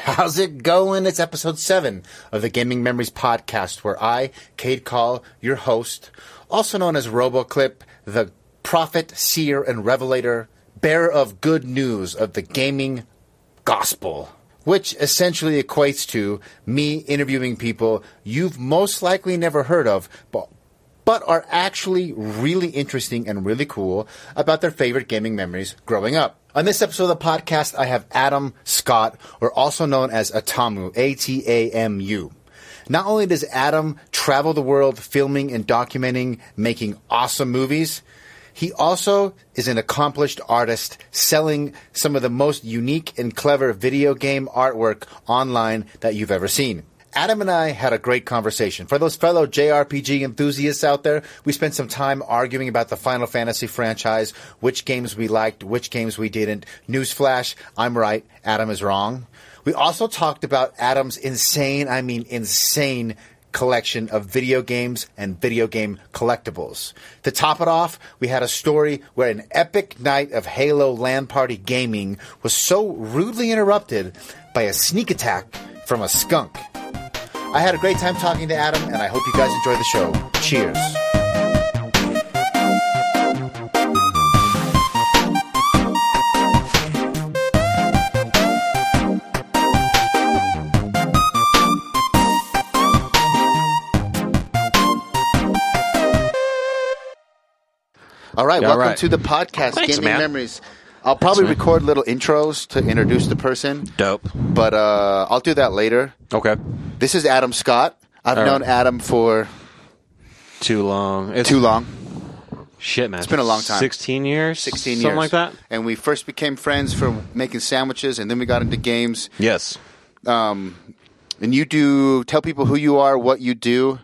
How's it going? It's episode seven of the Gaming Memories podcast, where I, Cade Call, your host, also known as RoboClip, the prophet, seer, and revelator, bearer of good news of the gaming gospel, which essentially equates to me interviewing people you've most likely never heard of, but but are actually really interesting and really cool about their favorite gaming memories growing up. On this episode of the podcast, I have Adam Scott, or also known as Atamu, A T A M U. Not only does Adam travel the world filming and documenting, making awesome movies, he also is an accomplished artist selling some of the most unique and clever video game artwork online that you've ever seen. Adam and I had a great conversation. For those fellow JRPG enthusiasts out there, we spent some time arguing about the Final Fantasy franchise, which games we liked, which games we didn't. Newsflash, I'm right, Adam is wrong. We also talked about Adam's insane, I mean insane, collection of video games and video game collectibles. To top it off, we had a story where an epic night of Halo LAN party gaming was so rudely interrupted by a sneak attack from a skunk. I had a great time talking to Adam, and I hope you guys enjoy the show. Cheers. All right, Yeah, all welcome right. to the podcast, Thanks, Gaming man. Memories. I'll probably man. record little intros to introduce the person, Dope. but uh, I'll do that later. Okay. This is Adam Scott. I've All known right. Adam for Too long. It's too long, Shit, man. It's been a long time. Sixteen years. 16 Something years. like that. And we first became friends for making sandwiches, and then we got into games. Yes. And you do tell people who you are, what you do,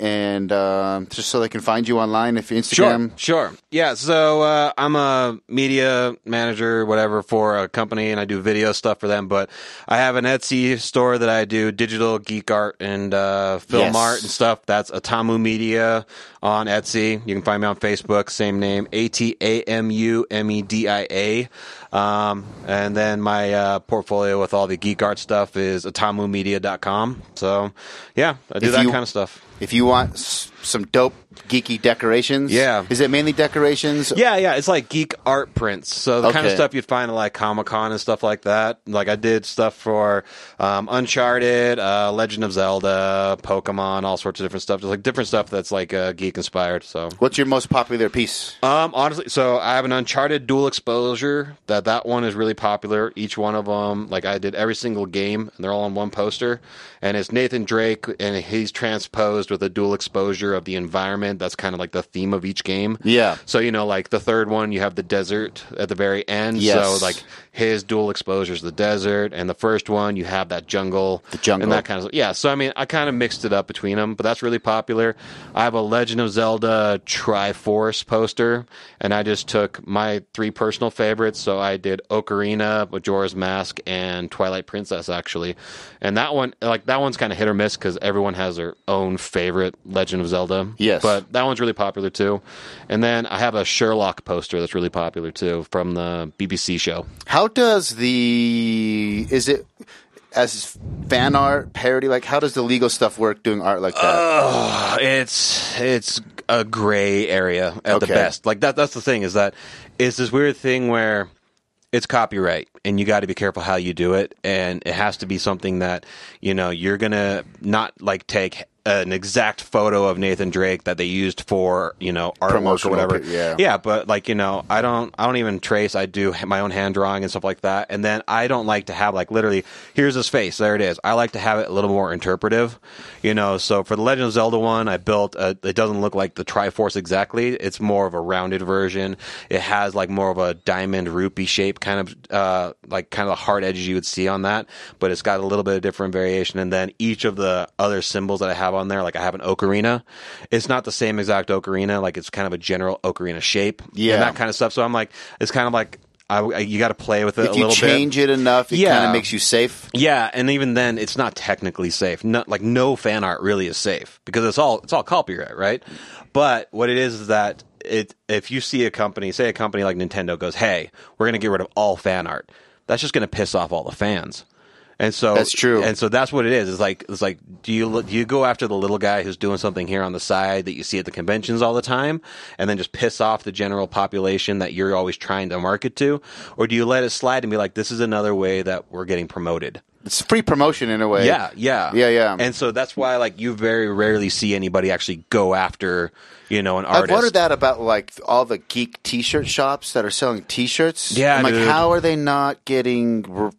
and um just so they can find you online if you Sure. Instagram. Sure. Yeah. So uh, I'm a media manager, whatever, for a company, and I do video stuff for them. But I have an Etsy store that I do digital geek art and uh, film Yes. art and stuff. That's Atamu Media on Etsy. You can find me on Facebook, same name, A T A M U M E D I A. Um, and then my uh, portfolio with all the geek art stuff is atamumedia.com. So, yeah, I do If that you- kind of stuff. If you want s- some dope geeky decorations, Yeah. Is it mainly decorations? Yeah, yeah, it's like geek art prints. So the kind of Okay. stuff you'd find at like Comic Con and stuff like that. Like I did stuff for um, Uncharted, uh, Legend of Zelda, Pokemon, all sorts of different stuff. Just like different stuff that's like uh, geek inspired. So What's your most popular piece? um, honestly, so I have an Uncharted dual exposure. That that one is really popular. Each one of them, like I did every single game, and they're all on one poster. And it's Nathan Drake, and he's transposed with a dual exposure of the environment. That's kind of like the theme of each game. Yeah. So you know, like the third one, you have the desert at the very end. Yes. So like his dual exposure is the desert, and the first one you have that jungle, the jungle. and that kind of yeah. So I mean, I kind of mixed it up between them, but that's really popular. I have a Legend of Zelda Triforce poster, and I just took my three personal favorites. So I did Ocarina, Majora's Mask, and Twilight Princess actually, and that one like that one's kind of hit or miss because everyone has their own favorite Legend of Zelda. Yes. but that one's really popular too. And then I have a Sherlock poster that's really popular too from the BBC show. How does the is it as fan art parody? Like, how does the legal stuff work doing art like that? Uh, It's it's a gray area at the Okay. best. Like that that's the thing is that it's this weird thing where it's copyright and you got to be careful how you do it and it has to be something that you know you're going to not like take an exact photo of Nathan Drake that they used for, you know, artwork or Promotional whatever. pic- yeah. Yeah, but like you know, I don't, I don't even trace. I do h- my own hand drawing and stuff like that. And then I don't like to have like literally, here's his face, there it is. I like to have it a little more interpretive, you know. So for the Legend of Zelda one, I built. A, it doesn't look like the Triforce exactly. It's more of a rounded version. It has like more of a diamond rupee shape, kind of uh, like kind of the hard edges you would see on that. But it's got a little bit of different variation. And then each of the other symbols that I have on there, like I have an ocarina. It's not the same exact ocarina. Like it's kind of a general ocarina shape Yeah. and that kind of stuff. So I'm like, it's kind of like I, I- you got to play with it a If you little bit. change it enough, it Yeah. kind of makes you safe. Yeah, and even then, it's not technically safe. No, like no fan art really is safe because it's all it's all copyright, right? But what it is is that it if you see a company, say a company like Nintendo goes, "Hey, we're going to get rid of all fan art," that's just going to piss off all the fans. And so That's true. And so that's what it is. It's like it's like do you do you go after the little guy who's doing something here on the side that you see at the conventions all the time, and then just piss off the general population that you're always trying to market to, or do you let it slide and be like, this is another way that we're getting promoted? It's free promotion in a way. Yeah, yeah, Yeah, yeah. And so that's why like you very rarely see anybody actually go after you know an I've artist. wondered that about like all the geek T-shirt shops that are selling T-shirts. Yeah, I'm like, dude. how are they not getting re-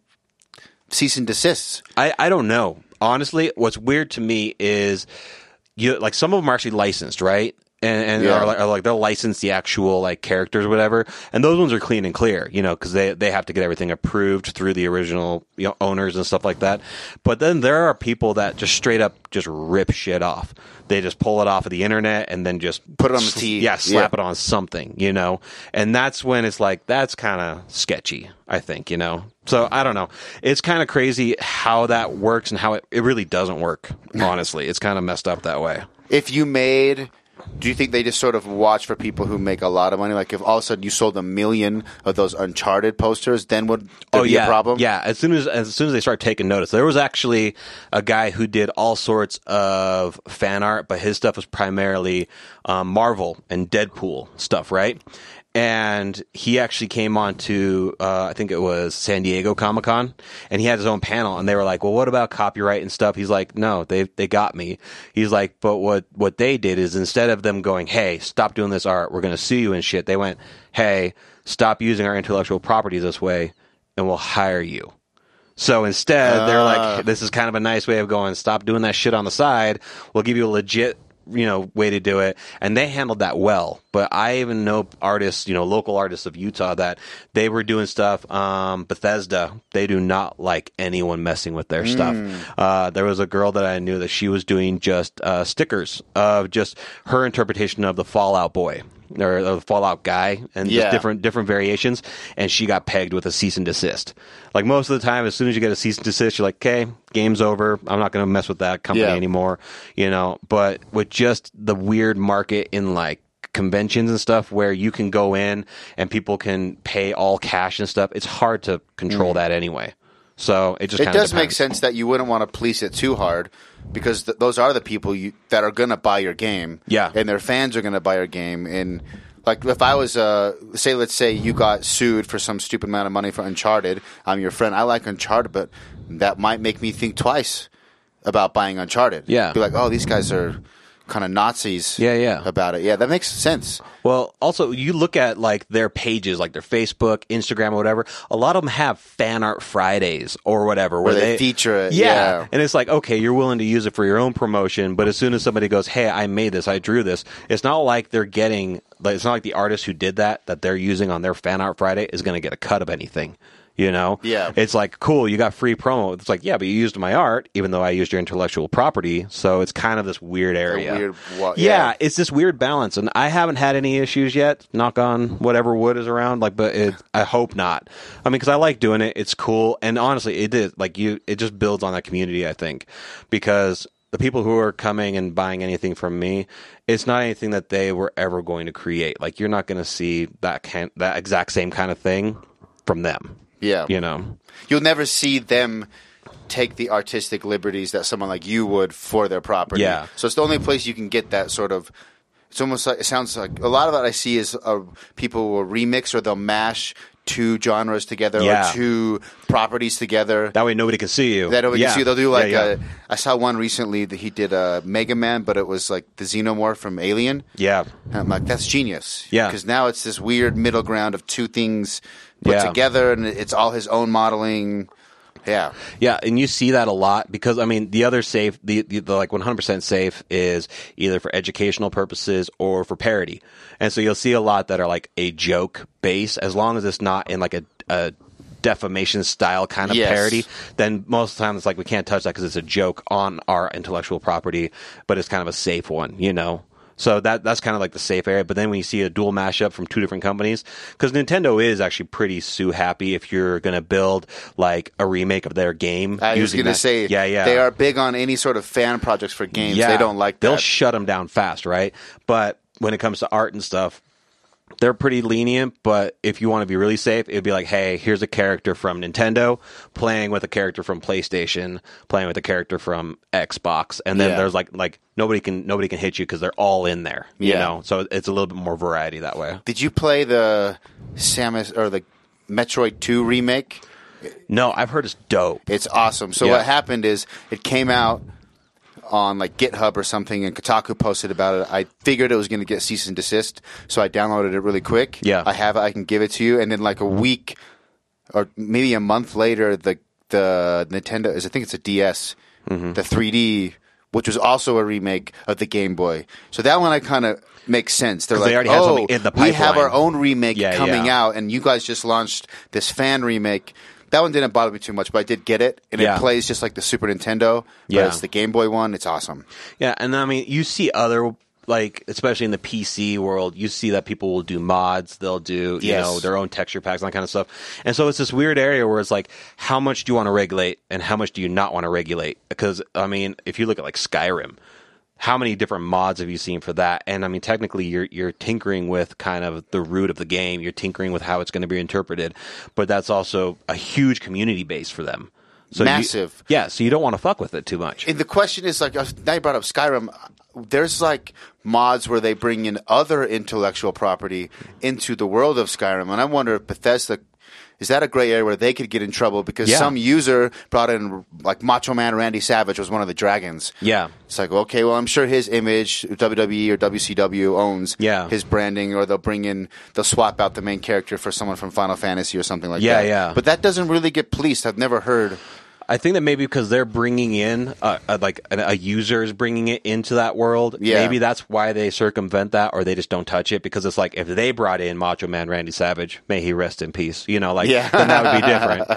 cease and desists? I, I don't know. Honestly, what's weird to me is you like some of them are actually licensed, right? And, and Yeah. are, like, are like they'll license the actual like characters, or whatever. And those ones are clean and clear, you know, because they they have to get everything approved through the original you know, owners and stuff like that. But then there are people that just straight up just rip shit off. They just pull it off of the internet and then just Put it on the sl- tee. Yeah, slap it Yeah. on something, you know. And that's when it's like that's kind of sketchy, I think, you know. So I don't know. It's kind of crazy how that works and how it, it really doesn't work. Honestly, it's kind of messed up that way. If you made, do you think they just sort of watch for people who make a lot of money? Like if all of a sudden you sold a million of those Uncharted posters, then would there be Oh, yeah, a problem? Yeah, as soon as as soon as they start taking notice, there was actually a guy who did all sorts of fan art, but his stuff was primarily um, Marvel and Deadpool stuff, right? And he actually came on to uh, I think it was San Diego Comic Con, and he had his own panel, and they were like, "Well, what about copyright and stuff?" He's like, "No, they they got me." He's like, "But what what they did is instead of them going, hey, stop doing this art, we're going to sue you and shit,' they went, hey." Stop using our intellectual property this way and we'll hire you. So instead, they're like, this is kind of a nice way of going, stop doing that shit on the side. We'll give you a legit, you know, way to do it. And they handled that well. But I even know artists, you know, local artists of Utah that they were doing stuff. Um, Bethesda, they do not like anyone messing with their stuff. Uh, there was a girl that I knew that she was doing just uh, stickers of just her interpretation of the Fallout Boy. Or the Fallout guy, and just different Yeah. different different variations, and she got pegged with a cease and desist. Like most of the time, as soon as you get a cease and desist, you're like, "Okay, game's over. I'm not going to mess with that company Yeah. anymore," you know. But with just the weird market in like conventions and stuff where you can go in and people can pay all cash and stuff, it's hard to control that anyway. So it just Mm. It kinda does make depends. sense that you wouldn't want to police it too hard because th- those are the people you, that are going to buy your game. Yeah. And their fans are going to buy your game. And, like, if I was, uh, say, let's say you got sued for some stupid amount of money for Uncharted, I'm your friend. I like Uncharted, but that might make me think twice about buying Uncharted. Yeah. Be like, oh, these guys are kind of Nazis Yeah, yeah. about it. Yeah, that makes sense. Well, also you look at like their pages, like their Facebook, Instagram, or whatever. A lot of them have fan art Fridays or whatever, where, Where they feature it, yeah. and it's like okay, you're willing to use it for your own promotion, but as soon as somebody goes, "Hey, I made this, I drew this," it's not like they're getting. Like, it's not like the artist who did that that they're using on their fan art Friday is going to get a cut of anything. You know, Yeah. It's like cool, you got free promo. It's like yeah, but you used my art, even though I used your intellectual property. So it's kind of this weird area. weird wa- yeah, yeah. it's this weird balance, and I haven't had any issues yet. Knock on whatever wood is around, like, but it, I hope not. I mean, because I like doing it; it's cool, and honestly, it is like you. It just builds on that community, I think, because the people who are coming and buying anything from me, it's not anything that they were ever going to create. Like, you're not going to see that kind, that exact same kind of thing from them. Yeah. You know, You'll never see them take the artistic liberties that someone like you would for their property. Yeah. So it's the only place you can get that sort of. It's almost like it sounds like a lot of what I see is uh, people will remix or they'll mash two genres together Yeah. or two properties together. that way nobody can see you. That we Yeah. can see. They'll do like yeah, yeah. uh, I saw one recently that he did uh, a Mega Man, but it was like the Xenomorph from Alien. yeah. And I'm like, Uh, that's genius. Yeah. Because now it's this weird middle ground of two things put Yeah. together, and it's all his own modeling. Yeah. Yeah, and you see that a lot because I mean the other safe, the, the, the like one hundred percent safe is either for educational purposes or for parody, and so you'll see a lot that are like a joke base as long as it's not in like a, a defamation style kind of Yes. parody. Then most of the time it's like we can't touch that because it's a joke on our intellectual property, but it's kind of a safe one, you know. So that that's kind of like the safe area. But then when you see a dual mashup from two different companies, because Nintendo is actually pretty sue happy if you're going to build like a remake of their game. I was using going to that- say, yeah, yeah, they are big on any sort of fan projects for games. They don't like They'll that. shut them down fast, right? But when it comes to art and stuff, they're pretty lenient. But if you want to be really safe, it'd be like, hey, here's a character from Nintendo playing with a character from PlayStation, playing with a character from Xbox, and then Yeah. there's like like nobody can nobody can hit you because they're all in there. You Yeah. know, so it's a little bit more variety that way. Did you play the Samus or the Metroid Two remake? No, I've heard it's dope. It's awesome. So Yeah. what happened is it came out on like GitHub or something, and Kotaku posted about it. I figured it was going to get cease and desist, so I downloaded it really quick. Yeah. I have it. I can give it to you, and then like a week or maybe a month later, the the Nintendo is I think it's a DS, Mm-hmm. the 3D. Which was also a remake of the Game Boy, so that one I kind of makes sense. They're 'Cause like, they already had "Oh, something in the we have pipeline." our own remake Yeah, coming yeah. out, and you guys just launched this fan remake. That one didn't bother me too much, but I did get it, and Yeah. it plays just like the Super Nintendo. But Yeah. it's the Game Boy one. It's awesome. Yeah, and I mean, you see other like especially in the PC world, you see that people will do mods, they'll do you Yes. know their own texture packs and that kind of stuff. And so it's this weird area where it's like, how much do you want to regulate and how much do you not want to regulate? Because I mean, if you look at like Skyrim. How many different mods have you seen for that? And I mean, technically, you're you're tinkering with kind of the root of the game. You're tinkering with how it's going to be interpreted, but that's also a huge community base for them. So you- Massive. yeah. So you don't want to fuck with it too much. And the question is like, uh, now you brought up Skyrim. There's like mods where they bring in other intellectual property into the world of Skyrim, and I wonder if Bethesda. Is that a gray area where they could get in trouble because Yeah. some user brought in like Macho Man Randy Savage was one of the dragons? Yeah. It's like, okay, well, I'm sure his image, WWE or WCW owns Yeah. his branding, or they'll bring in, they'll swap out the main character for someone from Final Fantasy or something like Yeah, that. yeah. But that doesn't really get policed. I've never heard. I think that maybe because they're bringing in uh, uh, like an, a user is bringing it into that world. Yeah. Maybe that's why they circumvent that, or they just don't touch it because it's like if they brought in Macho Man Randy Savage, may he rest in peace. You know, like Yeah. then that would be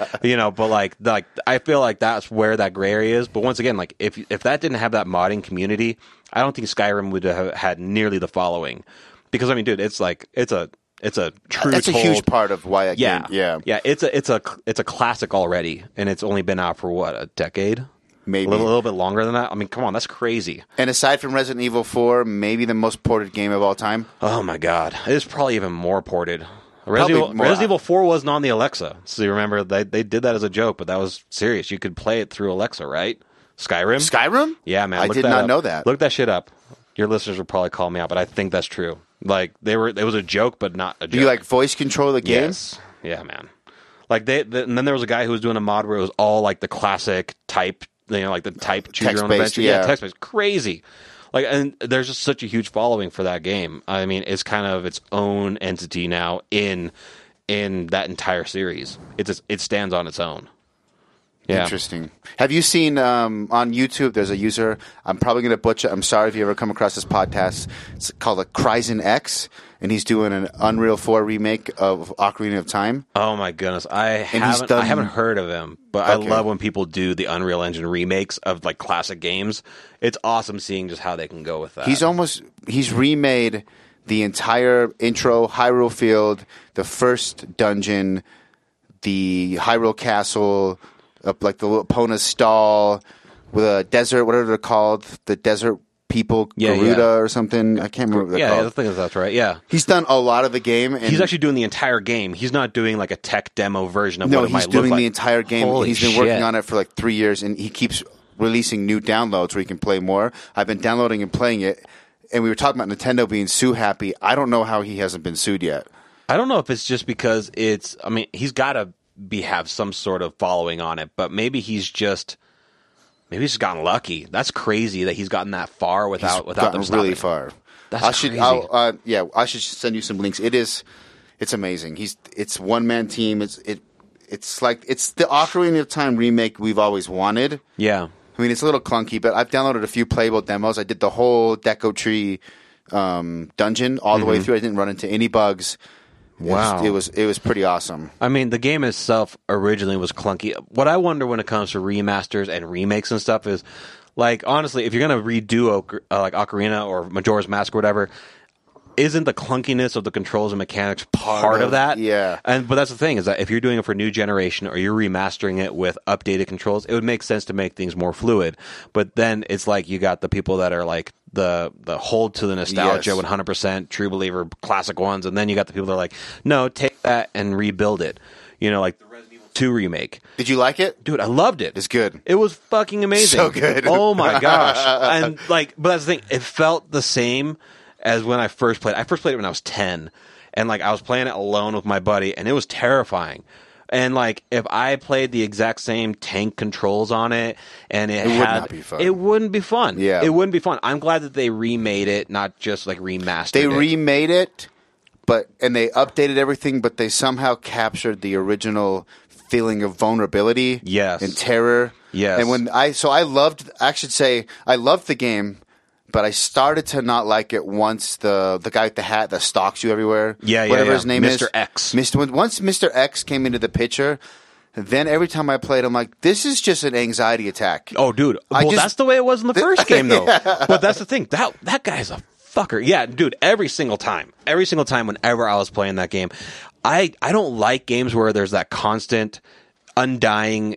different. you know, but like like I feel like that's where that gray area is. But once again, like if if that didn't have that modding community, I don't think Skyrim would have had nearly the following. Because I mean, dude, it's like it's a it's a true That's a told- huge part of why I yeah, can't. Yeah. yeah. It's a it's a it's a classic already, and it's only been out for what a decade, Maybe. a little, little bit longer than that. I mean, come on, that's crazy. And aside from Resident Evil 4, maybe the most ported game of all time. Oh my god, it's probably even more ported. Resident, Probably Evil, more- Resident Evil Four wasn't on the Alexa, so you remember they they did that as a joke, but that was serious. You could play it through Alexa, right? Skyrim, Skyrim? yeah, man. I look did that not up. know that. Look that shit up. Your listeners will probably call me out, but I think that's true. Like they were, it was a joke, but not a joke. Do you like voice control the game? Yes. Yeah, man. Like they, th and then there was a guy who was doing a mod where it was all like the classic type, you know, like the type choose your own Text-based, adventure. Yeah, yeah. text based. Crazy. Like, and there's just such a huge following for that game. I mean, it's kind of its own entity now in in that entire series. It's just, it stands on its own. Yeah. Interesting. Have you seen um, on YouTube? There's a user. I'm probably going to butcher. I'm sorry if you ever come across this podcast. It's called a Cryzen X, and he's doing an Unreal 4 remake of Ocarina of Time. Oh my goodness, I he's haven't I done- haven't heard of him, but I Okay. love when people do the Unreal Engine remakes of like classic games. It's awesome seeing just how they can go with that. He's almost he's remade the entire intro, Hyrule Field, the first dungeon, the Hyrule Castle, up like the little Pona's stall, with a desert, whatever they're called, the desert people, Yeah, Garuda yeah. or something. I can't remember what they're yeah, I called. think that's right. Yeah, He's done a lot of the game, and He's actually doing the entire game. He's not doing like a tech demo version of no, what it he's might doing look like. the entire game. Holy he's been shit. working on it for like three years, and he keeps releasing new downloads where you can play more. I've been downloading and playing it, and we were talking about Nintendo being sue happy. I don't know how he hasn't been sued yet. I don't know if it's just because it's. I mean, he's got to be have some sort of following on it, but maybe he's just. Maybe he's just gotten lucky. That's crazy that he's gotten that far without He's Oh, without gotten them stopping. really far. That's I should, crazy. I'll, uh, yeah, I should send you some links. It is, it's amazing. He's it's one man team. It's it, it's like it's the Ocarina of Time remake we've always wanted. Yeah, I mean, it's a little clunky, but I've downloaded a few playable demos. I did the whole Deco Tree um, dungeon all the way through. I didn't run into any bugs. It was- Wow. it was it was pretty awesome. I mean, the game itself originally was clunky. What I wonder when it comes to remasters and remakes and stuff is Like honestly, if you're gonna redo Oc- uh, like Ocarina or Majora's Mask or whatever, isn't the clunkiness of the controls and mechanics part, of, of- that? yeah. And but that's the thing is that if you're doing it for new generation or you're remastering it with updated controls, it would make sense to make things more fluid. But then it's like you got the people that are like the the hold to the nostalgia Yes. 100% true believer classic ones and then you got the people that are like, "No, take that and rebuild it." You know, like the Resident Evil 2 remake. Did you like it? Dude, I loved it. It's good. It was fucking amazing. So good. Oh my gosh. And like, but that's the thing. It felt the same as when I first played. I first played it when I was ten, and like I was playing it alone with my buddy, and it was terrifying. And like, if I played the exact same tank controls on it, and it, would had, not be fun. it wouldn't be fun. Yeah. it wouldn't be fun. I'm glad that they remade it, not just like remastered. They it. remade it, but and they updated everything, but they somehow captured the original feeling of vulnerability, Yes. and terror, Yes. And when I so I loved, I should say, I loved the game, but I started to not like it once the the guy with the hat that stalks you everywhere, Yeah, yeah, whatever yeah. his name is, Mr. X. Mr. when- Once Mr. X came into the picture. Then every time I played, I'm like, this is just an anxiety attack. Oh, dude. I well, just- that's the way it was in the first game, though. But that's the thing. That that guy's a fucker. Yeah, dude. Every single time, every single time, whenever I was playing that game, I I don't like games where there's that constant, undying.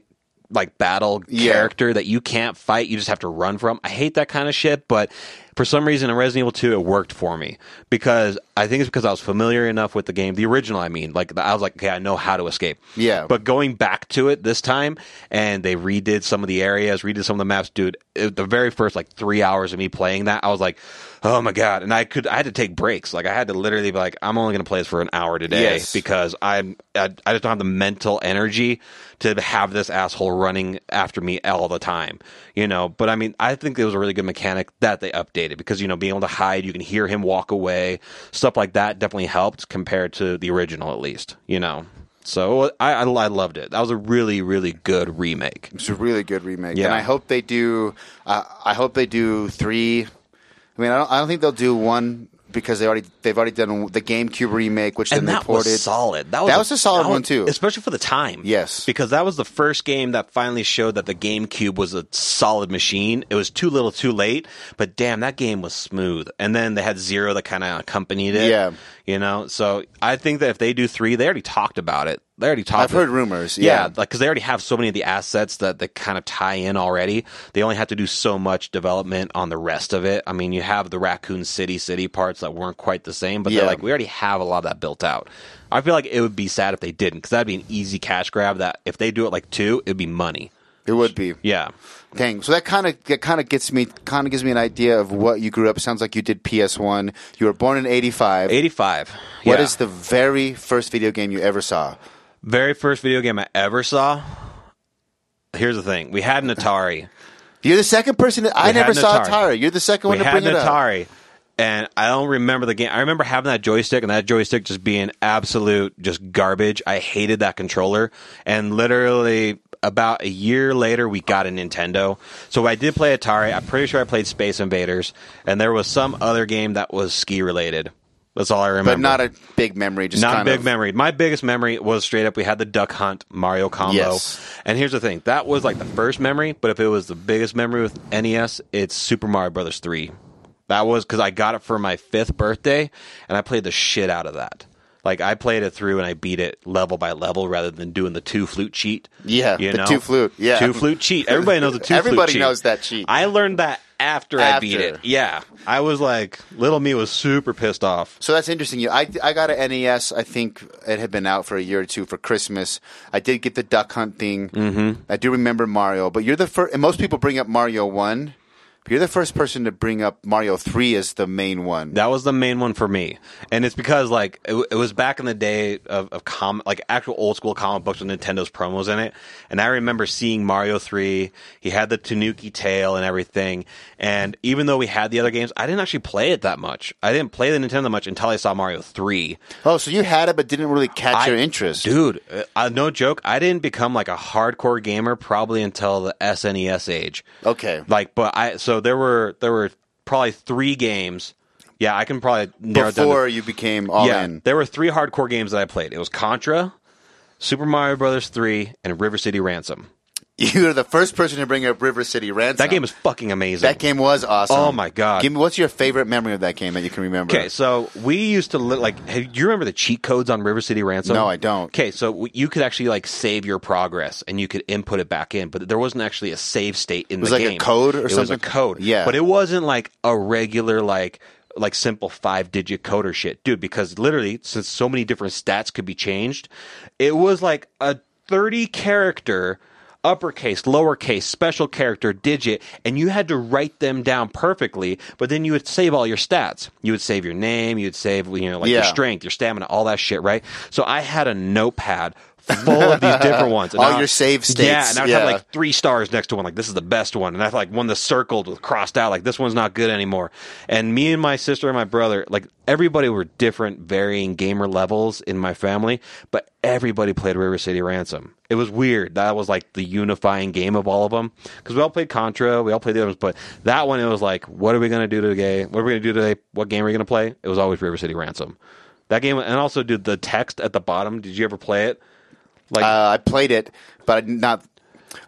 Like battle Yeah. character that you can't fight, you just have to run from. I hate that kind of shit, but for some reason in Resident Evil 2, it worked for me because I think it's because I was familiar enough with the game, the original, I mean. Like, I was like, okay, I know how to escape. Yeah. But going back to it this time, and they redid some of the areas, redid some of the maps, dude. It, the very first like three hours of me playing that, I was like, oh my god! And I could, I had to take breaks. Like I had to literally be like, I'm only going to play this for an hour today Yes. because I'm, I, I just don't have the mental energy to have this asshole running after me all the time, you know. But I mean, I think it was a really good mechanic that they updated because you know being able to hide, you can hear him walk away, stuff like that definitely helped compared to the original at least, you know. So I, I, I loved it. That was a really, really good remake. It's a really good remake, Yeah. and I hope they do. Uh, I hope they do three. I mean, I don't. I don't think they'll do one because they already they've already done the GameCube remake, which And then that they ported. was solid. That was, That was a solid that was- one, too. especially for the time. Yes. because that was the first game that finally showed that the GameCube was a solid machine. It was too little, too late, but damn, that game was smooth. And then they had Zero that kind of accompanied it. Yeah. you know. So I think that if they do three, they already talked about it. They already talked. I've heard rumors. Yeah, Yeah, like because they already have so many of the assets that they kind of tie in already. They only have to do so much development on the rest of it. I mean, you have the Raccoon City city parts that weren't quite the same, but they're Yeah. like, we already have a lot of that built out. I feel like it would be sad if they didn't, because that'd be an easy cash grab. That if they do it like two, it'd be money. it would be. Yeah, Dang. So that kind of that kind of gets me kind of gives me an idea of what you grew up. It sounds like you did PS One. You were born in eighty five. eighty five. What is the very first video game you ever saw? very first video game I ever saw? Here's the thing: we had an Atari. You're the second person that I We had never an saw Atari. Atari. You're the second one we to had bring an it up. Atari, and I don't remember the game. I remember having that joystick, and that joystick just being absolute just garbage. I hated that controller, and literally about a year later, we got a Nintendo. So I did play Atari. I'm pretty sure I played Space Invaders, and there was some other game that was ski related. That's all I remember. But not a big memory. Just Not kind big of, memory. My biggest memory was straight up. We had the Duck Hunt Mario combo, Yes. and here's the thing: that was like the first memory. But if it was the biggest memory with NES, it's Super Mario Brothers three. That was because I got it for my fifth birthday, and I played the shit out of that. Like I played it through and I beat it level by level rather than doing the two flute cheat. Yeah, you the know? two flute, yeah. two flute cheat. Everybody knows the two. flute Everybody cheat. knows that cheat. I learned that after, I beat After. it. Yeah, I was like, little me was super pissed off. So that's interesting. You, I, I got an NES. I think it had been out for a year or two for Christmas. I did get the Duck Hunt thing. Mm-hmm. I do remember Mario, but you're the first. And most people bring up Mario One. But you're the first person to bring up Mario Three as the main one. That was the main one for me, and it's because like it, w- it was back in the day of, of com like actual old school comic books with Nintendo's promos in it, and I remember seeing Mario three. He had the Tanuki tail and everything, and even though we had the other games, I didn't actually play it that much. I didn't play the Nintendo much until I saw Mario three. oh, so you had it, but didn't really catch I- your interest. Dude, uh, uh, no joke. I didn't become like a hardcore gamer probably until the SNES age. Okay. Like, but I so there were there were probably three games. Yeah, I can probably narrow it down. to Before you became all yeah, in. there were three hardcore games that I played. It was Contra, Super Mario Brothers three, and River City Ransom. You're the first person to bring up River City Ransom. That game is fucking amazing. That game was awesome. Oh, my God. Give me, what's your favorite memory of that game that you can remember? Okay, so we used to li- like. Hey, do you remember the cheat codes on River City Ransom? No, I don't. Okay, so w- you could actually like save your progress and you could input it back in, but there wasn't actually a save state in was the like a game. code or it was something? a code. Yeah. but it wasn't like a regular like like simple five digit code or shit, dude. Because literally, since so many different stats could be changed, it was like a thirty character. Uppercase, lowercase, special character, digit, and you had to write them down perfectly. But then you would save all your stats. You would save your name. You'd save, you know, like your Yeah. strength, your stamina, all that shit, right? So I had a notepad full of these different ones. And All I- your save Yeah, states, and I'd yeah. have like three stars next to one, like this is the best one, and I like one that's circled with crossed out, like this one's not good anymore. And me and my sister and my brother, like everybody were different, varying gamer levels in my family, but everybody played River City Ransom. It was weird. That was like the unifying game of all of them because we all played Contra, we all played the others, but that one it was like, what are we gonna do today? What are we gonna do today? What game are we gonna play? It was always River City Ransom. That game, and also, dude, the text at the bottom. Did you ever play it? Like, Uh, I played it, but I'm not.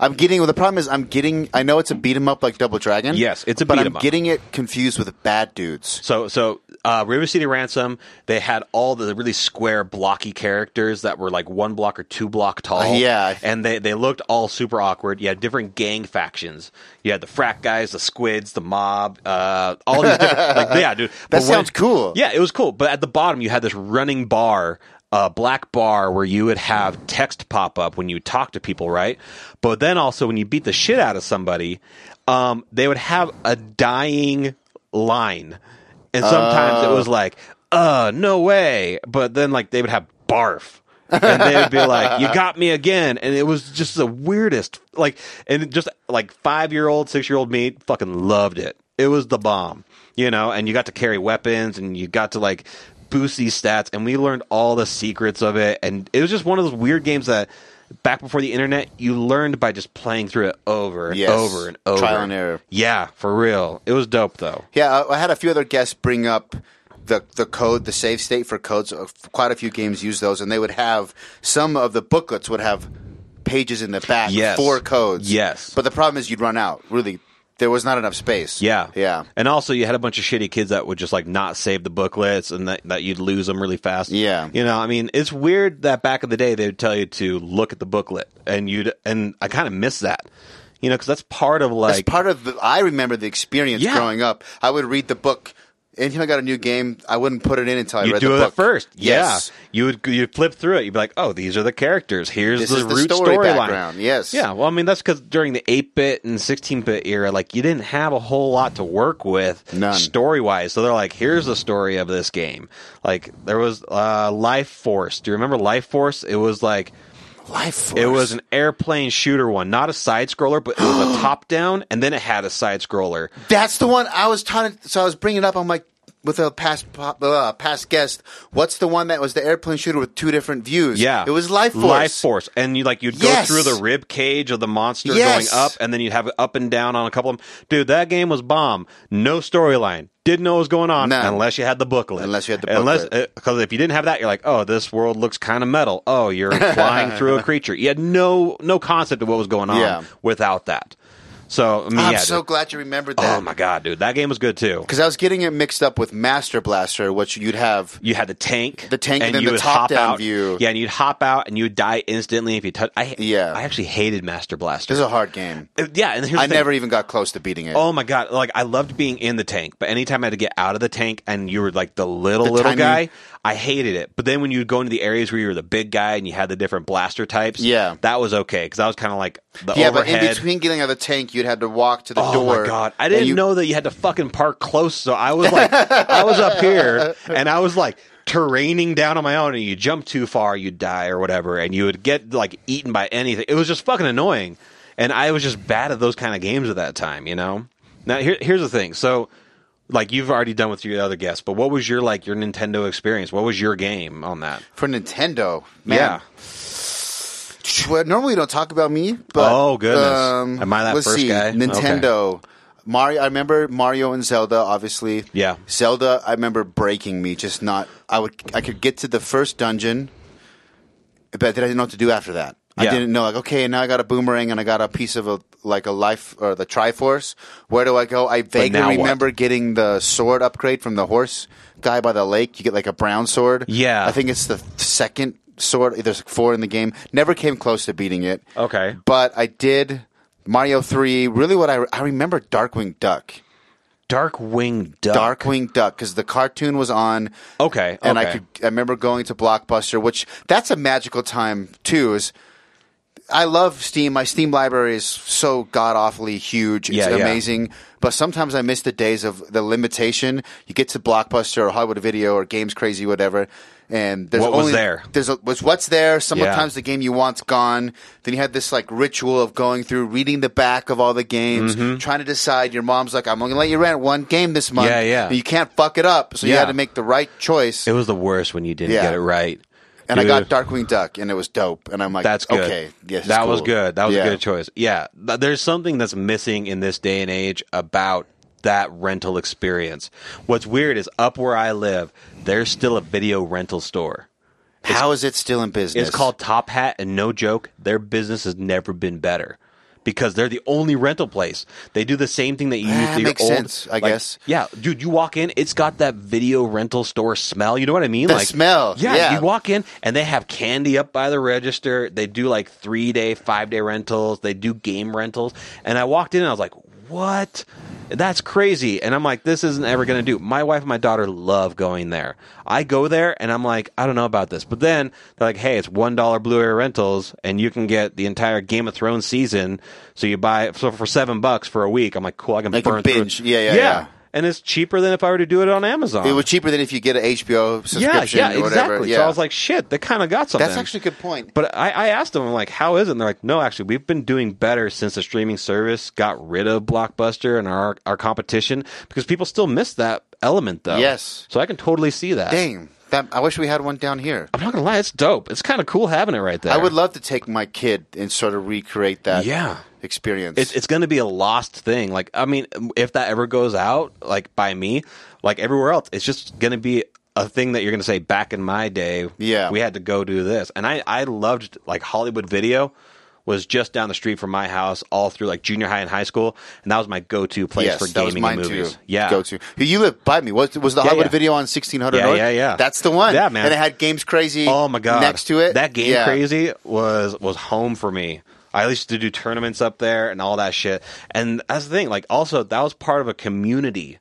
I'm getting. Well, the problem is, I'm getting. I know it's a beat 'em up like Double Dragon. Yes, it's a but beat I'm 'em up. getting it confused with Bad Dudes. So, so uh, River City Ransom, they had all the really square, blocky characters that were like one block or two block tall. Uh, yeah. and they they looked all super awkward. You had different gang factions. You had the frat guys, the squids, the mob, uh, all these different. like, yeah, dude, But sounds cool. Yeah, it was cool. But at the bottom, you had this running bar. A black bar where you would have text pop up when you talk to people, right? But then also when you beat the shit out of somebody, um, they would have a dying line and sometimes it was like, uh, no way. But then like they would have barf. and they would be like, "You got me again," and it was just the weirdest. Like, and just like five year old, six year old me, fucking loved it. It was the bomb, you know. And you got to carry weapons, and you got to like boost these stats, and we learned all the secrets of it. And it was just one of those weird games that back before the internet, you learned by just playing through it over and Yes. over and over. Trial and error. Yeah, for real. It was dope though. Yeah, I, I had a few other guests bring up the the code, the save state for codes. Uh, Quite a few games use those, and they would have some of the booklets would have pages in the back Yes. for codes. Yes. but the problem is you'd run out. Really, there was not enough space. Yeah, yeah. And also, you had a bunch of shitty kids that would just like not save the booklets, and that, that you'd lose them really fast. Yeah. you know, I mean, it's weird that back in the day they would tell you to look at the booklet, and you'd and I kind of miss that, you know, because that's part of like That's part of the. I remember the experience Yeah. growing up. I would read the book. Anytime I got a new game, I wouldn't put it in until I you read do the it book at first. Yes. Yeah, you would you flip through it. You'd be like, oh, these are the characters. Here's This the is the root story storyline. background, yes. Yeah. Well, I mean, that's because during the eight bit and sixteen bit era, like you didn't have a whole lot to work with None. story wise. So they're like, here's the story of this game. Like there was uh, Life Force. Do you remember Life Force? It was like. Life. Force. It was an airplane shooter one, not a side scroller, but it was a top down, and then it had a side scroller. That's the one I was trying to. So I was bringing up. I'm like, with a past po- uh, past guest, what's the one that was the airplane shooter with two different views? Yeah, it was Life Force. Life Force, and you like you'd Yes. go through the rib cage of the monster Yes. going up, and then you'd have it up and down on a couple of them. Dude, that game was bomb. No storyline. Didn't know what was going on None. unless you had the booklet. Unless you had the booklet. because if you didn't have that, you're like, oh, this world looks kind of metal. Oh, you're flying through a creature. You had no no concept of what was going on Yeah. without that. So I mean, I'm yeah, so dude. glad you remembered that. oh my god, dude, that game was good too. Because I was getting it mixed up with Master Blaster, which you'd have. you had the tank, The tank, and then the would top-down hop out. view. Yeah, and you'd hop out, and you would die instantly if you touch. I Yeah. I actually hated Master Blaster. This is a hard game. Uh, yeah, and here's I the thing. never even got close to beating it. Oh my god! Like I loved being in the tank, but anytime I had to get out of the tank, and you were like the little The little tiny- guy, I hated it. But then when you'd go into the areas where you were the big guy and you had the different blaster types, Yeah. that was okay because I was kind of like the yeah, overhead. but in between getting out of the tank, you'd had to walk to the Oh door. my god! I and didn't you- know that you had to fucking park close, so I was like, I was up here and I was like terraining down on my own, and you jump too far, you die or whatever, and you would get like eaten by anything. It was just fucking annoying, and I was just bad at those kind of games at that time, you know. Now here, here's the thing, so. Like you've already done with your other guests, but what was your like your Nintendo experience? What was your game on that? For Nintendo, man. Well, normally you don't talk about me, but um, Oh, goodness. Am I that let's first see. guy? Nintendo, Mario. I remember Mario and Zelda, obviously. Yeah. Zelda, I remember breaking me. Just not. I would. I could get to the first dungeon, but then I didn't know what to do after that. I Yeah. didn't know. Like, okay, now I got a boomerang and I got a piece of a like a life or the Triforce. Where do I go? I vaguely now what? remember getting the sword upgrade from the horse guy by the lake. You get like a brown sword. Yeah. I think it's the second sword. There's four in the game. Never came close to beating it. Okay. but I did Mario Three. Really, what I I remember Darkwing Duck. Darkwing Duck. Darkwing Duck because the cartoon was on. Okay, and I okay. could. I remember going to Blockbuster, which that's a magical time too. Is I love Steam. My Steam library is so god awfully huge. It's Yeah, yeah. amazing. But sometimes I miss the days of the limitation. You get to Blockbuster or Hollywood Video or Games Crazy, whatever. And there's What was only there? There's a, was what's there. Yeah. Sometimes the game you want's gone. Then you had this like ritual of going through, reading the back of all the games, Mm-hmm. trying to decide. Your mom's like, "I'm only gonna let you rent one game this month." Yeah, yeah. And you can't fuck it up, so you Yeah. had to make the right choice. It was the worst when you didn't Yeah. get it right. and I Dude. got Darkwing Duck, and it was dope. And I'm like, That's good. Okay, yes, that it's was cool. good. That was Yeah. a good choice. Yeah, Th- there's something that's missing in this day and age about that rental experience. What's weird is up where I live, there's still a video rental store. How is it still in business? It's called Top Hat, and no joke, their business has never been better because they're the only rental place. They do the same thing that you Ah, use to your makes old. sense, I like- guess. Yeah, dude, you walk in, it's got that video rental store smell. You know what I mean? The smell, Yeah, yeah. you walk in and they have candy up by the register. They do like three day, five day rentals. They do game rentals. And I walked in and I was like, what? That's crazy. And I'm like, this isn't ever going to do. My wife and my daughter love going there. I go there and I'm like, I don't know about this. But then they're like, hey, it's $1 Blu ray rentals and you can get the entire Game of Thrones season. So you buy so for seven bucks for a week. I'm like, cool, I can I can burn through it. binge. Yeah, yeah, yeah. And it's cheaper than if I were to do it on Amazon. It was cheaper than if you get an HBO subscription Yeah, yeah, or whatever. exactly. Yeah, So I was like, shit, they kind of got something. that's actually a good point. But I, I asked them, I'm like, how is it? And they're like, no, actually, we've been doing better since the streaming service got rid of Blockbuster and our, our competition because people still miss that element, though. Yes. So I can totally see that. Dang, that, I wish we had one down here. I'm not going to lie, it's dope. It's kind of cool having it right there. I would love to take my kid and sort of recreate that Yeah. experience. It's, it's going to be a lost thing. Like, I mean, if that ever goes out, like by me, like everywhere else, it's just going to be a thing that you're going to say, back in my day, Yeah. we had to go do this. And I, I loved, like, Hollywood video was just down the street from my house all through, like, junior high and high school. And that was my go to place for that was gaming mine and movies. Too, Yeah. go to. You live by me. Was was the Hollywood yeah. video on sixteen hundred? Yeah, yeah, yeah. That's the one. Yeah, man. And it had Games Crazy. Oh my god! Next to it, that game Yeah. crazy was was home for me. I used to do tournaments up there and all that shit. And that's the thing. Like, also that was part of a community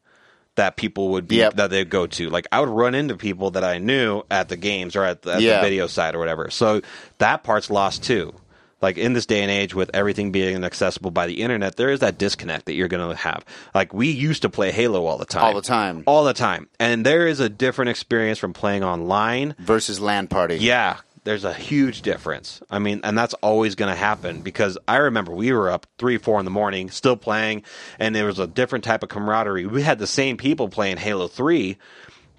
that people would be Yep. that they'd go to. Like, I would run into people that I knew at the games or at the, at Yeah. the video side or whatever. So that part's lost too. Like in this day and age, with everything being accessible by the internet, there is that disconnect that you're going to have. Like we used to play Halo all the time, All the time. all the time, and there is a different experience from playing online versus Land Party. yeah, there's a huge difference. I mean, and that's always going to happen because I remember we were up three, four in the morning, still playing, and there was a different type of camaraderie. We had the same people playing Halo Three,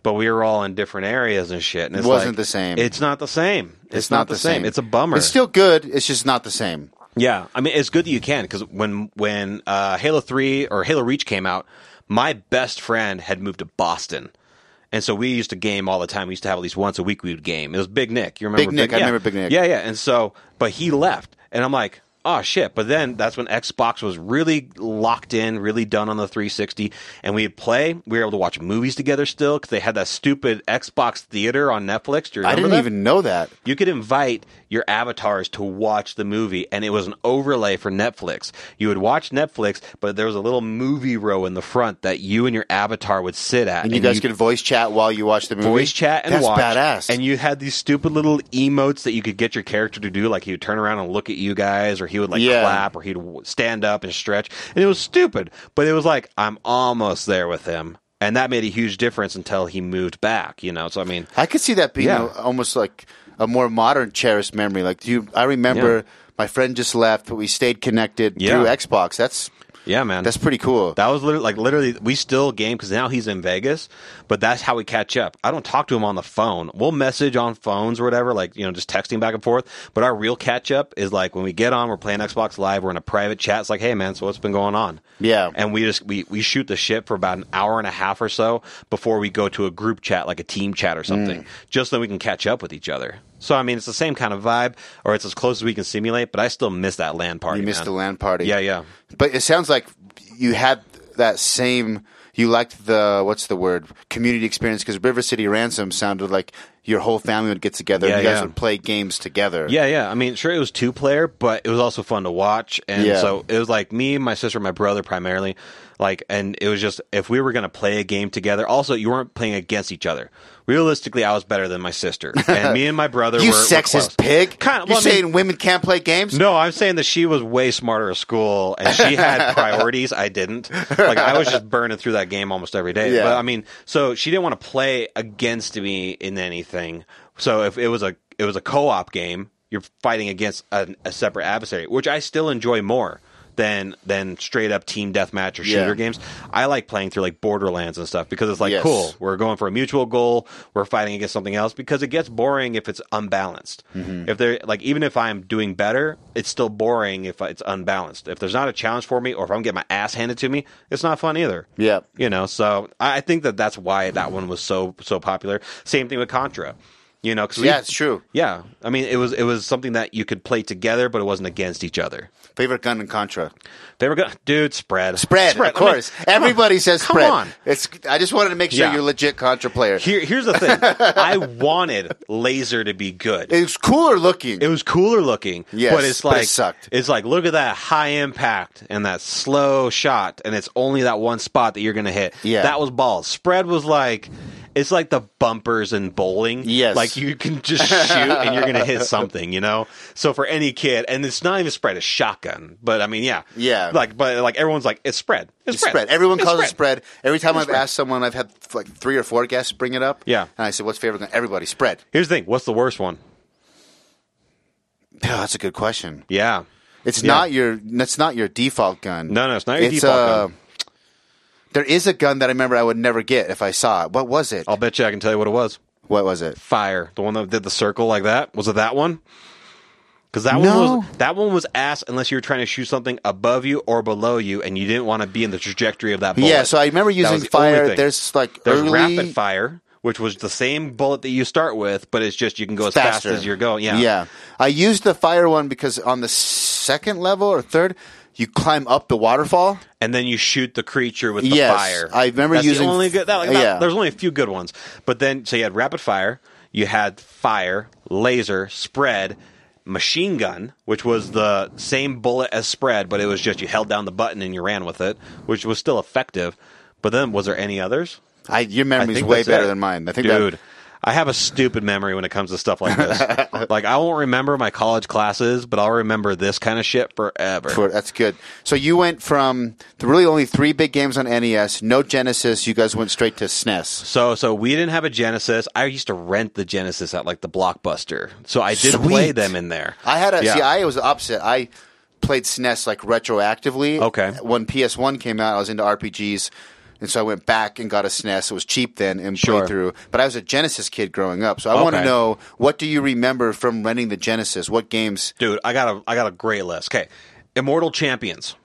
but we were all in different areas and shit. And it's Wasn't like, the same. It's not the same. It's, not, the same. It's a bummer. It's still good. It's just not the same. Yeah, I mean it's good that you can because when when uh, Halo Three or Halo Reach came out, my best friend had moved to Boston, and so we used to game all the time. We used to have at least once a week we would game. It was Big Nick. You remember Big Nick, I yeah. remember Big Nick. Yeah, yeah. And so, but he left, and I'm like. Oh shit! But then that's when Xbox was really locked in, really done on the 360, and we'd play. We were able to watch movies together still because they had that stupid Xbox theater on Netflix. Do you I remember didn't that? even know that. You could invite your avatars to watch the movie, and it was an overlay for Netflix. You would watch Netflix, but there was a little movie row in the front that you and your avatar would sit at. And you guys could voice chat while you watch the movie. voice chat and That's watch. badass. And you had these stupid little emotes that you could get your character to do. Like he would turn around and look at you guys, or he would like Yeah. clap, or he'd w- stand up and stretch. And it was stupid, but it was like I'm almost there with him, and that made a huge difference until he moved back. You know, so I mean, I could see that being Yeah. a- almost like a more modern cherished memory. Like do you, I remember Yeah. my friend just left, but we stayed connected Yeah. through Xbox. That's yeah, man, that's pretty cool. That was literally like literally we still game because now he's in Vegas, but that's how we catch up. I don't talk to him on the phone. We'll message on phones or whatever, like you know, just texting back and forth. But our real catch up is like when we get on, we're playing Xbox Live, we're in a private chat. It's like, hey man, so what's been going on? Yeah. and we just we we shoot the shit for about an hour and a half Mm. or so before we go to a group chat, like a team chat or something, just so we can catch up with each other. So I mean, it's the same kind of vibe, or it's as close as we can simulate. But I still miss that land party. You missed man. the land party. Yeah, yeah. But it sounds like you had that same. You liked the what's the word community experience because River City Ransom sounded like your whole family would get together. Yeah, and You guys yeah. would play games together. Yeah, yeah. I mean, sure, it was two player, but it was also fun to watch. And Yeah. so it was like me, my sister, my brother primarily. Like, and it was just if we were going to play a game together. Also, you weren't playing against each other. Realistically, I was better than my sister, and me and my brother. You were, were close. sexist pig! Kind of, you well, I mean- saying women can't play games? No, I'm saying that she was way smarter at school and she had priorities. I didn't. Like I was just burning through that game almost every day. Yeah. But I mean, so she didn't want to play against me in anything. So if it was a it was a co-op game, you're fighting against a, a separate adversary, which I still enjoy more than than straight up team deathmatch or shooter Yeah. games. I like playing through like Borderlands and stuff because it's like Yes. cool. We're going for a mutual goal. We're fighting against something else because it gets boring if it's unbalanced. Mm-hmm. If they're like, even if I'm doing better, it's still boring if it's unbalanced. If there's not a challenge for me, or if I'm getting my ass handed to me, it's not fun either. Yeah. you know. So I I think that that's why that one was so so popular. Same thing with Contra. You know, 'cause we- Yeah, it's true. Yeah, I mean, it was it was something that you could play together, but it wasn't against each other. Favorite gun in Contra? They were going, dude, spread, Spread, of I mean, course. come on. Everybody says Come spread. on. It's. I just wanted to make sure Yeah. you're a legit Contra player. Here, here's the thing. I wanted laser to be good. it's cooler looking. It was cooler looking, Yes, but it's but it like sucked. It's like look at that high impact and that slow shot, and it's only that one spot that you're gonna hit. Yeah. that was balls. Spread was like. It's like the bumpers in bowling. Yes. Like you can just shoot and you're going to hit something, you know? So for any kid, and it's not even spread, it's shotgun. But I mean, yeah. Yeah. Like, but like everyone's like, it's spread. It's, It's spread. Everyone It's calls it spread. Every time I've asked someone, I've had like three or four guests bring it up. Yeah. And I said, what's favorite gun? Everybody, spread. Here's the thing what's the worst one? Oh, that's a good question. Yeah. It's Yeah. not your that's not your default gun. uh, No, no, it's not your default gun. There is a gun that I remember I would never get if I saw it. What was it? I'll bet you I can tell you what it was. What was it? Fire, the one that did the circle like that. Was it that one? Because that one No. was that one was ass unless you were trying to shoot something above you or below you, and you didn't want to be in the trajectory of that bullet. Yeah, so I remember That using was the only fire. thing. There's like There's early rapid fire, which was the same bullet that you start with, but it's just you can go as fast faster. as you're going. Yeah, Yeah. I used the fire one because on the second level or third, you climb up the waterfall. and then you shoot the creature with the Yes, fire. I remember That's using- the only good. That, like, yeah. that, there's only a few good ones, but then so you had rapid fire, you had fire, laser, spread, machine gun, which was the same bullet as spread, but it was just you held down the button and you ran with it, which was still effective. But then was there any others? I your I memory's think way that's better it. than mine. I think that- dude. I have a stupid memory when it comes to stuff like this. like I won't remember my college classes, but I'll remember this kind of shit forever. For- that's good. So you went from the really only three big games on NES, no Genesis. You guys went straight to E SNES. So so we didn't have a Genesis. I used to rent the Genesis at like the Blockbuster. So I did Sweet. play them in there. I had a Yeah. see. I was the opposite. I played SNES like retroactively. Okay. When PS One came out, I was into RPGs. And so I went back and got a SNES. It was cheap then and Sure. played through. But I was a Genesis kid growing up, so I want to Okay. know what do you remember from renting the Genesis? What games? Dude, I got a I got a great list. Okay. Immortal Champions.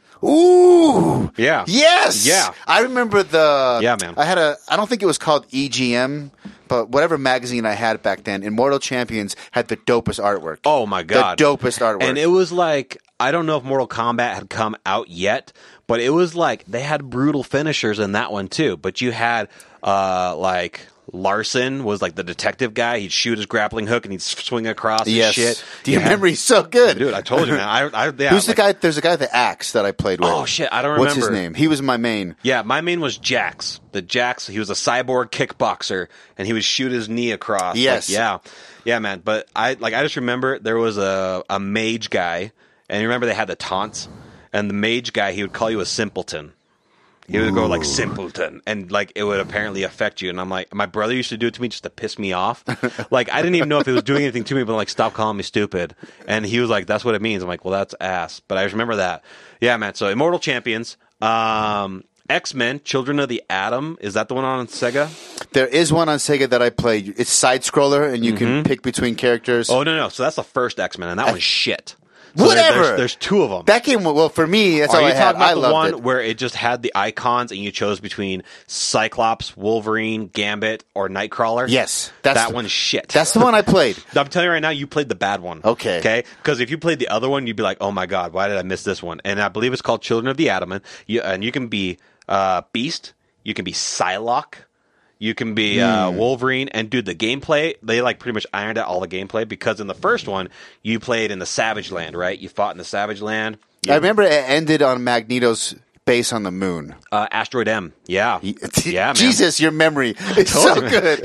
Ooh, Yeah. Yes. Yeah. I remember the. Yeah, man. I had a. I don't think it was called EGM, but whatever magazine I had back then, Immortal Champions had the dopest artwork. Oh my god. The dopest artwork. And it was like I don't know if Mortal Kombat had come out yet, but it was like they had brutal finishers in that one too. But you had uh like Larson was like the detective guy. He'd shoot his grappling hook and he'd s- swing across and yes. shit. Do you Yeah. remember? He's so good, Dude, I told you, man. I, I, yeah, Who's like- the guy? There's a guy with the axe that I played with. Oh, shit, I don't What's his remember. name? He was my main. Yeah, my main was Jax. The Jax, he was a cyborg kickboxer, and he would shoot his knee across. Like, Yes. yeah, yeah, man. But I like I just remember there was a a mage guy, and you remember they had the taunts, and the mage guy he would call you a simpleton. He would go like simpleton, and like it would apparently affect you. And I'm like, my brother used to do it to me just to piss me off. like I didn't even know if he was doing anything to me, but like stop calling me stupid. And he was like, that's what it means. I'm like, well, that's ass. But I just remember that. Yeah, man. So Immortal Champions, um, X Men, Children of the Atom. Is that the one on Sega? There is one on Sega that I played. Mm-hmm. It's side scroller, and you can pick between characters. Oh no, no. So that's the first X Men, and that one's shit. So there- Whatever. there's, there's two of them. That game, well, for me, that's Are all you I had. talking about I the loved one it. where it just had the icons and you chose between Cyclops, Wolverine, Gambit, or Nightcrawler? Yes, that's that the- one's shit. That's the one I played. I'm telling you right now, you played the bad one. Okay. Okay. Because if you played the other one, you'd be like, "Oh my god, why did I miss this one?" And I believe it's called Children of the Adamant. You, and you can be uh, Beast. You can be Psylocke. You can be uh, Hmm. Wolverine. And dude, the gameplay they like pretty much ironed out all the gameplay because in the first one you played in the Savage Land, right? You fought in the Savage Land. You- I remember it ended on Magneto's base on the moon. uh, Asteroid M. Yeah. yeah, man. Jesus, your memory is so good.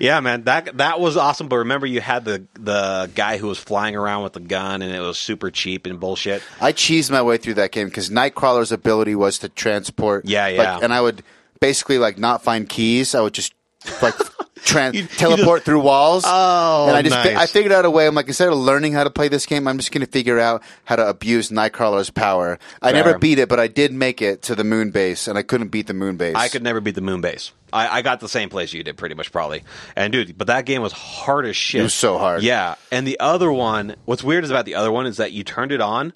Yeah, man. That that was awesome. But remember, you had the the guy who was flying around with the gun, and it was super cheap and bullshit. I cheesed my way through that game because Nightcrawler's ability was to transport. Yeah, like, yeah. and I would basically like not find keys. I would just like tran You- you teleport just- through walls. Oh, and I just fi- nice. I figured out a way. I'm like instead of learning how to play this game, I'm just going to figure out how to abuse Nightcrawler's power. I Fair. never beat it, but I did make it to the moon base, and I couldn't beat the moon base. I could never beat the moon base. I, I got the same place you did, pretty much, probably. And dude, but that game was hard as shit. It was so hard. Yeah. And the other one, what's weird is about the other one is that you turned it on,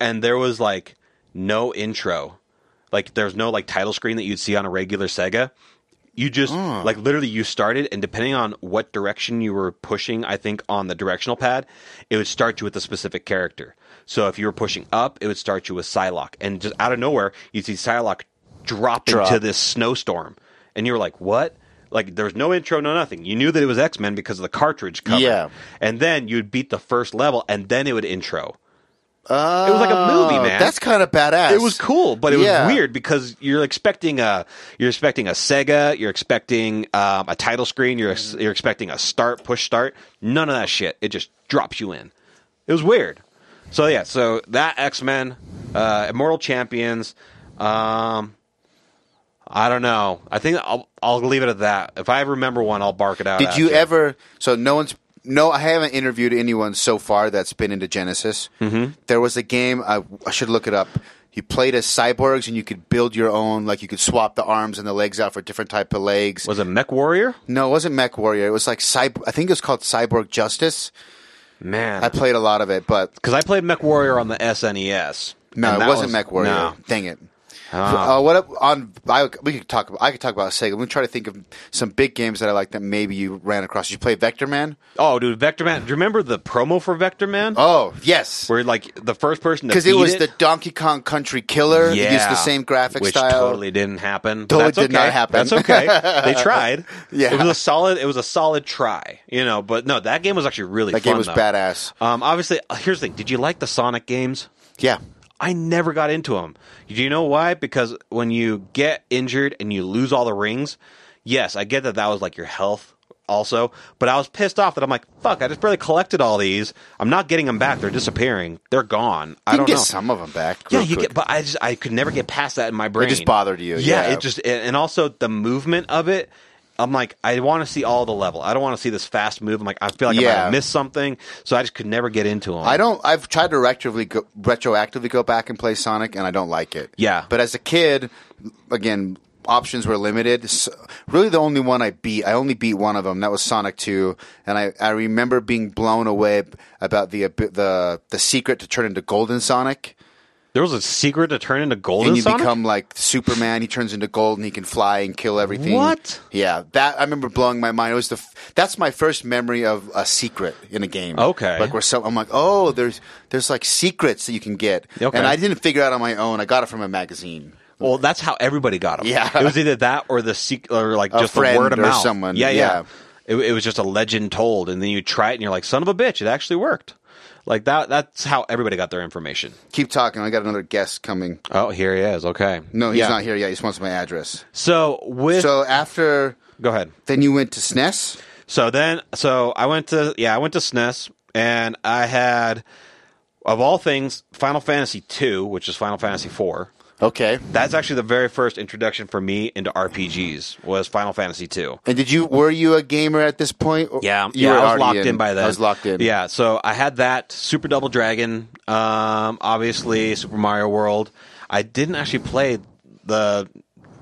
and there was like no intro, like there's no like title screen that you'd see on a regular Sega. You just like literally you started, and depending on what direction you were pushing, I think on the directional pad, it would start you with a specific character. So if you were pushing up, it would start you with Psylocke, and just out of nowhere, you see Psylocke drop, Drop. into this snowstorm, and you were like, "What?" Like there was no intro, no nothing. You knew that it was X Men because of the cartridge cover. Yeah. and then you'd beat the first level, and then it would intro. it was like a movie, Oh, man. That's kind of badass. It was cool, but it was Yeah. weird because you're expecting a you're expecting a Sega, you're expecting um, a title screen, you're ex- you're expecting a start push start. None of that shit. It just drops you in. It was weird. So yeah, so that X Men, uh, Immortal Champions. Um, I don't know. I think I'll I'll leave it at that. If I remember one, I'll bark it out. Did you after. ever? So no one's. No, I haven't interviewed anyone so far that's been into Genesis. Mm-hmm. There was a game I, I should look it up. You played as cyborgs and you could build your own. Like you could swap the arms and the legs out for different type of legs. Was it Mech Warrior? no, it wasn't Mech Warrior. It was like cyber. I think it was called Cyborg Justice. Man, I played a lot of it, but because I played Mech Warrior on the SNES. no, and it that wasn't was- Mech Warrior. no. Dang it. Ah. Uh, what up- on? I, we could talk. About, I could talk about Sega. Let me try to think of some big games that I like that maybe you ran across. Did you play Vector Man? Oh, dude, Vector Man. Do you remember the promo for Vector Man? Oh yes. Where like the first person to because beat it was the Donkey Kong Country Killer. It yeah, used the same graphic which style. Totally didn't happen. but Totally that's did okay. not happen. That's okay. They tried. Yeah. it was a solid. It was a solid try. You know, but no, that game was actually really that fun. game was though. badass. Um, obviously, here's the thing. Did you like the Sonic games? Yeah, I never got into them. Do you know why? Because when you get injured and you lose all the rings, yes, I get that that was like your health also, but I was pissed off that I'm like, fuck, I just barely collected all these. I'm not getting them back. They're disappearing. They're gone. I you don't can get know. some of them back. yeah, real you quick. get, but I just I could never get past that in my brain. just bothered you, yeah. it just and and also the movement of it. I'm like, I want to see all the level. I don't want to see this fast move. I'm like, I feel like I might Yeah. have missed something, so I just could never get into them. I don't. I've tried to retroactively go, retroactively go back and play Sonic, and I don't like it. Yeah. but as a kid, again, options were limited. So, really, the only one I beat, I only beat one of them. That was Sonic Two, and I, I remember being blown away about the abi- the the secret to turn into Golden Sonic. There was a secret to turn into golden. and you Sonic? become like Superman. He turns into gold and he can fly and kill everything. What? Yeah, that I remember blowing my mind. It was the f- that's my first memory of a secret in a game. Okay. like where some I'm like, oh, there's there's like secrets that you can get, Okay. and I didn't figure out on my own. I got it from a magazine. Well, that's how everybody got them. Yeah. it was either that or the sec- or like A just the friend word of or mouth. someone, Yeah, yeah. yeah. It, it was just a legend told, and then you try it, and you're like, "Son of a bitch!" It actually worked. Like that. That's how everybody got their information. Keep talking. I got another guest coming. Oh, here he is. Okay. No, he's Yeah. not here yet. He just wants my address. So with So after go ahead. then, you went to E SNES. So then, so I went to yeah, I went to SNES, and I had of all things Final Fantasy two, which is Final Fantasy four. Okay. That's actually the very first introduction for me into RPGs was Final Fantasy two. And did you were you a gamer at this point? Or- Yeah, Oh, you yeah, were I was already locked in. by then. I was locked in. Yeah, so I had that Super Double Dragon, um, obviously Super Mario World. I didn't actually play the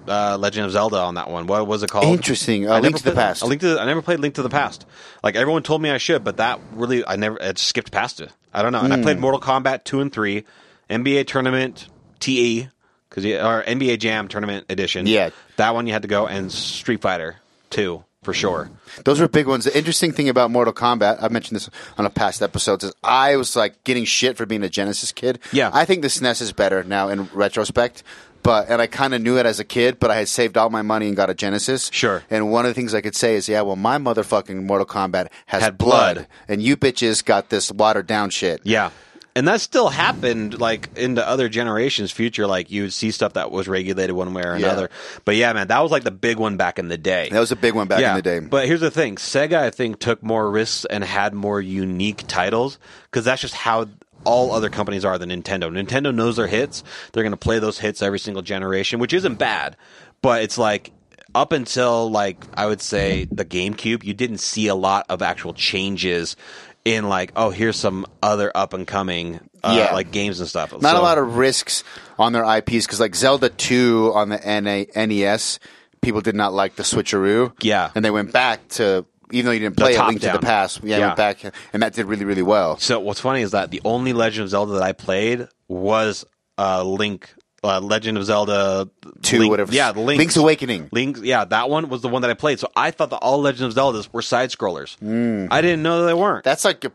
uh, Legend of Zelda on that one. What was it called? Interesting. Uh, I Link never to the played- Past. A Link to the, I never played Link to the Past. Like everyone told me I should, but that really I never I just skipped past it. I don't know. And I Hmm. played Mortal Kombat two and three, NBA Tournament TE because or NBA Jam Tournament Edition. Yeah. that one you had to go and Street Fighter two for sure. Those were big ones. The interesting thing about Mortal Kombat, I mentioned this on a past episode, is I was like getting shit for being a Genesis kid. Yeah. I think the SNES is better now in retrospect. But and I kind of knew it as a kid, but I had saved all my money and got a Genesis. Sure. And one of the things I could say is, yeah, well, my motherfucking Mortal Kombat has Had blood. and you bitches got this watered down shit. Yeah. And that still happened, like into other generations, future. Like you would see stuff that was regulated one way or Yeah. another. But yeah, man, that was like the big one back in the day. That was a big one back in the day. But here's the thing: Sega, I think, took more risks and had more unique titles because that's just how all other companies are than Nintendo. Nintendo knows their hits; they're going to play those hits every single generation, which isn't bad. But it's like up until like I would say the GameCube, you didn't see a lot of actual changes in like, oh, here's some other up and coming uh, Yeah. like games and stuff. not So- a lot of risks on their IPs because like Zelda two on the NA- NES, E people did not like the switcheroo. Yeah. and they went back to even though you didn't play it, top Link to down. the Past. Yeah, Yeah. went back and that did really really well. So what's funny is that the only Legend of Zelda that I played was uh, Link, uh, Legend of Zelda Two Link- whatever. Yeah, Link, Link's Awakening. Link's yeah, that one was the one that I played. So I thought that all Legend of Zeldas were side scrollers. Hmm. I didn't know that they weren't. That's like a,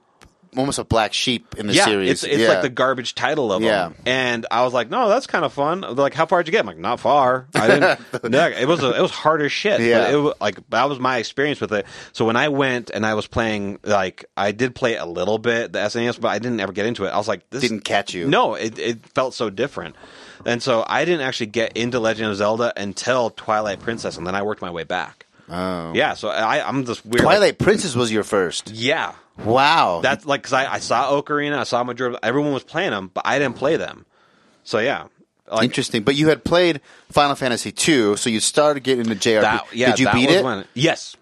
almost a black sheep in the yeah, series. it's it's Yeah. like the garbage title of Yeah. them. And I was like, no, that's kind of fun. They're like, how far did you get? I'm like, not far. I didn't. no, it was a, it was hard as shit. Yeah. But it wa- like that was my experience with it. So when I went and I was playing, like I did play a little bit the SNES, but I didn't ever get into it. I was like, this didn't catch you. No, it it felt so different. And so I didn't actually get into Legend of Zelda until Twilight Princess, and then I worked my way back. Oh. Yeah, so I, I'm just weird. like- Twilight Princess was your first. yeah, Wow, that's like because I, I saw Ocarina, I saw Madrid. Everyone was playing them, but I didn't play them. So yeah, like interesting. But you had played Final Fantasy two, so you started getting into JRPG. that. Yeah, did you that beat was it? when- yes,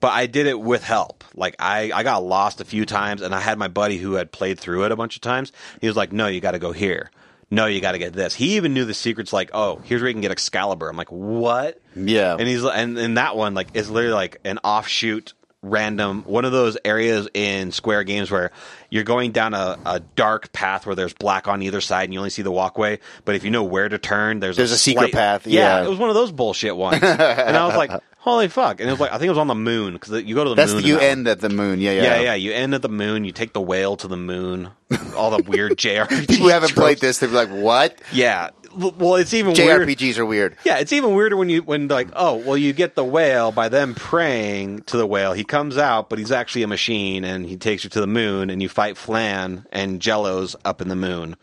but I did it with help. Like I, I got lost a few times, and I had my buddy who had played through it a bunch of times. He was like, "No, you got to go here. No, you got to get this." He even knew the secrets. Like, oh, here's where you can get Excalibur. I'm like, what? Yeah. and he's and, and that one like is literally like an offshoot random one of those areas in square games where you're going down a, a dark path where there's black on either side and you only see the walkway but if you know where to turn there's There's a secret slight- path, yeah. it was one of those bullshit ones and i was like holy fuck and it was like i think it was on the moon because you go to the That's moon the you and that- end at the moon. Yeah, yeah. yeah, yeah. You end at the moon. You take the whale to the moon. All the weird JRPG. People who haven't played tropes. this, they'd be like, "What? Yeah. Well, it's even weird. JRPGs are weird." Yeah, it's even weirder when you when like, oh, well, you get the whale by them praying to the whale. He comes out, but he's actually a machine, and he takes you to the moon, and you fight Flan and Jellos up in the moon.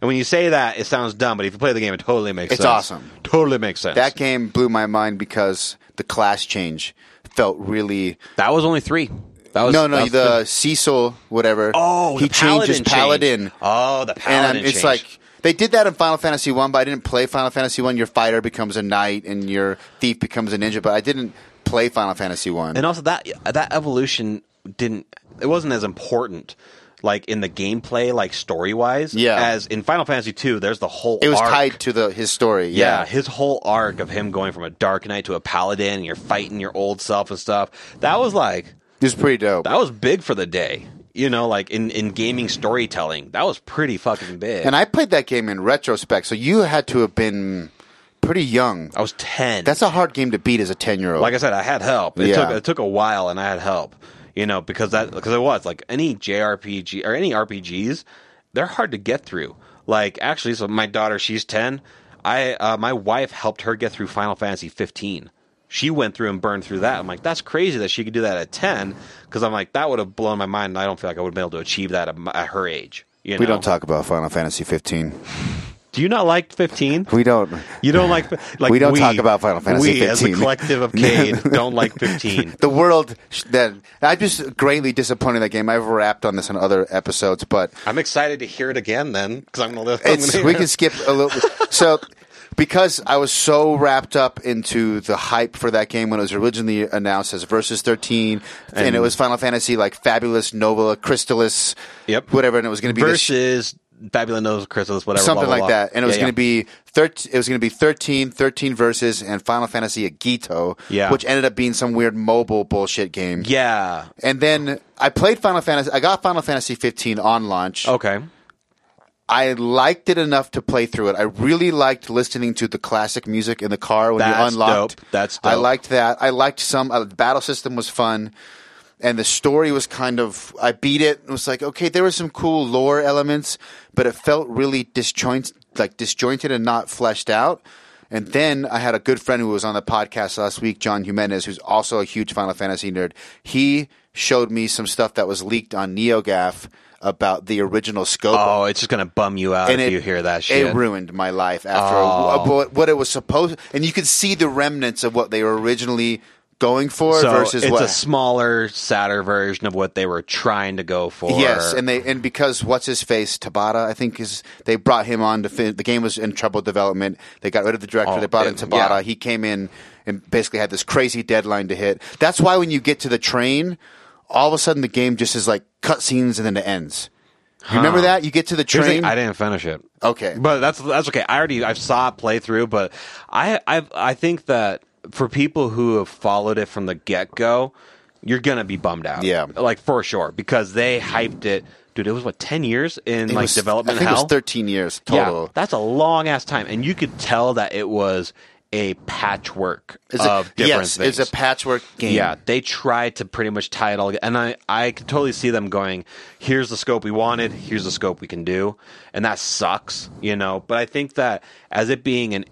And when you say that, it sounds dumb, but if you play the game, it totally makes It's sense. awesome. Totally makes sense. That game blew my mind because the class change felt really. that was only three. That was no, no, the Cecil, whatever. oh, he the paladin changes paladin, changed. Oh, the and um, paladin. it's changed. like they did that in Final Fantasy One, but I didn't play Final Fantasy One. Your fighter becomes a knight, and your thief becomes a ninja. But I didn't play Final Fantasy One. and also that that evolution didn't it wasn't as important like in the gameplay like story wise Yeah. as in final fantasy 2 there's the whole It was arc. tied to the his story. yeah. Yeah, his whole arc of him going from a dark knight to a paladin and you're fighting your old self and stuff that was like it was pretty dope. that was big for the day you know like in in gaming storytelling that was pretty fucking big And I played that game in retrospect, so you had to have been pretty young. I was 10 That's a hard game to beat as a ten year old. like I said, I had help. It Yeah. took it took a while, and I had help. You know, because that because it was like any JRPG or any RPGs, they're hard to get through. Like actually, so my daughter, she's ten. I uh, my wife helped her get through Final Fantasy fifteen. She went through and burned through that. I'm like, that's crazy that she could do that at ten. Because I'm like, that would have blown my mind, and I don't feel like I would have been able to achieve that at, my, at her age. You we know? don't talk about Final Fantasy fifteen. Do you not like fifteen? We don't. You don't like like We don't talk about Final Fantasy We as a 15. collective of Cade don't like fifteen. the world sh- that I'm just greatly disappointed in that game. I've rapped on this in other episodes, but I'm excited to hear it again then because I'm gonna live. it's we can skip a little. so because I was so wrapped up into the hype for that game when it was originally announced as Versus 13, and, it was Final Fantasy like Fabulous, Nova, Crystallis, Yep. whatever, and it was going to be this versus Fabulous knows Chrysalis, whatever, something blah, blah, like blah. that. And it was Yeah, going to be thirteen. It was going to be 13, 13 verses, and Final Fantasy Agito, Yeah. which ended up being some weird mobile bullshit game. yeah, And then I played Final Fantasy. I got Final Fantasy 15 on launch. yeah, okay, I liked it enough to play through it. I really liked listening to the classic music in the car when you That's unlocked. dope. That's I dope. liked that. I liked some. Uh, the battle system was fun, and the story was kind of. I beat it. and was like, okay, there were some cool lore elements, but it felt really disjoint, like disjointed and not fleshed out. And then I had a good friend who was on the podcast last week, John Jimenez, who's also a huge Final Fantasy nerd. He showed me some stuff that was leaked on NeoGAF about the original scope oh, it's just gonna bum you out if you hear that shit. Oh. it ruined my life after a- what, what it was supposed, and you could see the remnants of what they were originally going for so versus it's what. a smaller, sadder version of what they were trying to go for. yes, and they and because what's his face Tabata, I think is they brought him on to fin- the game was in trouble development. They got rid of the director. Oh, they brought it- in Tabata. yeah. He came in and basically had this crazy deadline to hit. That's why when you get to the train, all of a sudden the game just is like cutscenes and then it ends. You remember that? You get to the Here's the train. thing, I didn't finish it. okay, But that's that's okay. I already I saw it play through, but I I I think that for people who have followed it from the get go, you're gonna be bummed out. Yeah. like for sure because they hyped it, dude. It was what ten years in It like was- development I think hell. it was thirteen years total. Yeah, that's a long ass time, and you could tell that it was a patchwork It's of a, different yes, things. it's a patchwork game. Yeah, they tried to pretty much tie it all, and I I could totally see them going. Here's the scope we wanted. Here's the scope we can do, and that sucks, you know. But I think that as it being an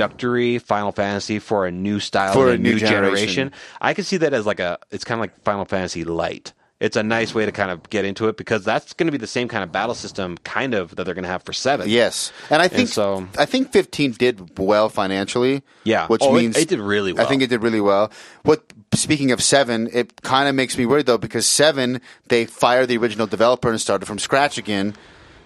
introductory Final Fantasy for a new style For and a new generation, generation. I could see that as like a. It's kind of like Final Fantasy Light. It's a nice way to kind of get into it because that's going to be the same kind of battle system, kind of that they're going to have for seven. Yes, and I think so- I think 15 did well financially. Yeah. which Oh, it- means it did really I well. think it did really well. What speaking of seven, it kind of makes me worried though because seven they fired the original developer and started from scratch again.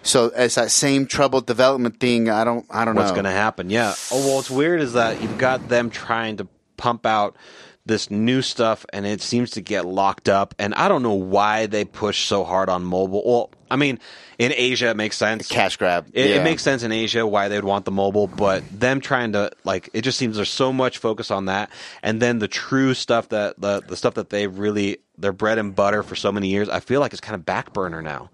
So it's that same troubled development thing. I don't. I don't what's know. going to happen. Yeah. Oh, well, what's weird is that you've got them trying to pump out this new stuff, and it seems to get locked up. And I don't know why they push so hard on mobile. Well, I mean, in Asia, it makes sense. cash grab. It, Yeah. it makes sense in Asia why they'd want the mobile, but them trying to like it just seems there's so much focus on that, and then the true stuff that the the stuff that they really their bread and butter for so many years, I feel like it's kind of back burner now.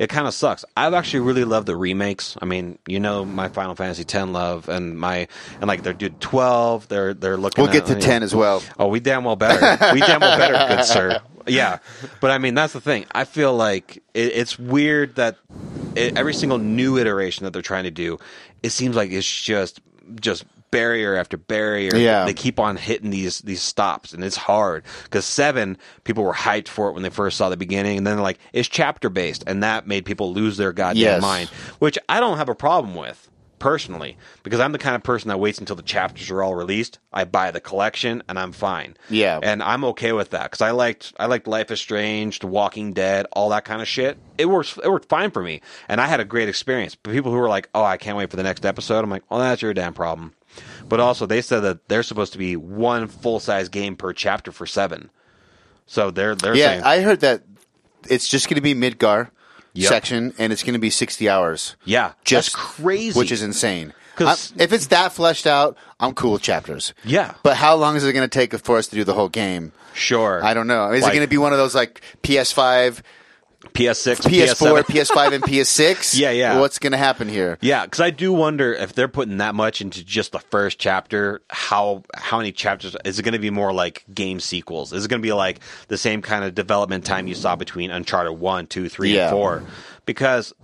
It kind of sucks. I've actually really loved the remakes. I mean, you know my Final Fantasy X love, and my and like they're dude twelve. They're they're looking. We'll get at- to yeah. 10 as well. Oh, we damn well better. We damn well better, good sir. Yeah, but I mean that's the thing. I feel like it, it's weird that it, every single new iteration that they're trying to do, it seems like it's just just barrier after barrier. Yeah. they keep on hitting these these stops, and it's hard because seven people were hyped for it when they first saw the beginning, and then they're like it's chapter based, and that made people lose their goddamn Yes. mind, which I don't have a problem with personally because I'm the kind of person that waits until the chapters are all released. I buy the collection and I'm fine. Yeah. and I'm okay with that because I liked I liked Life is Strange, The Walking Dead, all that kind of shit. It works. It worked fine for me, and I had a great experience. But people who were like, "Oh, I can't wait for the next episode," I'm like, "Oh, that's your damn problem." But also, they said that they're supposed to be one full size game per chapter for seven. So they're they're Yeah, saying, I heard that it's just going to be Midgar Yep. section, and it's going to be 60 hours. yeah, just that's crazy. which is insane. 'Cause- I'm- if it's that fleshed out, I'm cool with chapters. Yeah. but how long is it going to take for us to do the whole game? sure. I don't know. Is Like- it going to be one of those like PS5, PS6, PS7. PS4, PS5, and PS6? Yeah, yeah. What's going to happen here? Yeah, because I do wonder if they're putting that much into just the first chapter. How how many chapters is it going to be? More like game sequels? Is it going to be like the same kind of development time you saw between Uncharted one, two, three, Yeah. and four? Because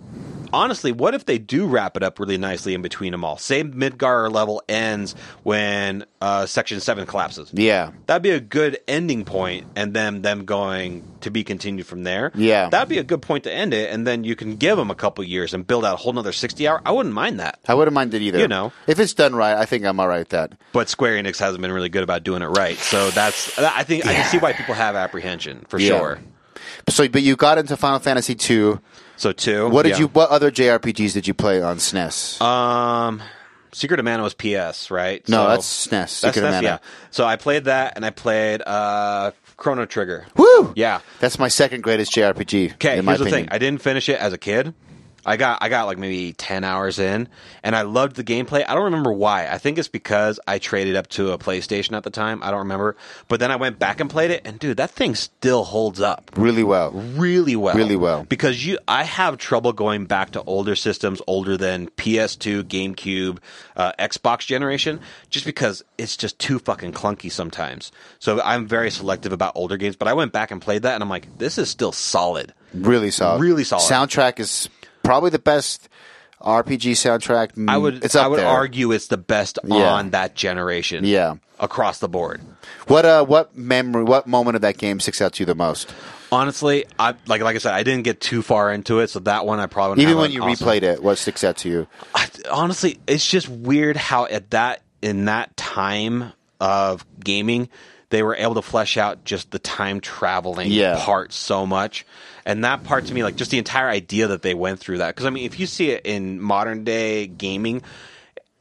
honestly, what if they do wrap it up really nicely in between them all? Say Midgar level ends when uh, Section Seven collapses. Yeah. That'd be a good ending point, and then them going to be continued from there. Yeah. that'd be a good point to end it, and then you can give them a couple years and build out a whole nother sixty hour. I wouldn't mind that, I wouldn't mind it either. You know. if it's done right, I think I'm all right with that. but Square Enix hasn't been really good about doing it right. So that's I think I can see why people have apprehension for Yeah. sure. So, but you got into Final Fantasy two. So two. What did yeah. you? What other JRPGs did you play on E SNES? Um, Secret of Mana was PS, right? no, So- that's SNES. Secret of that's- E Mana. Yeah. So I played that, and I played uh Chrono Trigger. Woo! Yeah. That's my second greatest JRPG. Okay, in my here's the opinion. thing. I didn't finish it as a kid. I got I got like maybe ten hours in, and I loved the gameplay. I don't remember why. I think it's because I traded up to a PlayStation at the time. I don't remember, but then I went back and played it, and dude, that thing still holds up Really well. really well. Really well. Because you, I have trouble going back to older systems, older than PS2, GameCube, uh, Xbox generation, just because it's just too fucking clunky sometimes. So I'm very selective about older games. But I went back and played that, and I'm like, this is still solid. Really solid. Really solid. Soundtrack is probably the best RPG soundtrack. Mm, I would, It's up I would there. argue it's the best Yeah. on that generation. Yeah. across the board. What uh, what memory? What moment of that game sticks out to you the most? Honestly, I like like I said, I didn't get too far into it, so that one I probably Even have when an you awesome- replayed it, what sticks out to you? I, honestly, it's just weird how at that in that time of gaming, they were able to flesh out just the time traveling Yeah. part so much, and that part to me, like just the entire idea that they went through that. Because I mean, if you see it in modern day gaming.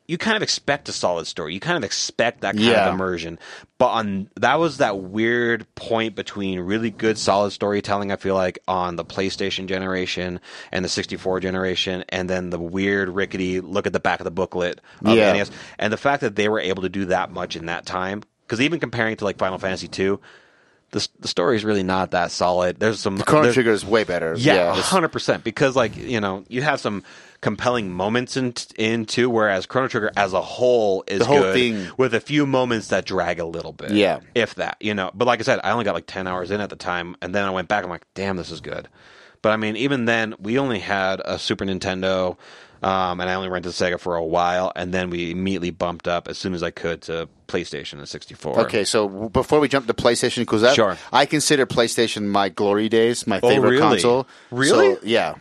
You kind of expect a solid story. You kind of expect that kind Yeah. of immersion. But on that was that weird point between really good solid storytelling I feel like on the PlayStation generation and the 64 generation and then the weird rickety look at the back of the booklet of Yeah. the NES and the fact that they were able to do that much in that time cuz even comparing to like Final Fantasy 2 the, s- the story is really not that solid. There's some Chrono there's- Trigger is way better. yeah, it's- hundred percent. Because like you know, you have some compelling moments in in two, whereas Chrono Trigger as a whole is The whole good, thing- with a few moments that drag a little bit. Yeah. if that you know. But like I said, I only got like ten hours in at the time, and then I went back. I'm like, damn, this is good. But I mean, even then, we only had a Super Nintendo, um, and I only rented Sega for a while, and then we immediately bumped up as soon as I could to PlayStation and 64. Okay, so w- before we jump to PlayStation, because I, Sure. Oh, I consider PlayStation my glory days, my favorite really? console. Really? So, yeah.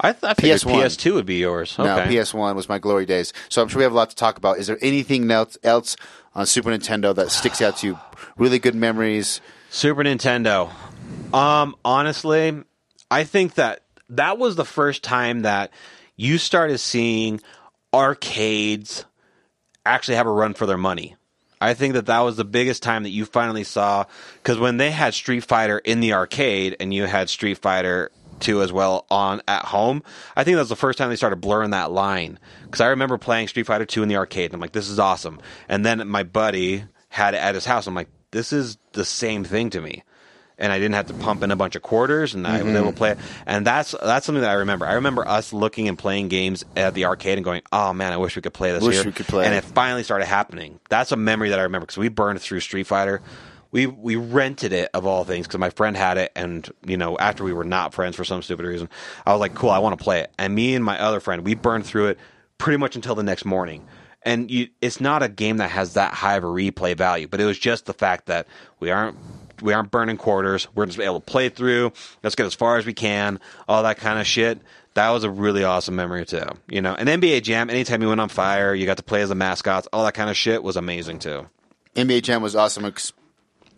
I, th- I figured PS1. PS2 would be yours. Okay. No, PS1 was my glory days. So I'm sure we have a lot to talk about. Is there anything else, else on Super Nintendo that sticks out to you? Really good memories. Super Nintendo. Um, honestly, I think that that was the first time that you started seeing arcades actually have a run for their money. I think that that was the biggest time that you finally saw because when they had Street Fighter in the arcade and you had Street Fighter two as well on at home, I think that was the first time they started blurring that line because I remember playing Street Fighter two in the arcade and I'm like, this is awesome. And then my buddy had it at his house. I'm like, this is the same thing to me and I didn't have to pump in a bunch of quarters, and I was able Mm-hmm. to play it. And that's that's something that I remember. I remember us looking and playing games at the arcade and going, "Oh man, I wish we could play this Wish here." we could play And it. it finally started happening. That's a memory that I remember because we burned through Street Fighter. We we rented it of all things because my friend had it, and you know after we were not friends for some stupid reason, I was like, "Cool, I want to play it." And me and my other friend, we burned through it pretty much until the next morning. And you, it's not a game that has that high of a replay value, but it was just the fact that we aren't we aren't burning quarters. We're just able to play through. Let's get as far as we can. All that kind of shit. That was a really awesome memory too. You know, and NBA Jam. Anytime you went on fire, you got to play as the mascots. All that kind of shit was amazing too. NBA Jam was awesome. ex-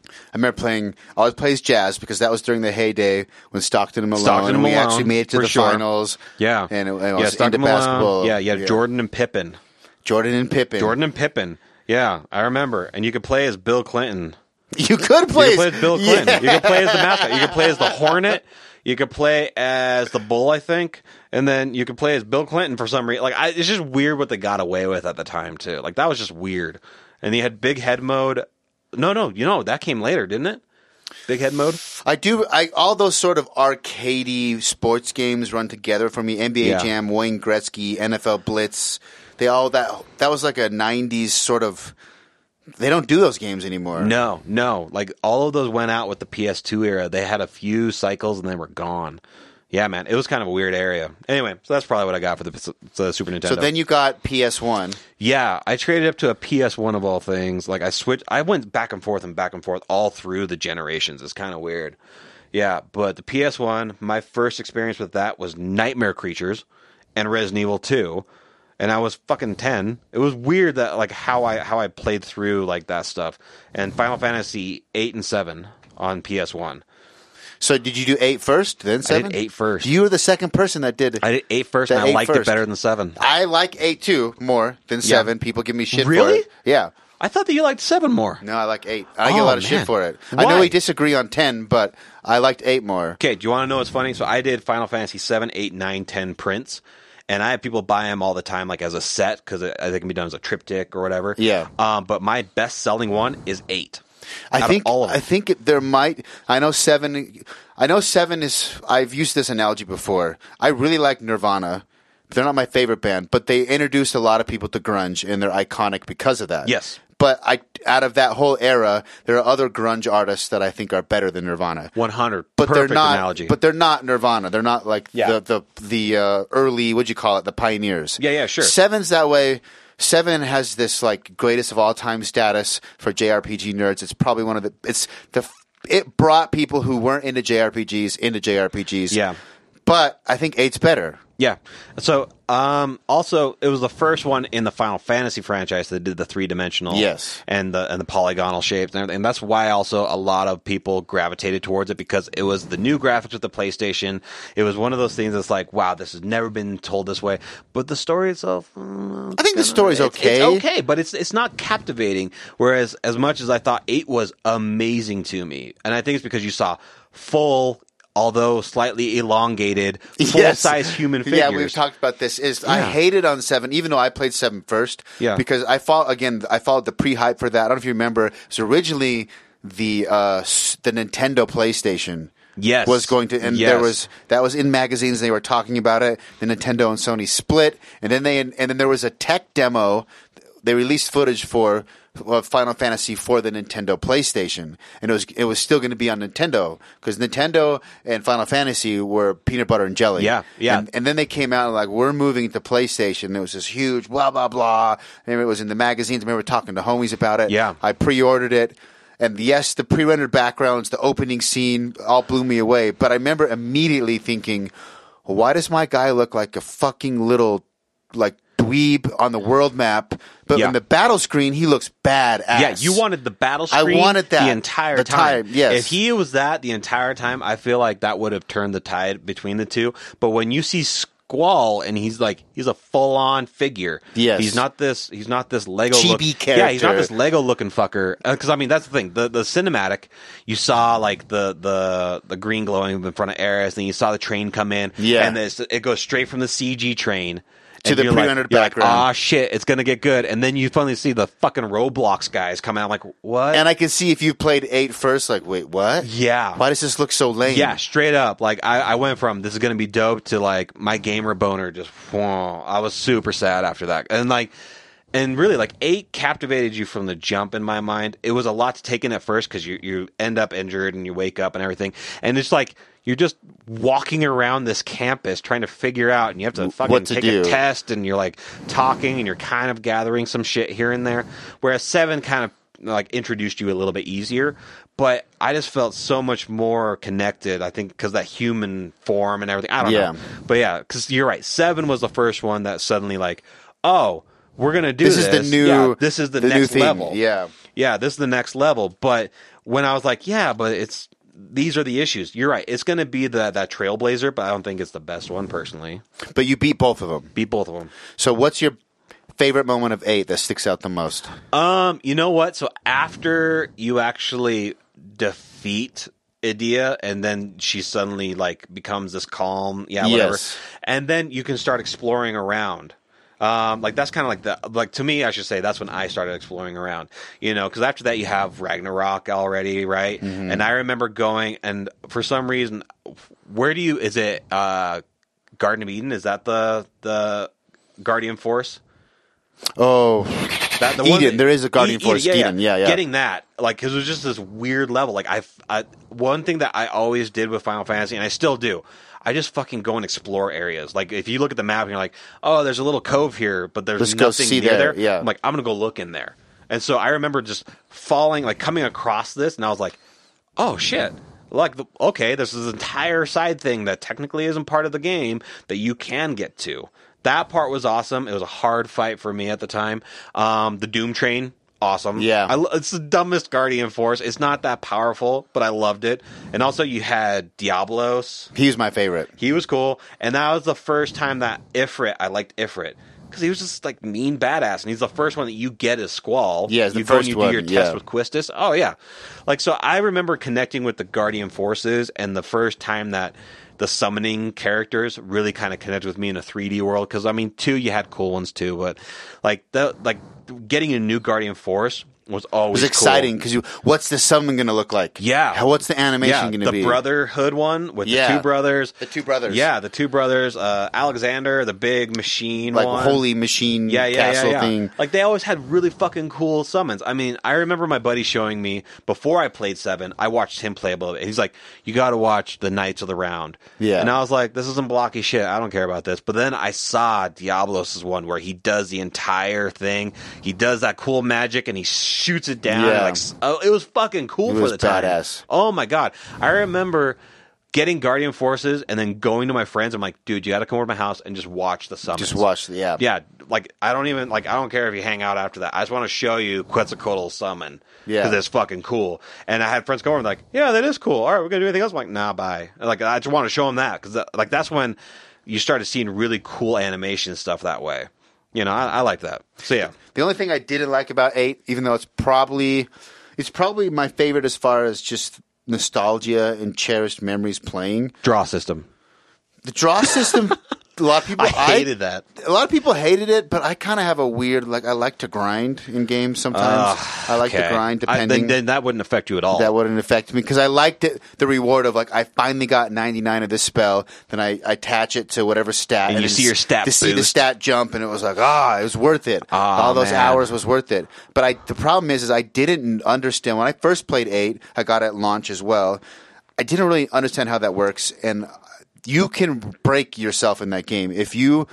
I remember playing. I always plays jazz because that was during the heyday when Stockton and Malone. Stockton and we Malone, actually made it to for the sure. finals. Yeah, and it, and it yeah, was Stockton into Malone. basketball. Yeah, yeah, Jordan and Pippen. Jordan and Pippen. Jordan and Pippen. Yeah, I remember. And you could play as Bill Clinton. you could play. You could play as Bill Clinton. You could play as the mascot. You could play as the Hornet. You could play as the Bull, I think, and then you could play as Bill Clinton for some reason. Like, I, it's just weird what they got away with at the time too. Like that was just weird. And you had Big Head mode. No, no, you know that came later, didn't it? Big Head mode. I do. I all those sort of arcadey sports games run together for me. NBA Yeah. Jam, Wayne Gretzky, NFL Blitz. They all that that was like a '90s sort of. They don't do those games anymore. No, no. Like all of those went out with the PS2 era. They had a few cycles and they were gone. Yeah, man, it was kind of a weird area. Anyway, so that's probably what I got for the, the Super Nintendo. So then you got PS One. Yeah, I traded up to a PS1 of all things. Like I switched, I went back and forth and back and forth all through the generations. It's kind of weird. Yeah, but the PS1, my first experience with that was Nightmare Creatures and Resident Evil 2, and I was fucking 10. It was weird that like how I how I played through like that stuff and Final Fantasy 8 and 7 on PS1. So did you do eight first, then did seven? eight first. You were the second person that did. I I, did 8 first That and I eight liked it first. better than 7. like eight too more than seven. People give me shit. Really? For it. Yeah. I thought that you liked seven more. No, I like eight. I get a Oh, lot of shit man. for it. I Why? know we disagree on ten, but I liked eight more. Okay, do you want to know what's funny? So I did Final Fantasy 7, 8, 9, 10 prints, and I have people buy them all the time, like as a set, because it, it can be done as a triptych or whatever. Yeah. Um, but my best selling one is 8. out I of think all of them. I think it- there might. I know seven. I know seven is. I've used this analogy before. I really like Nirvana. They're not my favorite band, but they introduced a lot of people to grunge, and they're iconic because of that. Yes. But I, out of that whole era, there are other grunge artists that I think are better than Nirvana. 100. but Perfect they're not. analogy. But they're not Nirvana. They're not like Yeah. the the the uh, early. What'd you call it? The pioneers. Yeah, yeah, sure. Seven's that way. Seven has this like greatest of all time status for JRPG nerds. It's probably one of the. It's the. It brought people who weren't into JRPGs into JRPGs. Yeah. But I think eight's better. Yeah. So, um, also, it was the first one in the Final Fantasy franchise that did the three dimensional, Yes. and the and the polygonal shapes and everything. And that's why also a lot of people gravitated towards it because it was the new graphics with the PlayStation. It was one of those things that's like, wow, this has never been told this way. But the story itself, mm, I think the it's- story's it's- okay. It's okay, but it's it's not captivating. Whereas, as much as I thought eight was amazing to me, and I think it's because you saw full. Although slightly elongated, full size human figures. Yeah, we've talked about this. Is I Yeah. hated on seven, even though I played seven first. Yeah. because I follow again. I followed the pre-hype for that. I don't know if you remember. It was originally the uh, s- the Nintendo PlayStation. Yes. was going to, and there Yes. was that was in magazines. They were talking about it. The Nintendo and Sony split, and then they and then there was a tech demo. They released footage for uh, Final Fantasy for the Nintendo PlayStation, and it was it was still going to be on Nintendo because Nintendo and Final Fantasy were peanut butter and jelly. Yeah, yeah. And, and then they came out and like we're moving to PlayStation. There was this huge blah blah blah. Maybe it was in the magazines. I remember talking to homies about it. Yeah. I pre-ordered it. And yes, the pre-rendered backgrounds, the opening scene, all blew me away. But I remember immediately thinking, "Why does my guy look like a fucking little like dweeb on the world map?" But Yeah. in the battle screen, he looks badass. Yeah, you wanted the battle I screen. wanted that the entire the time. time, yes. if he was that the entire time, I feel like that would have turned the tide between the two. But when you see Squall and he's like he's a full on figure. Yes. he's not this. He's not this Lego Chibi look- Yeah, he's character. not this Lego looking fucker. Because I mean, that's the thing. The the cinematic you saw like the the the green glowing in front of Eris, and you saw the train come in. Yeah. and this it goes straight from the CG train. To and the you're like- pre-rendered you're like, background. "Ah, shit, it's gonna get good. And then you finally see the fucking Roblox guys come out. I'm like, what? And I can see if you played eight first, like, wait, what? Yeah. Why does this look so lame? yeah, straight up. Like I, I went from this is gonna be dope to like my gamer boner just. whoa. I was super sad after that, and like, and really like eight captivated you from the jump. In my mind, it was a lot to take in at first because you you end up injured and you wake up and everything, and it's like. You're just walking around this campus trying to figure out, and you have to fucking what to take do. a test, and you're like talking, and you're kind of gathering some shit here and there. Whereas seven kind of like introduced you a little bit easier, but I just felt so much more connected. I think because that human form and everything. I don't Yeah. know, but yeah, because you're right. Seven was the first one that suddenly like, oh, we're gonna do This this. is the new- Yeah, this is the, the new next thing. level. Yeah. yeah, this is the next level. But when I was like, yeah, but it's. These are the issues. You're right. It's going to be the, that trailblazer, but I don't think it's the best one personally. But you beat both of them. Beat both of them. So what's your favorite moment of eight that sticks out the most? Um, you know what? So after you actually defeat Idia, and then she suddenly like becomes this calm, yeah, whatever. Yes. And then you can start exploring around. Um, like that's kind of like the like to me, I should say that's when I started exploring around. You know, because after that you have Ragnarok already, right? And I remember going, and for some reason, where do you is it? uh Garden of Eden is that the the Guardian Force? Oh, That, the Eden, one that- there is a Guardian E- Force, Eden, yeah, yeah. Getting that, like, because it was just this weird level. Like, I, I, one thing that I always did with Final Fantasy, and I still do, I just fucking go and explore areas. Like, if you look at the map and you're like, oh, there's a little cove here, but there's Let's go nothing see near there, there. yeah. I'm like, I'm gonna go look in there. And so I remember just falling, like, coming across this, and I was like, oh shit like the, okay this is an entire side thing that technically isn't part of the game that you can get to that part was awesome it was a hard fight for me at the time um, the doom train awesome Yeah. I lo- it's the dumbest guardian force it's not that powerful but i loved it and also you had diablos he's my favorite. he was cool and that was the first time that ifrit i liked ifrit because he was just like mean badass, and he's the first one that you get as Squall. Yeah, he's the you go and first you one, do your test yeah. with Quistis. Oh yeah, like so. I remember connecting with the Guardian forces, and the first time that the summoning characters really kind of connected with me in a 3D world. Because I mean, two you had cool ones too, but like the like getting a new Guardian force was always was exciting because you. What's the summon going to look like? Yeah. How, what's the animation Yeah, going to the be? Brotherhood one with Yeah. the two brothers. The two brothers. Yeah, the two brothers. Uh, Alexander, the big machine, Like one. holy machine yeah, yeah, castle yeah, yeah. thing. Like they always had really fucking cool summons. I mean, I remember my buddy showing me before I played seven. I watched him play a little bit. He's like, "You got to watch the Knights of the Round." Yeah. and I was like, "This isn't blocky shit. I don't care about this." But then I saw Diablos' one where he does the entire thing. He does that cool magic and he shoots it down. Yeah. Like, s- oh, it was fucking cool It for was the time. badass. Oh my god, I remember. Getting Guardian Forces and then going to my friends, I'm like, dude, you got to come over to my house and just watch the summons Just watch the yeah. yeah, like I don't even like I don't care if you hang out after that. I just want to show you Quetzalcoatl summon. Yeah. because it's fucking cool. And I had friends go over and like, yeah, that is cool. All right, we're gonna do anything else. I'm like, nah, bye. Like I just want to show them that because like that's when you started seeing really cool animation stuff that way. You know, I, I like that. So yeah, The only thing I didn't like about eight, even though it's probably it's probably my favorite as far as just nostalgia and cherished memories playing. draw system. The draw system a lot of people I hated that. A lot of people hated it, but I kind of have a weird like I like to grind in games sometimes. I like to Okay. grind I- depending then, then that wouldn't affect you at all. that wouldn't affect me because I liked it, the reward of like I finally got 99 of this spell. Then I, I attach it to whatever stat, And you see your stat to see the boost. stat jump, and it was like ah, it was worth it. Ah, All those man. hours was worth it. But I the problem is is I didn't understand when I first played eight. I got it at launch as well. I didn't really understand how that works, and you can break yourself in that game if you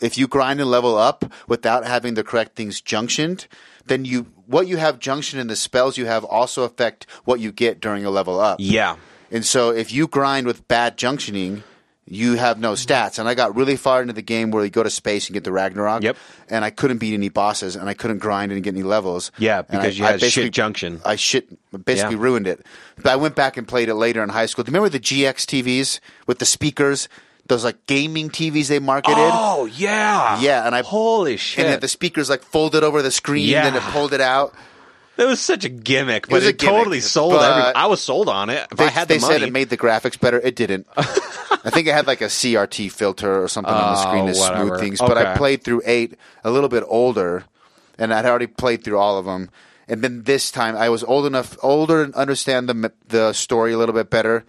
if you grind and level up without having the correct things junctioned, then you what you have junctioned and the spells you have also affect what you get during a level up. yeah, And so if you grind with bad junctioning, you have no stats. And I got really far into the game where you go to space and get the Ragnarok. Yep. And I couldn't beat any bosses and I couldn't grind and get any levels. Yeah, And because you had shit basically- junction. I shit basically Yeah. ruined it. But I went back and played it later in high school. Do you remember the GX TVs with the speakers? Those like gaming TVs they marketed? oh yeah, Yeah, and I- holy shit, and then the speakers like folded over the screen Yeah. and then it pulled it out. That was such a gimmick, but was it, a gimmick, totally sold but- every. I was sold on it. If They, I had they the money, said it made the graphics better. It didn't. I think it had like a CRT filter or something on the screen to Oh, whatever. smooth things. But I Okay. played through eight, a little bit older, and I'd already played through all of them. And then this time, I was old enough, older, and understand the m- the story a little bit better.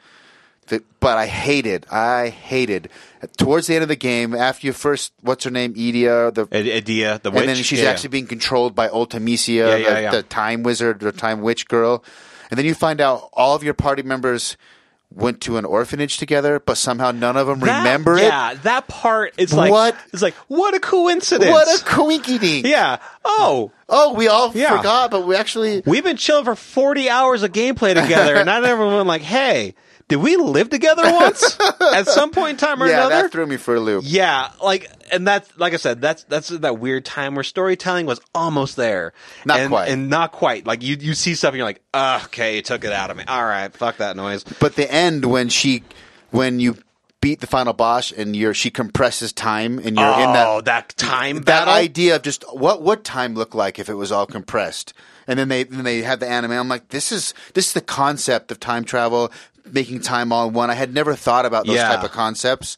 The- but I hated, I hated. Towards the end of the game, after you first, what's her name, Edia, the Id- Idea, the witch, and then she's yeah. actually being controlled by Ultimisia, Yeah, yeah, the, yeah. the time wizard or time witch girl. And then you find out all of your party members went to an orphanage together, but somehow none of them That- remember Yeah, that part is like What? It's like what a it. coincidence. What a coinky dink. yeah. Oh, Oh, we all Yeah. forgot, but we actually. we've been chilling for forty hours of gameplay together, and not everyone like, hey, did we live together once at some point in time or Yeah, another? that threw me for a loop. yeah, like, and that's like I said, that's that's that weird time where storytelling was almost there, Not and, quite. and not quite. Like you, you see stuff, and you're like, "Ah, okay, you took it out of me. All right, fuck that noise. But the end when she, when you beat the final boss and you're she compresses time and you're in that oh, that time that battle. idea of just what would time look like if it was all compressed and then they then they had the anime i'm like this is this is the concept of time travel making time all in one i had never thought about those Yeah. type of concepts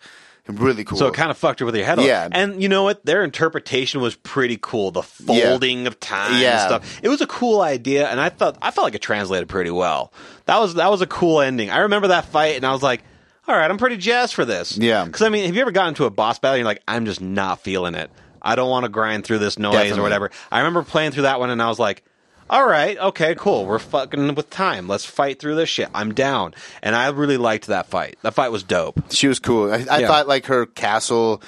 really cool so it kind of fucked her with your head. off. Yeah. and you know what? Their interpretation was pretty cool. The Yeah. folding of time Yeah. and stuff. It was a cool idea, and I thought I felt like it translated pretty well. That was that was a cool ending. I remember that fight, and I was like. All right, I'm pretty jazzed for this. Yeah. Because, I mean, have you ever gotten into a boss battle and you're like, I'm just not feeling it? I don't want to grind through this noise Definitely. or whatever. I remember playing through that one and I was like, all right, okay, cool. We're fucking with time. Let's fight through this shit. I'm down. And I really liked that fight. That fight was dope. she was cool i, I Yeah. thought like her castle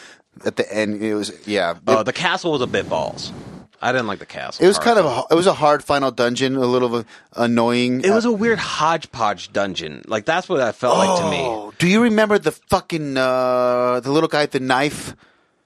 at the end it was yeah it, Uh, the castle was a bit balls. I didn't like the castle. it was part. kind of a, it was a hard final dungeon a little annoying It was a weird hodgepodge dungeon. Like that's what that felt like to me. Oh, do you remember the fucking uh, the little guy with the knife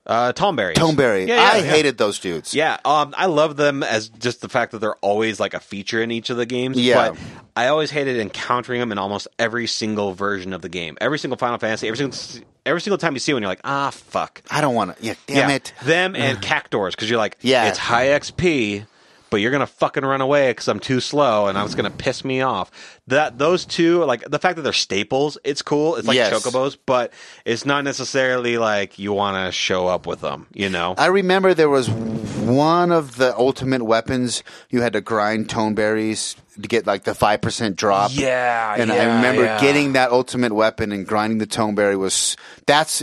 Uh, Tomberry. toneberry Yeah, yeah, i yeah. hated those dudes Yeah, um, I love them as just the fact that they're always like a feature in each of the games. Yeah. But I always hated encountering them in almost every single version of the game. Every single Final Fantasy, every single s- every single time you see one, you're like, ah, fuck. I don't want to. Yeah, damn Yeah, it. Mm-hmm. Them and Cactors, because you're like, Yeah. it's high XP, but you're gonna fucking run away because I'm too slow, and it's gonna piss me off. That those two, like the fact that they're staples, it's cool. It's like Yes. chocobos, but it's not necessarily like you want to show up with them. You know, I remember there was one of the ultimate weapons you had to grind tone berries to get like the five percent drop. Yeah, and I yeah, remember yeah. getting that ultimate weapon and grinding the tone berry was that's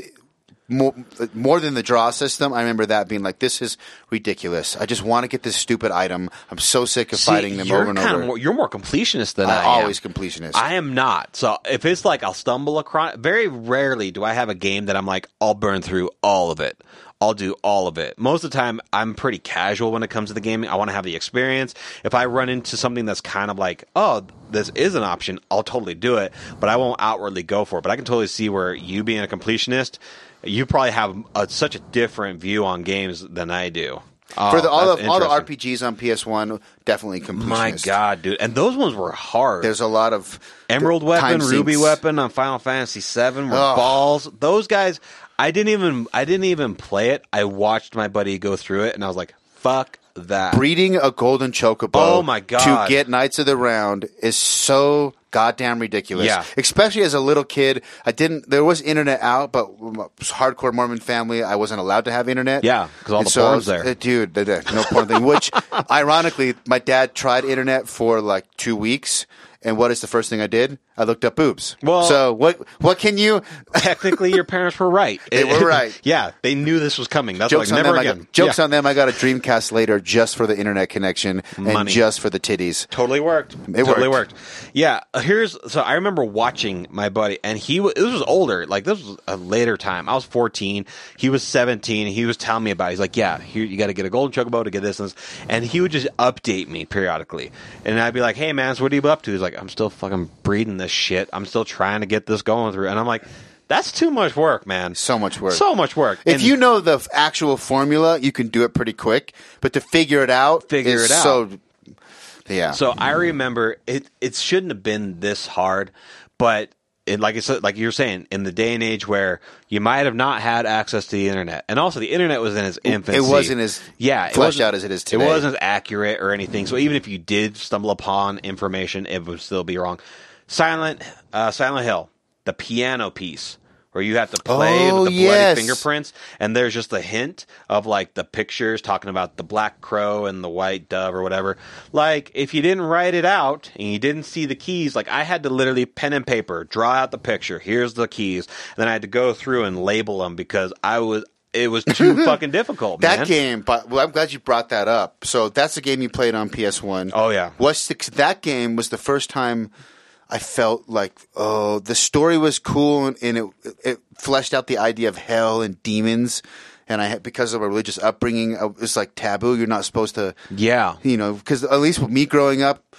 more more than the draw system. I remember that being like this is ridiculous. I just want to get this stupid item. I'm so sick of See, fighting them you're over and kinda over. More, you're more completionist than I, I am. always completionist. I am not. So if it's like I'll stumble across, very rarely do I have a game that I'm like I'll burn through all of it. I'll do all of it. Most of the time, I'm pretty casual when it comes to the gaming. I want to have the experience. If I run into something that's kind of like, oh, this is an option, I'll totally do it, but I won't outwardly go for it. But I can totally see where you being a completionist, you probably have a, such a different view on games than I do. Oh, For the, all that's the all the interesting. RPGs on PS1, definitely completionist. My God, dude! And those ones were hard. there's a lot of Emerald th- weapon, time ruby sinks. weapon on Final Fantasy VII were Ugh. balls. Those guys, I didn't even I didn't even play it. I watched my buddy go through it, and I was like, "Fuck that." breeding a golden chocobo Oh, my God. to get knights of the round is so goddamn ridiculous Yeah. especially as a little kid i didn't there was internet out but m- hardcore mormon family i wasn't allowed to have internet Yeah, 'cause all And the porn's I was- there. uh, dude the, the- no porn thing which ironically my dad tried internet for like two weeks and what is the first thing i did i looked up boobs Well- so what what can you Technically, your parents were right. They were right. yeah, they knew this was coming. That's Jokes like on never them! I again. got, jokes yeah. on them! I got a Dreamcast later just for the internet connection and Money. just for the titties. Totally worked. It totally worked. worked. Yeah. uh, Here's so I remember watching my buddy, and he was, this was older. Like this was a later time. I was 14. He was 17. He was telling me about. It. He's like, yeah, here you got to get a golden chocobo to get this and this. And he would just update me periodically, and I'd be like, hey man, so what are you up to? He's like, I'm still fucking breeding this shit. I'm still trying to get this going through, and I'm like. That's too much work, man. So much work. So much work. If And- you know the f- actual formula, you can do it pretty quick. But to figure it out, Figure it is out. So, yeah. So I remember it. It shouldn't have been this hard, but it, like I said, like you're saying, in the day and age where you might have not had access to the internet, and also the internet was in its infancy. wasn't as yeah it fleshed wasn't- out as it is today. It wasn't as accurate or anything. So even if you did stumble upon information, it would still be wrong. Silent uh, Silent Hill, the piano piece. Where you have to play Oh, with the bloody yes. fingerprints, and there's just a hint of like the pictures talking about the black crow and the white dove or whatever. Like, if you didn't write it out and you didn't see the keys, like I had to literally pen and paper draw out the picture. Here's the keys, and then I had to go through and label them because I was it was too fucking difficult. that man. game, but well, I'm glad you brought that up. So that's the game you played on PS1. Oh, yeah. What's the, 'cause that game was the first time I felt like oh the story was cool and, and it it fleshed out the idea of hell and demons. And I had, because of my religious upbringing, I- it's like taboo. You're not supposed to Yeah. you know, because at least with me growing up,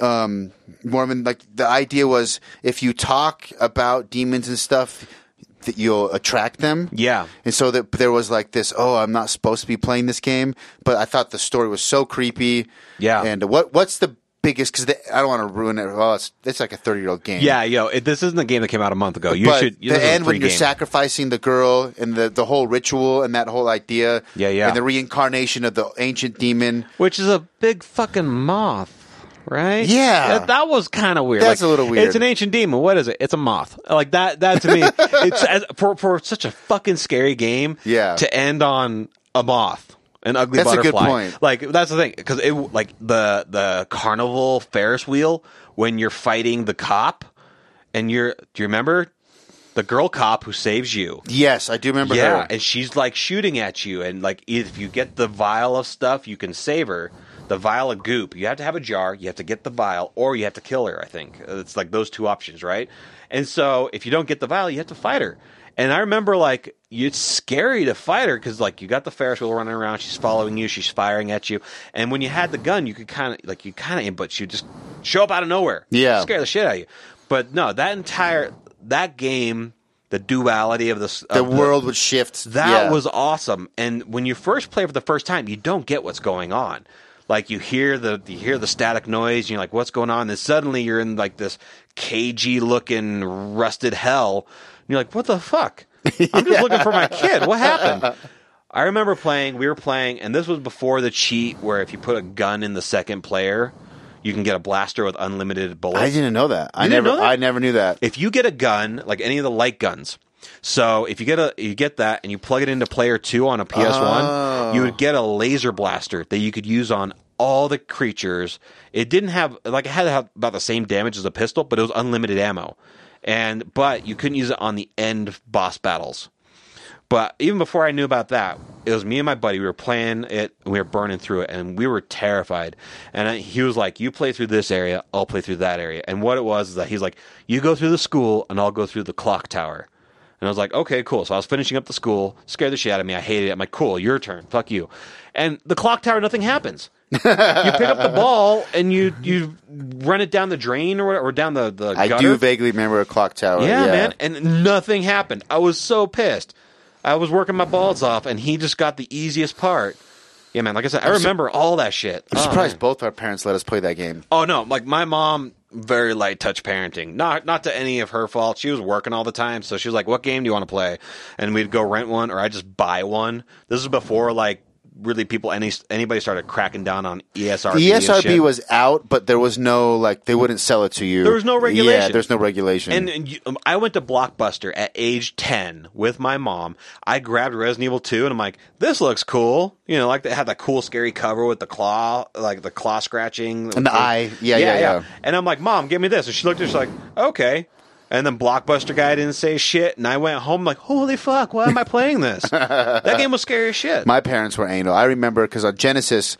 um, Mormon, like the idea was if you talk about demons and stuff, that you'll attract them. Yeah. And so that there was like this, oh, I'm not supposed to be playing this game, but I thought the story was so creepy. Yeah. And what what's the biggest? Because I don't want to ruin it. Well, it's it's like a 30 year old game. Yeah, yo, it, this isn't a game that came out a month ago. You but should. this the is a end free when you're game. sacrificing the girl and the, the whole ritual and that whole idea. Yeah, yeah. And the reincarnation of the ancient demon. which is a big fucking moth, right? Yeah. that, that was kind of weird. That's Like, a little weird. It's an ancient demon. What is it? It's a moth. Like that. That to me, it's as, for for such a fucking scary game. Yeah. to end on a moth. An ugly That's a good butterfly. point. Like that's the thing, because it like the the carnival Ferris wheel when you're fighting the cop, and you're do you remember the girl cop who saves you? Yes, I do remember Yeah, her. and she's like shooting at you, and like if you get the vial of stuff, you can save her. The vial of goop, you have to have a jar, you have to get the vial, or you have to kill her. I think it's like those two options, right? And so if you don't get the vial, you have to fight her. And I remember like it's scary to fight her because like you got the Ferris wheel running around, she's following you, she's firing at you, and when you had the gun, you could kind of like you kind of but you just show up out of nowhere, Yeah. scare the shit out of you. But no, that entire that game. The duality of this, the of world would shift. that Yeah. was awesome. And when you first play for the first time, you don't get what's going on. Like you hear the you hear the static noise, and you're like, "What's going on?" And suddenly you're in like this cagey looking rusted hell. And you're like, "What the fuck?" I'm just looking for my kid. What happened? I remember playing, we were playing, and this was before the cheat where if you put a gun in the second player, you can get a blaster with unlimited bullets. I didn't know that. I You didn't never. know that? I never knew that. if you get a gun, like any of the light guns, so if you get a you get that and you plug it into player two on a PS one, you would get a laser blaster that you could use on all the creatures. It didn't have like it had to have about the same damage as a pistol, but it was unlimited ammo. And but you couldn't use it on the end boss battles. But even before I knew about that, it was me and my buddy. We were playing it, and we were burning through it, and we were terrified. And I, he was like, "You play through this area, I'll play through that area." And what it was is that he's like, "You go through the school, and I'll go through the clock tower." And I was like, "Okay, cool." So I was finishing up the school, scared the shit out of me. I hated it. I'm like, "Cool, your turn. Fuck you." And the clock tower, nothing happens. you pick up the ball and you you run it down the drain or whatever, or down the the I gutter. do vaguely remember a clock tower. Yeah, man. And nothing happened. I was so pissed. I was working my balls off, and he just got the easiest part. Yeah, man. Like I said, I remember all that shit. I'm Oh, surprised man. both our parents let us play that game. Oh no, like my mom, very light touch parenting. Not not to any of her fault. She was working all the time, so she was like, "What game do you want to play?" And we'd go rent one, or I just buy one. This is before like really people any anybody started cracking down on E ESRB. and ESRB shit. was out, but there was no like they wouldn't sell it to you. There was no Yeah, regulation. there's no regulation. And, and you, um, I went to Blockbuster at age 10 with my mom. I grabbed Resident Evil 2 and I'm like, this looks cool. You know, like they had that cool, scary cover with the claw, like the claw scratching. And the eye. Yeah, yeah, yeah. And I'm like, mom, give me this. And she looked at it, she's like, okay. And then Blockbuster guy didn't say shit. And I went home like, holy fuck, why am I playing this? that game was scary as shit. My parents were anal. I remember because on Genesis,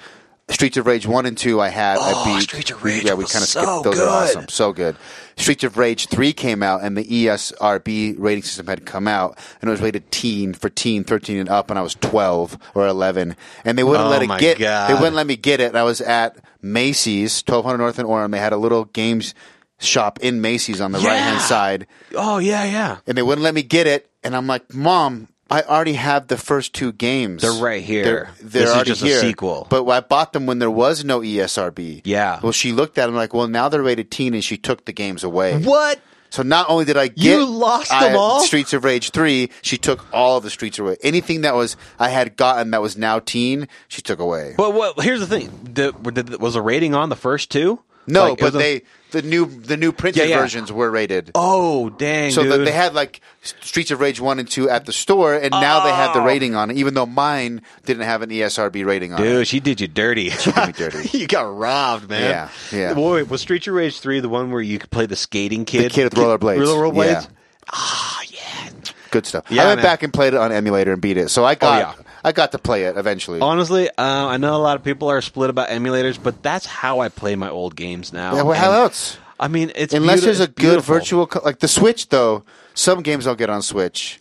Streets of Rage one and two, I had. Oh, I beat. Streets of Rage yeah, we was kind of so skipped. Those good. are awesome, so good. Streets of Rage three came out, and the E ESRB rating system had come out, and it was rated teen for teen, thirteen and up, and I was twelve or eleven, and they wouldn't Oh let it my get. God. They wouldn't let me get it. And I was at Macy's, twelve hundred North and Orem. They had a little games shop in Macy's on the Yeah. right hand side oh, yeah, yeah. and they wouldn't let me get it. And I'm like, Mom, I already have the first two games. They're right here. They're, they're This is already just a here. sequel. But I bought them when there was no E ESRB. Yeah. Well, she looked at them like, well, now they're rated teen, and she took the games away. What? So not only did I get You lost I- them all? Streets of Rage three, she took all of the Streets of Rage. Anything that was I had gotten that was now teen, she took away. But what, here's the thing. Did, did, was a rating on the first two? no, Like, it but was a- they the new the new printed Yeah, yeah. versions were rated. Oh dang! So dude. that they had like Streets of Rage one and two at the store, and now they have the Oh. rating on it. Even though mine didn't have an E ESRB rating on it. Dude, she did you dirty. She did me dirty. you got robbed, man. Yeah, yeah. Well, wait, was Street Your Rage three the one where you could play the skating kid, kid with rollerblades. roller Yeah. blades? Ah, yeah. Good stuff. Yeah, I went man. Oh, back and played it on emulator and beat it. So I got yeah. I got to play it eventually. Honestly, uh, I know a lot of people are split about emulators, but that's how I play my old games now. Yeah, well, how And, else? I mean, it's Unless beauti- there's a it's good beautiful. virtual co- like the Switch though. Some games I'll get on Switch.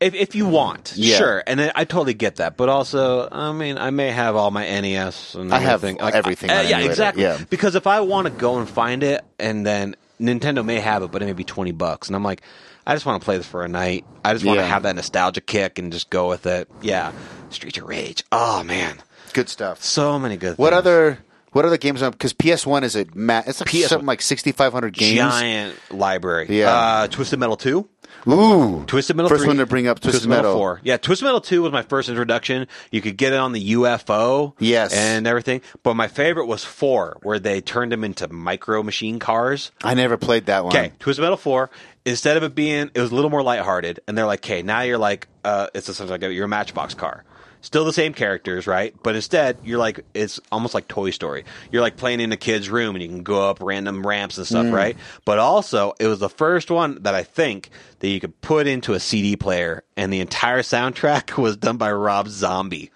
if if you want, Yeah. sure, and I, I totally get that. But also, I mean, I may have all my NES and I have everything. everything I- on yeah, emulator, exactly. yeah. Because if I want to go and find it, and then Nintendo may have it, but it may be twenty bucks, and I'm like, I just want to play this for a night. I just want to Yeah. have that nostalgia kick and just go with it. Yeah, Street of Rage. Oh man, Good stuff. so many good. What things. other what other games on because PS one is a ma- it's like PS1. something like sixty five hundred games. giant library? Yeah. uh, Twisted Metal Two. Ooh. Twisted Metal. First 3, one to bring up Twisted, Metal. Four. Yeah, Twisted Metal Two was my first introduction. You could get it on the UFO. Yes. and everything. But my favorite was Four, where they turned them into micro machine cars. I never played that one. Okay, Twisted Metal Four. Instead of it being, it was a little more lighthearted, and they're like, "Okay, now you're like, uh, it's essentially like a- you're a Matchbox car." Still the same characters, right? But instead, you're like it's almost like Toy Story. You're like playing in a kid's room, and you can go up random ramps and stuff, right? But also, it was the first one that I think that you could put into a CD player, and the entire soundtrack was done by Rob Zombie.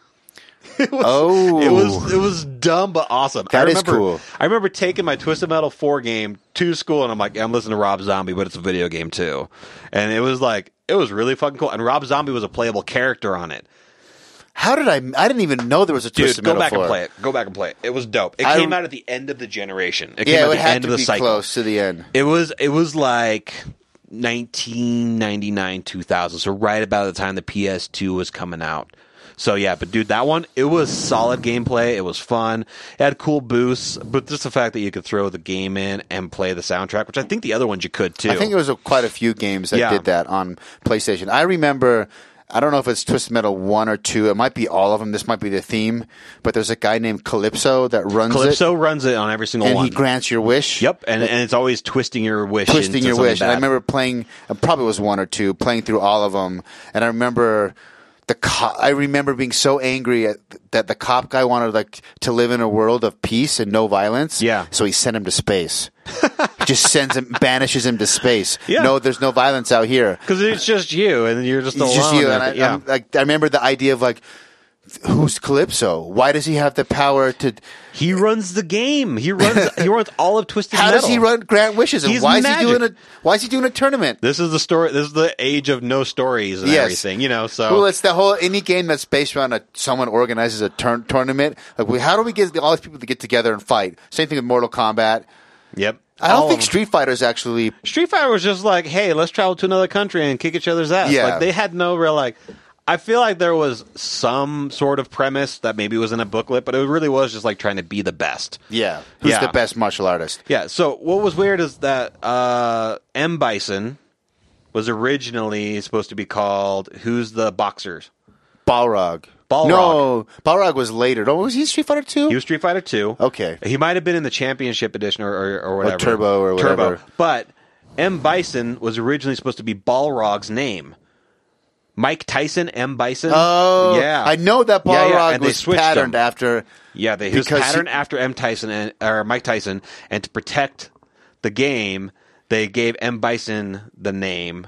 Oh, It was it was dumb but awesome. I That is remember, cool. I remember taking my Twisted Metal four game to school, and I'm like, I'm listening to Rob Zombie, but it's a video game too, and it was like it was really fucking cool. And Rob Zombie was a playable character on it. How did I? I didn't even know there was a Dude, twisted go metal back four. and play it. Go back and play it. It was dope. It I- came out at the end of the generation. It came Yeah, out it at the had end to of the be cycle. close to the end. It was it was like 1999 2000, so right about the time the PS2 was coming out. So yeah, but dude, that one it was solid gameplay. It was fun. It had cool boosts, but just the fact that you could throw the game in and play the soundtrack, which I think the other ones you could too. I think there was a, quite a few games that Yeah. did that on PlayStation. I remember. I don't know if it's Twisted Metal one or two. It might be all of them. This might be the theme. But there's a guy named Calypso that runs it, Calypso runs it on every single and one. he grants your wish. Yep, and, and it's always twisting your wish. twisting into your something wish. And I bad. remember playing. It probably was one or two. Playing through all of them, and I remember the. Co- I remember being so angry at, that the cop guy wanted like to live in a world of peace and no violence. Yeah. So he sent him to space. He just sends him, banishes him to space. Yeah. No, there's no violence out here. because it's just you, and you're just It's alone. just you. And I I, think- yeah. I'm, like, I remember the idea of like, who's Calypso? Why does he have the power to? he runs the game. He runs. he runs all of Twisted How Metal. does he run grant wishes? And He's why magic. is he doing a? Why is he doing a tournament? This is the story. This is the age of no stories and Yes. everything. You know, so Well, it's the whole any game that's based around a, someone organizes a turn, tournament. Like, we, how do we get all these people to get together and fight? Same thing with Mortal Kombat. yep. Um, I don't All think of 'em. Street Fighter's actually. Street Fighter was just like, hey, let's travel to another country and kick each other's ass. Yeah. Like they had no real like. I feel like there was some sort of premise that maybe was in a booklet, but it really was just like trying to be the best. Yeah, who's Yeah. the best martial artist? Yeah. So what was weird is that uh, M Bison was originally supposed to be called Who's the Boxers? Balrog. Balrog. No, Balrog was later. No, was he in Street Fighter Two? He was Street Fighter Two. Okay. He might have been in the Championship Edition or or, or whatever. Turbo or whatever. But M Bison was originally supposed to be Balrog's name. Mike Tyson, M Bison. Oh, yeah. I know that Yeah, Balrog yeah, and they was switched patterned him. after. Yeah, they he was because he- patterned after M Tyson and or Mike Tyson, and to protect the game, they gave M Bison the name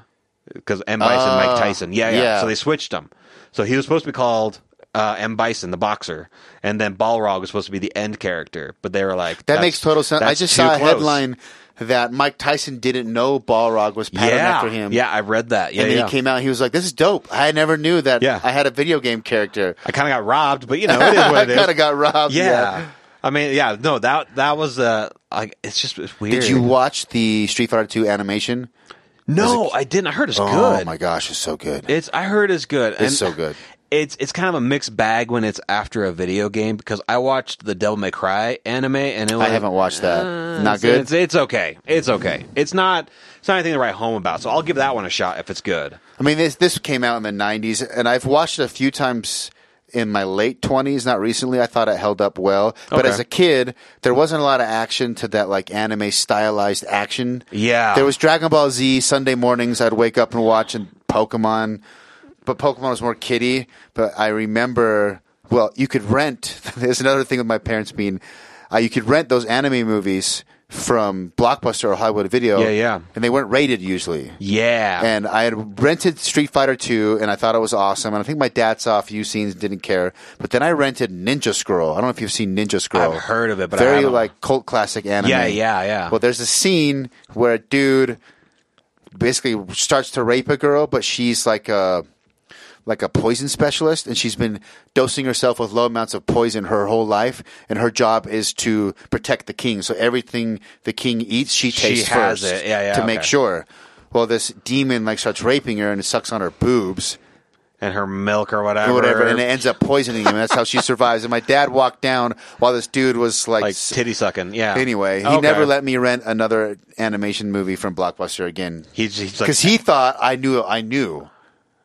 because M Bison, Mike Tyson. Yeah, yeah, Ah, yeah. So they switched him. So he was supposed to be called uh, M Bison, the boxer, and then Balrog was supposed to be the end character. But they were like, That "That's- makes total sense. I that's just too saw a close." headline that Mike Tyson didn't know Balrog was Yeah, patterned after him. yeah, I read that. Yeah, And then yeah. he came out. He was like, "This is dope. I never knew that Yeah. I had a video game character. I kind of got robbed, but you know, it is I what it is. kind of got robbed." yeah. yeah. I mean, yeah, no, that that was uh, like it's just it's weird. Did you watch the Street Fighter Two animation? No, I didn't. I heard it's Oh good. my gosh, it's so good. It's I heard it's good. It's so good. It's it's kind of a mixed bag when it's after a video game because I watched the Devil May Cry anime and it was I haven't watched that. uh, Not it's- good. It's, it's okay. It's okay. It's not it's not anything to write home about. So I'll give that one a shot if it's good. I mean, this this came out in the '90s, and I've watched it a few times in my late 20s. Not recently. I thought it held up well, but Okay. as a kid, there wasn't a lot of action to that like anime stylized action. Yeah. there was Dragon Ball Z Sunday mornings. I'd wake up and watch and Pokemon, but Pokemon was more kiddie. But I remember, well, you could rent. There's another thing with my parents being, uh, you could rent those anime movies from Blockbuster or Hollywood Video. Yeah, yeah. and they weren't rated usually. Yeah. And I had rented Street Fighter 2 and I thought it was awesome. And I think my dad saw a few scenes and didn't care. But then I rented Ninja Scroll. I don't know if you've seen Ninja Scroll. I've heard of it, but I Very haven't. like cult classic anime. Yeah, yeah, yeah. Well, there's a scene where a dude basically starts to rape a girl, but she's like a like a poison specialist and she's been dosing herself with low amounts of poison her whole life and her job is to protect the king so everything the king eats she tastes has first it. Yeah, yeah, to okay. make sure well this demon like starts raping her and it sucks on her boobs and her milk or whatever. or whatever and it ends up poisoning him and that's how she survives and my dad walked down while this dude was like, like s- titty sucking. Yeah. anyway he Okay. never let me rent another animation movie from blockbuster again He's, he's like because he thought I knew. I knew.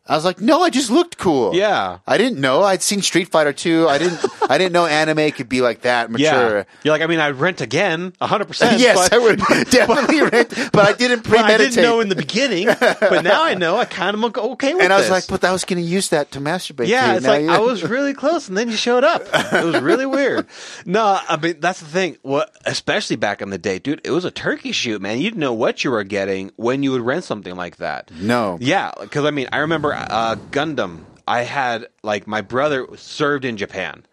I was like, no, I just looked cool. Yeah. I didn't know. I'd seen Street Fighter 2. I didn't. I didn't know anime could be like that yeah. mature. You're like I mean I'd rent again 100%. yes, but- I would definitely rent, but I didn't but I premeditate. didn't know in the beginning, but now I know. I kind of okay with and I was this. like, but I was going to use that to masturbate. Yeah, to. it's Now like you- I was really close, and then you showed up. It was really weird. No, I mean that's the thing. What, especially back in the day, dude, it was a turkey shoot, man. You didn't know what you were getting when you would rent something like that. No. Yeah, because I mean, I remember uh, Gundam. I had like my brother served in Japan,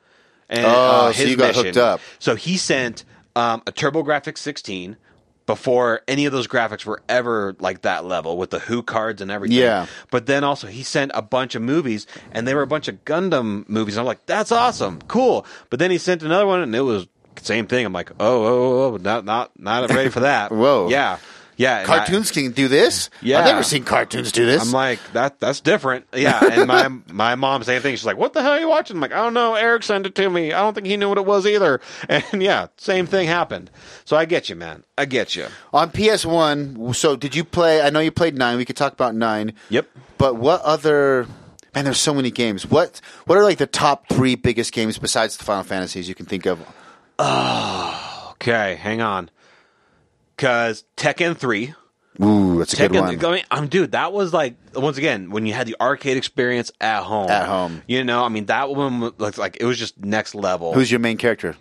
and Oh, uh, so his you got mission- hooked up. So he sent um, a TurboGrafx 16 before any of those graphics were ever like that level with the Who cards and everything. Yeah. But then also he sent a bunch of movies, and they were a bunch of Gundam movies. I'm like, that's awesome, cool. But then he sent another one, and it was same thing. I'm like, oh, oh, oh, oh, not, not, not ready for that. Whoa. yeah. Yeah, and I- cartoons can do this. Yeah. I've never seen cartoons do this. I'm like that. That's different. Yeah, and my my mom same thing. She's like, "What the hell are you watching?" I'm like, "I don't know." Eric sent it to me. I don't think he knew what it was either. And yeah, same thing happened. So I get you, man. I get you. On PS1, so did you play? I know you played nine. We could talk about nine. Yep. But what other? Man, there's so many games. What What are like the top three biggest games besides the Final Fantasies you can think of? Okay, hang on. Cause Tekken three. Ooh, that's a good Tekken, one. I mean, I'm um, dude. That was like once again when you had the arcade experience at home. At home. you know. I mean, that one was like, like it was just next level. Who's your main character?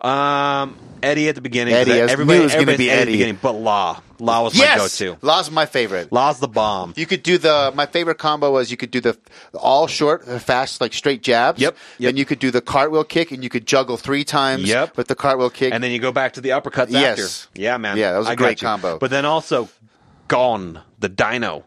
um Eddie at the beginning? Eddie, 'cause I was- everybody knew it was gonna everybody's be Eddie at Eddie. the beginning, but Law. Law was my go-to. Law's my favorite. Law's the bomb. You could do the my favorite combo was you could do the all short, the fast like straight jabs. Yep, yep. Then you could do the cartwheel kick, and you could juggle three times. Yep. With the cartwheel kick, and then you go back to the uppercuts Yes. after. Yeah, man. Yeah, that was a a great combo. But then also, Gone the Dino,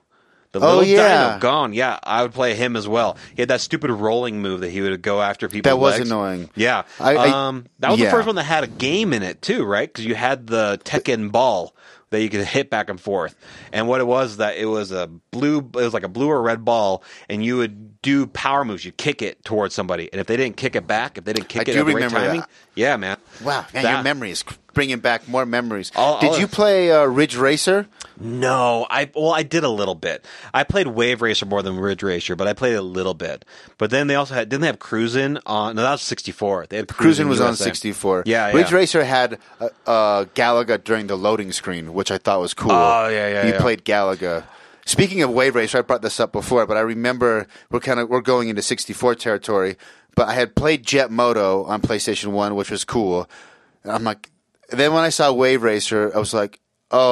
the Oh, little yeah. Dino Gone. Yeah, I would play him as well. He had that stupid rolling move that he would go after people. That was annoying. Yeah, I- I- um, that was yeah. the first one that had a game in it too, right? Because you had the Tekken ball. That you could hit back and forth, and what it was that it was a blue, it was like a blue or red ball, and you would do power moves. You would kick it towards somebody, and if they didn't kick it back, if they didn't kick I it do at the right remember that. timing, yeah, man, wow, man, your That- memory is bringing back more memories. All- Did all you of- play uh, Ridge Racer? No, I well, I did a little bit. I played Wave Racer more than Ridge Racer, but I played a little bit. But then they also had didn't they have Cruisin on? No, that was sixty four. They had Cruising was on USA. 64. Yeah, yeah. Ridge Racer had uh, uh, Galaga during the loading screen, which I thought was cool. Oh, yeah, yeah, You yeah. played Galaga. Speaking of Wave Racer, I brought this up before, but I remember we're kind of we're going into 64 territory. But I had played Jet Moto on PlayStation One, which was cool. And I'm like, then when I saw Wave Racer, I was like,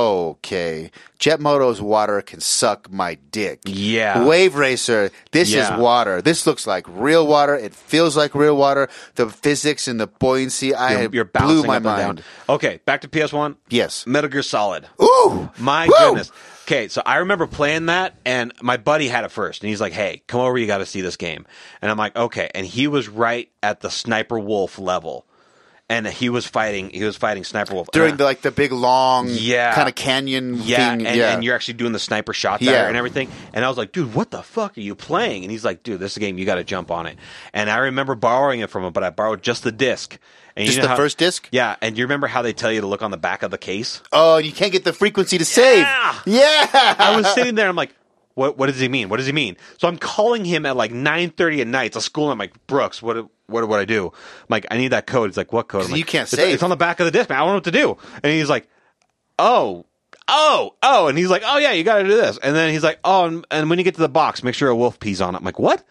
okay, Jet Moto's water can suck my dick. Yeah. Wave Racer, this Yeah. is water. This looks like real water. It feels like real water. The physics and the buoyancy, I You're, had you're blew bouncing my up and mind. down. Okay, back to PS one. Yes. Metal Gear Solid. Ooh, My Woo! goodness. Okay, so I remember playing that, and my buddy had it first, and he's like, "Hey, come over, you got to see this game." And I'm like, "Okay," and he was right at the Sniper Wolf level, and he was fighting. He was fighting Sniper Wolf during And I- the like the big long, Yeah. kind of canyon yeah, thing. And, yeah, and you're actually doing the sniper shot Yeah. there and everything. And I was like, dude, what the fuck are you playing? And he's like, dude, this is a game you got to jump on it. And I remember borrowing it from him, but I borrowed just the disc. And Just you know the how- first disc? Yeah, and you remember how they tell you to look on the back of the case? oh, and you can't get the frequency to save. Yeah, I was sitting there. I'm like, what? What does he mean? What does he mean? So I'm calling him at like 9:30 at night to school. I'm like, Brooks, what? What would I do? I'm like, I need that code. He's like, what code? I'm like, you can't it's, save. It's on the back of the disc. Man. I don't know what to do. And he's like, oh. Oh, oh, and he's like, oh yeah, you got to do this, and then he's like, oh, and, and when you get to the box, make sure a wolf pees on it. I'm like, what?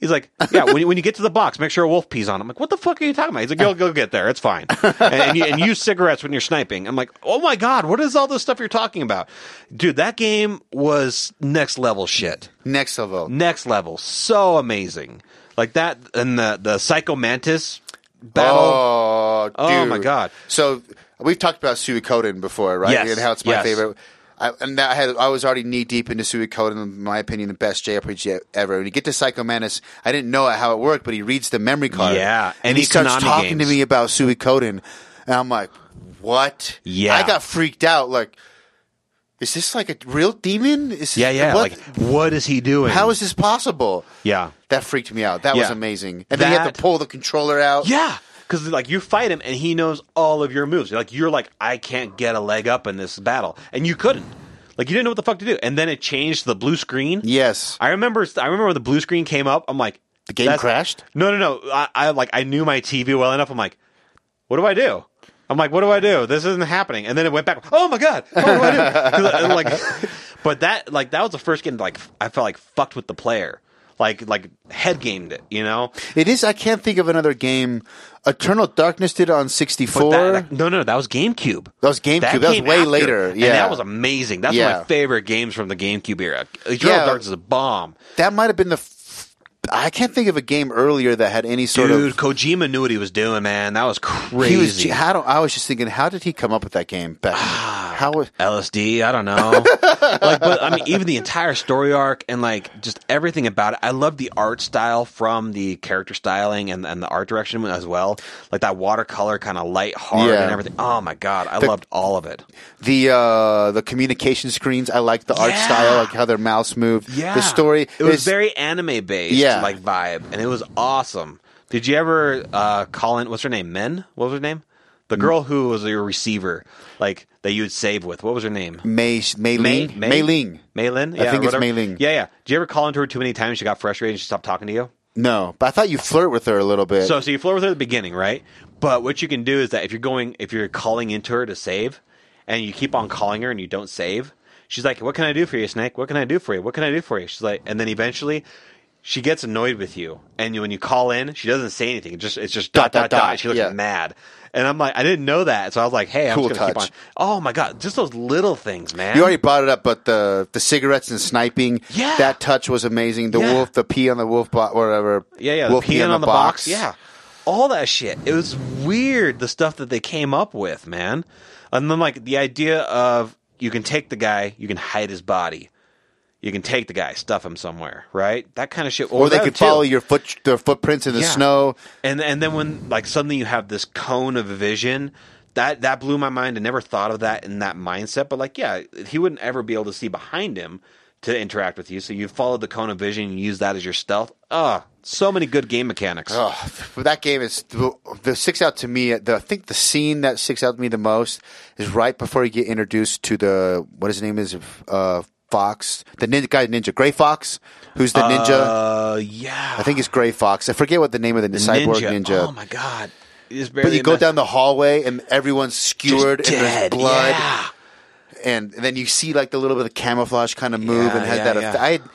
He's like, yeah, when you, when you get to the box, make sure a wolf pees on it. I'm like, what the fuck are you talking about? He's like, go go get there, it's fine, and, and, you, and use cigarettes when you're sniping. I'm like, oh my god, what is all this stuff you're talking about, dude? That game was next level shit, next level. next level, so amazing, like that, and the the Psycho Mantis battle. Oh, Oh, dude. my God. So we've talked about Suikoden before, right? Yes, And how it's my yes. favorite. I, and I had I was already knee deep into Suikoden, in my opinion, the best JRPG ever. When you get to Psycho Manus, I didn't know how it worked, but he reads the memory card. Yeah, and, and he the starts Konami talking to games. me about Suikoden, and I'm like, "What?" Yeah. I got freaked out. Like, is this like a real demon? Is this, Yeah, yeah. what- Like, what is he doing? how is this possible? yeah? That freaked me out. That was Yeah. amazing. And then you have That- to pull the controller out. Yeah, because like you fight him and he knows all of your moves. Like you're like, I can't get a leg up in this battle, and you couldn't. Like you didn't know what the fuck to do, and then it changed to the blue screen. Yes. I remember. I remember when the blue screen came up. I'm like, The game that's- crashed? No, no, no. I, I like I knew my TV well enough. I'm like, what do I do? I'm like, what do I do? This isn't happening. And then it went back. Oh my god, what do I do? 'Cause I- I'm like, but that like that was the first game. That, like I felt like fucked with the player. Like like head gamed it. You know. It is. I can't think of another game. Eternal Darkness did it on sixty four. That- That, that- no, no, that was GameCube. was GameCube. That, was came way after, later. and Yeah, that was amazing. That's one Yeah. of my favorite games from the GameCube era. Eternal Yeah. Darkness is a bomb. That might have been the f- I can't think of a game earlier that had any sort Dude, of. Kojima knew what he was doing, man. That was He was. crazy. How do, I was just thinking, how did he come up with that game back? Ah. how was LSD, I don't know. like, but I mean, even the entire story arc and like just everything about it. I love the art style from the character styling and, and the art direction as well. Like that watercolor kind of light, hard, Yeah. and everything. Oh my god, I loved all of it. the uh, the communication screens? I liked the art Yeah. style, like how their mouse moved. Yeah, the story. It was is- very anime based, Yeah. like vibe, and it was awesome. Did you ever uh, call in? What's her name? Men? What was her name? The girl who was your receiver, like that you would save with. What was her name? May May May Ling May Ling. May Lin? I Yeah, think it's whatever. Mei Ling. Yeah, yeah. Did you ever call into her too many times? She got frustrated and she stopped talking to you. No, but I thought you flirt with her a little bit. So, so you flirt with her at the beginning, right? But what you can do is that if you're going, if you're calling into her to save, and you keep on calling her and you don't save, she's like, "What can I do for you, Snake? What can I do for you? What can I do for you?" She's like, and then eventually. She gets annoyed with you, and when you call in, she doesn't say anything. It Just it's just dot dot dot. and She looks Yeah. mad, and I'm like, I didn't know that, so I was like, Hey, I'm Cool just gonna touch. keep on. Oh my god, just those little things, man. You already brought it up, but the the cigarettes and sniping, Yeah. that touch was amazing. The Yeah. wolf, the pee on the wolf, bo- whatever. Yeah, yeah. wolf the peeing on the box. Yeah. All that shit. It was weird the stuff that they came up with, man. And then like the idea of you can take the guy, you can hide his body. You can take the guy, stuff him somewhere, right? That kind of shit. Or they that could too. follow your foot, their footprints in the Yeah. snow. And and then when like suddenly you have this cone of vision, that that blew my mind. I never thought of that in that mindset. But like, yeah, he wouldn't ever be able to see behind him to interact with you. So you followed the cone of vision and use that as your stealth. Ah, so many good game mechanics. Oh, but that game is the, the six out to me. The, I think the scene that sticks out to me the most is right before you get introduced to the what his name is, uh, Fox, the ninja guy, ninja Gray Fox, who's the ninja. Uh, yeah. I think it's Gray Fox. I forget what the name of the, cyborg ninja. Oh my god. It's barely but you in go the- down the hallway and Oh, everyone's Just skewered and there's dead. blood. Yeah. and then you see like the little bit of camouflage kind of move Yeah, and has yeah, that yeah. effect. I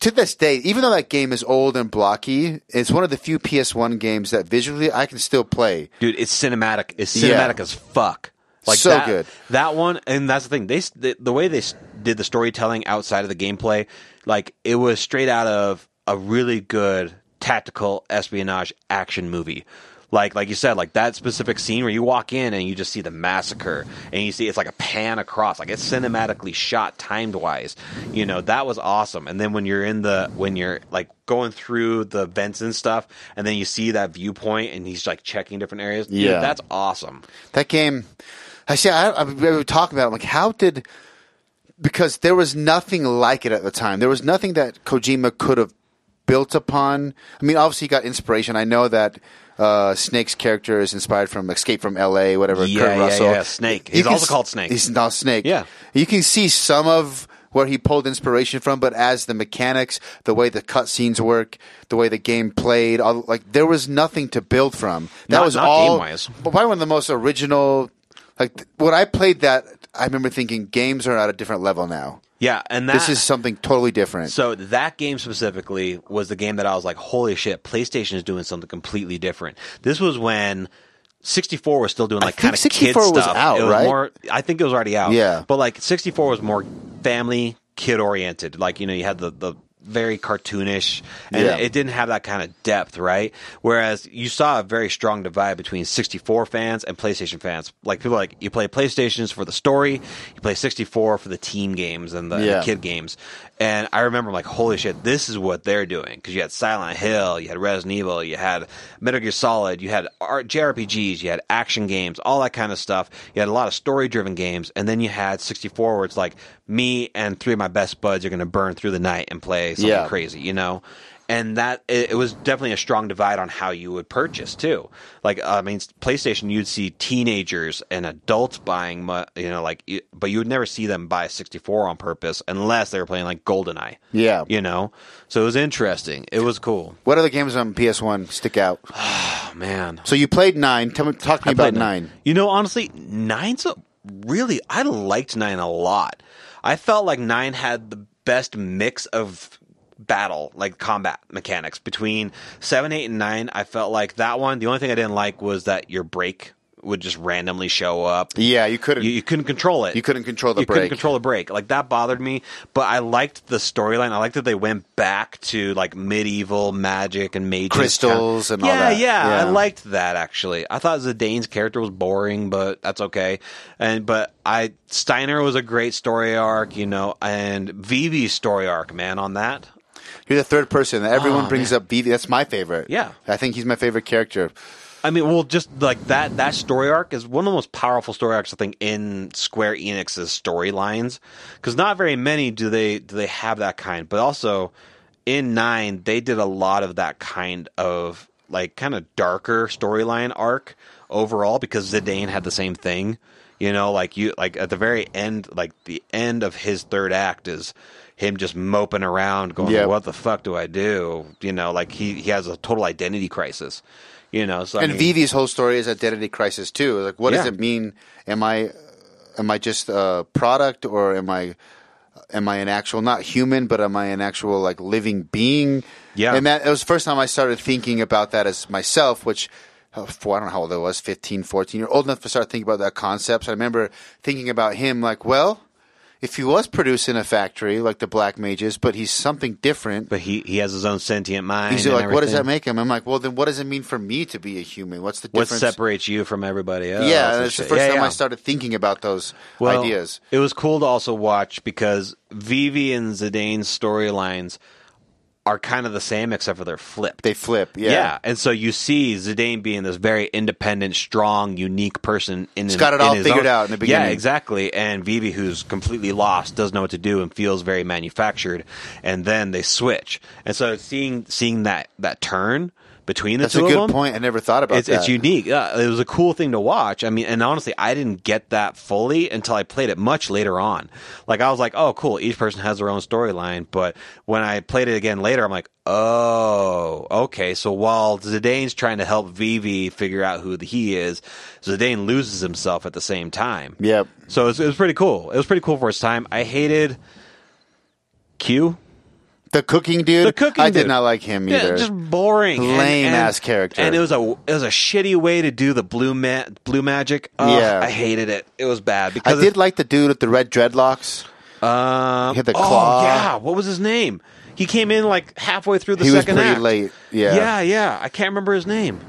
to this day, even though that game is old and blocky, it's one of the few PS1 games that visually I can still play. Dude, it's cinematic. It's Yeah. cinematic as fuck. Like So that, good. That one, and that's the thing. They s- the, the way they s- did the storytelling outside of the gameplay, like it was straight out of a really good tactical espionage action movie. Like like you said, like that specific scene where you walk in and you just see the massacre, and you see it's like a pan across, like it's cinematically shot, timed wise. You know that was awesome. And then when you're in the when you're like going through the vents and stuff, and then you see that viewpoint, and he's like checking different areas. Dude, Yeah. that's awesome. That game, I see. I, I, we were talking about. It, I'm like, how did? Because there was nothing like it at the time. There was nothing that Kojima could have built upon. I mean, obviously, he got inspiration. I know that uh, Snake's character is inspired from Escape from L.A. Whatever. Yeah, Kurt yeah, Russell. yeah, Snake. He's can also s- called Snake. He's now Snake. Yeah. you can see some of. Where he pulled inspiration from, but as the mechanics, the way the cutscenes work, the way the game played, all, like there was nothing to build from. That Not- was not all game-wise. but probably one of the most original. Like th- when I played that, I remember thinking games are at a different level now. Yeah, and that, This is something totally different. So that game specifically was the game that I was like, holy shit, PlayStation is doing something completely different. This was when 64 was still doing like think kind of kid 64 was stuff. out, It was right? More, I think it was already out. Yeah. But like 64 was more family kid oriented. Like, you know, you had the, the very cartoonish and Yeah. it didn't have that kind of depth, right? Whereas you saw a very strong divide between 64 fans and PlayStation fans. Like people are like you play PlayStations for the story, you play 64 for the team games and the, and the Yeah. kid games. And I remember like holy shit, this is what they're doing because you had Silent Hill, you had Resident Evil, you had Metal Gear Solid, you had R- JRPGs, you had action games, all that kind of stuff. You had a lot of story driven games, and then you had 64 where it's like me and three of my best buds are going to burn through the night and play something Yeah. crazy, you know? And that it, it was definitely a strong divide on how you would purchase too. Like I mean, PlayStation, you'd see teenagers and adults buying, mu- you know, like, you- but you would never see them buy a 64 on purpose unless they were playing like GoldenEye. Yeah. you know. So it was interesting. It was cool. what other games on PS One stick out? Oh man, So you played nine. Tell me, talk to me about played nine. You know, honestly, nine's a, really I liked nine a lot. I felt like nine had the best mix of battle, like combat mechanics between seven, eight, and nine. I felt like that one. The only thing I didn't like was that your break would just randomly show up. Yeah, you couldn't. You, you couldn't control it. You couldn't control the you couldn't break. control the break. Like that bothered me, but I liked the storyline. I liked that they went back to like medieval magic and mages, Crystals and all yeah, that. Yeah, Yeah. I liked that actually. I thought Zidane's character was boring, but that's okay. And but I Steiner was a great story arc, you know, and Vivi's story arc, man, on that. You're the third person that everyone Oh, brings man. up. Vivi. That's my favorite. Yeah. I think he's my favorite character. I mean, well, just like that that story arc is one of the most powerful story arcs I think in Square Enix's storylines because not very many do they do they have that kind. But also in nine, they did a lot of that kind of like kind of darker storyline arc overall because Zidane had the same thing. You know, like you like at the very end, like the end of his third act is him just moping around, going, Yeah. "What the fuck do I do?" You know, like he he has a total identity crisis. You know, so I and mean- Vivi's whole story is identity crisis too. Like, what does Yeah. it mean? Am I, am I just a product, or am I, am I an actual not human, but am I an actual like living being? Yeah. And that it was the first time I started thinking about that as myself, which. uh, For, I don't know how old I was, 15, 14. You're old enough to start thinking about that concept. So I remember thinking about him like, well, if he was produced in a factory like the Black Mages, but he's something different. but he he has his own sentient mind. He's and like, what does that everything. make him? I'm like, well, then what does it mean for me to be a human? What's the What difference? separates you from everybody else? yeah, and it's the shit. first oh, Yeah, time I yeah. started thinking about those Well, ideas. It was cool to also watch because Vivi and Zidane's storylines are kind of the same except for they're flipped. They flip, yeah. yeah. and so you see Zidane being this very independent, strong, unique person. In his, got it in all his figured own- out in the Yeah, beginning. exactly. And Vivi, who's completely lost, doesn't know what to do and feels very manufactured. And then they switch, and so seeing seeing that that turn between the That's a two of good them, point. I never thought about it's, that. It's unique. Yeah, it was a cool thing to watch. I mean, and honestly, I didn't get that fully until I played it much later on. Like I was like, oh, cool. Each person has their own storyline. But when I played it again later, I'm like, oh, okay. So while Zidane's trying to help Vivi figure out who he is, Zidane loses himself at the same time. Yep. So it was, it was pretty cool. It was pretty cool for its time. I hated Q. The cooking dude, The cooking I did dude. not like him either. Yeah, just boring, And- Lame and- ass character. And it was a it was a shitty way to do the blue ma- blue magic. Ugh, Yeah. I hated it. It was bad I because did like the dude with the red dreadlocks. um, he had the oh, claw. yeah, what was his name? He came in like halfway through the He was second pretty act. late. Yeah. yeah, yeah. I can't remember his name,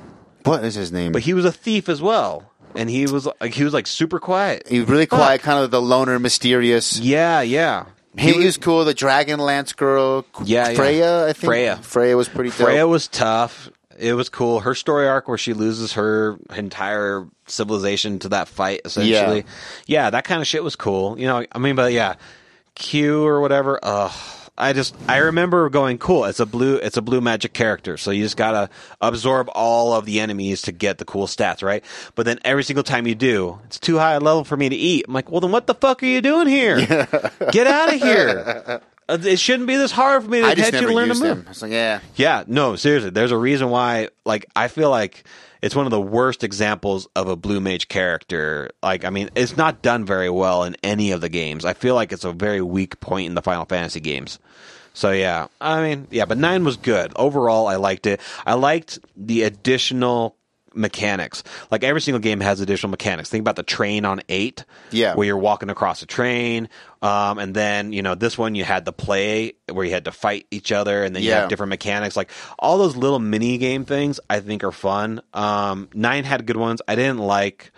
What is his name? but he was a thief as well, and he was like he was like super quiet. he was really Fuck. quiet, kind of the loner, mysterious. Yeah, yeah. He, was, cool. The Dragonlance girl, Yeah, yeah. Freya, I think. Freya. Freya was pretty dope. Freya was tough. It was cool. Her story arc where she loses her entire civilization to that fight, essentially. Yeah. Yeah, that kind of shit was cool. You know, I mean, but yeah, Q or whatever. Ugh. I just I remember going cool. It's a blue. It's a blue magic character, so you just gotta absorb all of the enemies to get the cool stats, right? But then every single time you do, it's too high a level for me to eat. I'm like, well, then what the fuck are you doing here? Get out of here! Uh, It shouldn't be this hard for me to I just catch you never to learn to used move. him. It's like, yeah. Yeah, no, seriously. There's a reason why, like, I feel like it's one of the worst examples of a Blue Mage character. Like, I mean, it's not done very well in any of the games. I feel like it's a very weak point in the Final Fantasy games. So, yeah, I mean, yeah, but 9 was good. Overall, I liked it. I liked the additional mechanics. Like, every single game has additional mechanics. Think about the train on 8. Yeah. Where you're walking across a train. Um, and then, you know, this one you had the play where you had to fight each other and then you Yeah. have different different mechanics. Like all those little mini game things, I think are fun. Um, Nine had good ones. I didn't like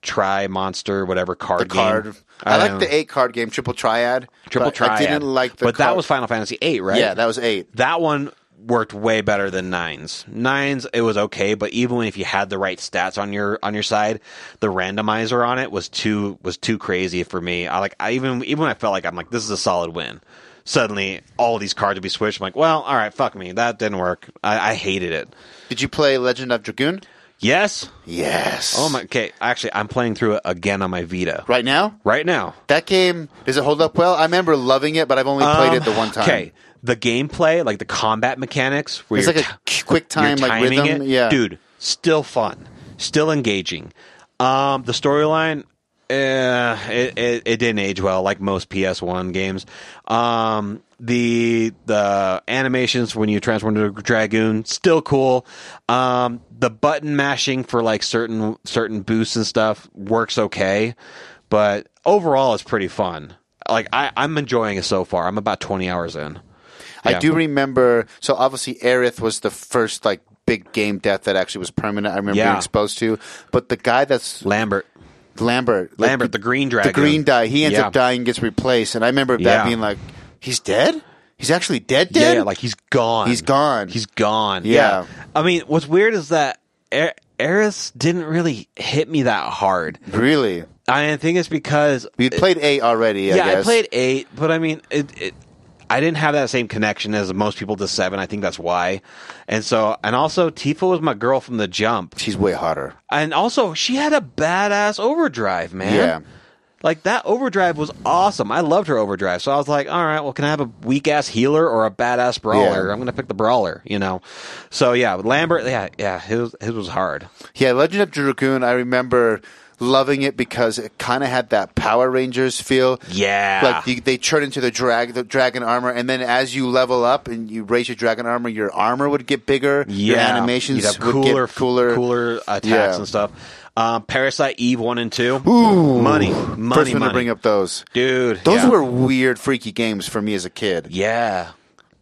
Try Monster, whatever card the card. game. I, like don't know. the eight card game, triple triad. triple but I triad. didn't like the. but that card- was Final Fantasy Eight, right? yeah, that was eight. that one worked way better than nines. Nines, it was okay, but even if you had the right stats on your on your side, the randomizer on it was too was too crazy for me. I like I even even when I felt like I'm like this is a solid win. Suddenly, all these cards would be switched. I'm like, well, all right, fuck me, that didn't work. I, I hated it. Did you play Legend of Dragoon? Yes. Yes. Oh my. Okay. Actually, I'm playing through it again on my Vita Right now, right now. that game does it hold up well? I remember loving it, but I've only played it the one time. Um, Okay. The gameplay, like the combat mechanics, where It's you're like a ti- quick time, you're like timing rhythm. it, Yeah, dude, still fun, still engaging. Um, the storyline, Eh, it, it it didn't age well, like most PS1 games. Um, the the animations when you transform into a dragoon still cool. Um, the button mashing for like certain certain boosts and stuff works okay, but overall it's pretty fun. Like I, I'm enjoying it so far. I'm about 20 hours in. I Yeah. do remember. So obviously, Aerith was the first like big game death that actually was permanent. I remember being Yeah. exposed to. But the guy that's Lambert. Lambert, like, Lambert, the green dragon. the green guy, he ends Yeah. up dying, gets replaced, and I remember that Yeah. being like, he's dead. He's actually dead. Dead. Yeah, yeah, like he's gone. He's gone. He's gone. Yeah. Yeah. I mean, what's weird is that Er- Eris didn't really hit me that hard. really. I think it's because You played eight already. I yeah, guess. I played eight, but I mean, it, it, I didn't have that same connection as most people to seven. I think that's why, and so and also Tifa was my girl from the jump, She's way harder. and also she had a badass overdrive, man. Yeah. Like that overdrive was awesome. I loved her overdrive. So I was like, all right, well, can I have a weak ass healer or a badass brawler? Yeah. I'm gonna pick the brawler, you know. So yeah, Lambert, yeah, yeah, his his was hard. Yeah, Legend of Dragoon. I remember loving it because it kind of had that Power Rangers feel. Yeah. Like you, they turn into the drag, the dragon armor, and then as you level up and you raise your dragon armor, your armor would get bigger. Your animations You'd have would cooler, get cooler. cooler attacks Yeah. and stuff. Um, Parasite Eve one and two, Ooh, money, money, First one money. to bring up those. dude. Those yeah. were weird, freaky games for me as a kid. yeah.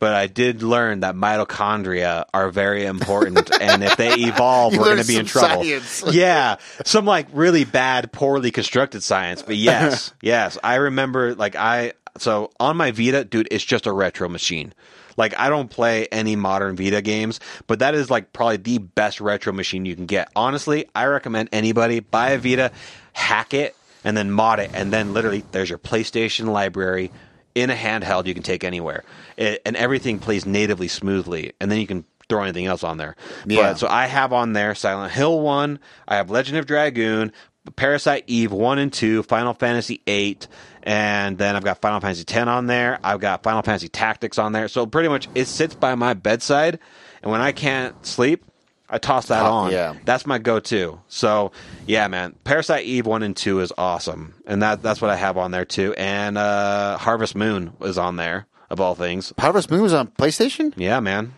But I did learn that mitochondria are very important, and if they evolve, You we're going learned to be in some trouble. science. yeah, some like really bad, poorly constructed science. But yes, yes, I remember. Like I, so on my Vita, dude, it's just a retro machine. Like I don't play any modern Vita games, but that is like probably the best retro machine you can get. Honestly, I recommend anybody buy a Vita, hack it, and then mod it, and then literally there's your PlayStation library in a handheld you can take anywhere, it, and everything plays natively smoothly, and then you can throw anything else on there. Yeah. But, so I have on there Silent Hill 1, I have Legend of Dragoon, Parasite Eve 1 and 2, Final Fantasy 8, and then I've got Final Fantasy 10 on there. I've got Final Fantasy Tactics on there. So pretty much it sits by my bedside and when I can't sleep, I toss that Top- on. yeah. That's my go-to. So, yeah, man. Parasite Eve 1 and 2 is awesome. And that that's what I have on there too. And uh Harvest Moon is on there of all things. Harvest Moon was on PlayStation. Yeah, man.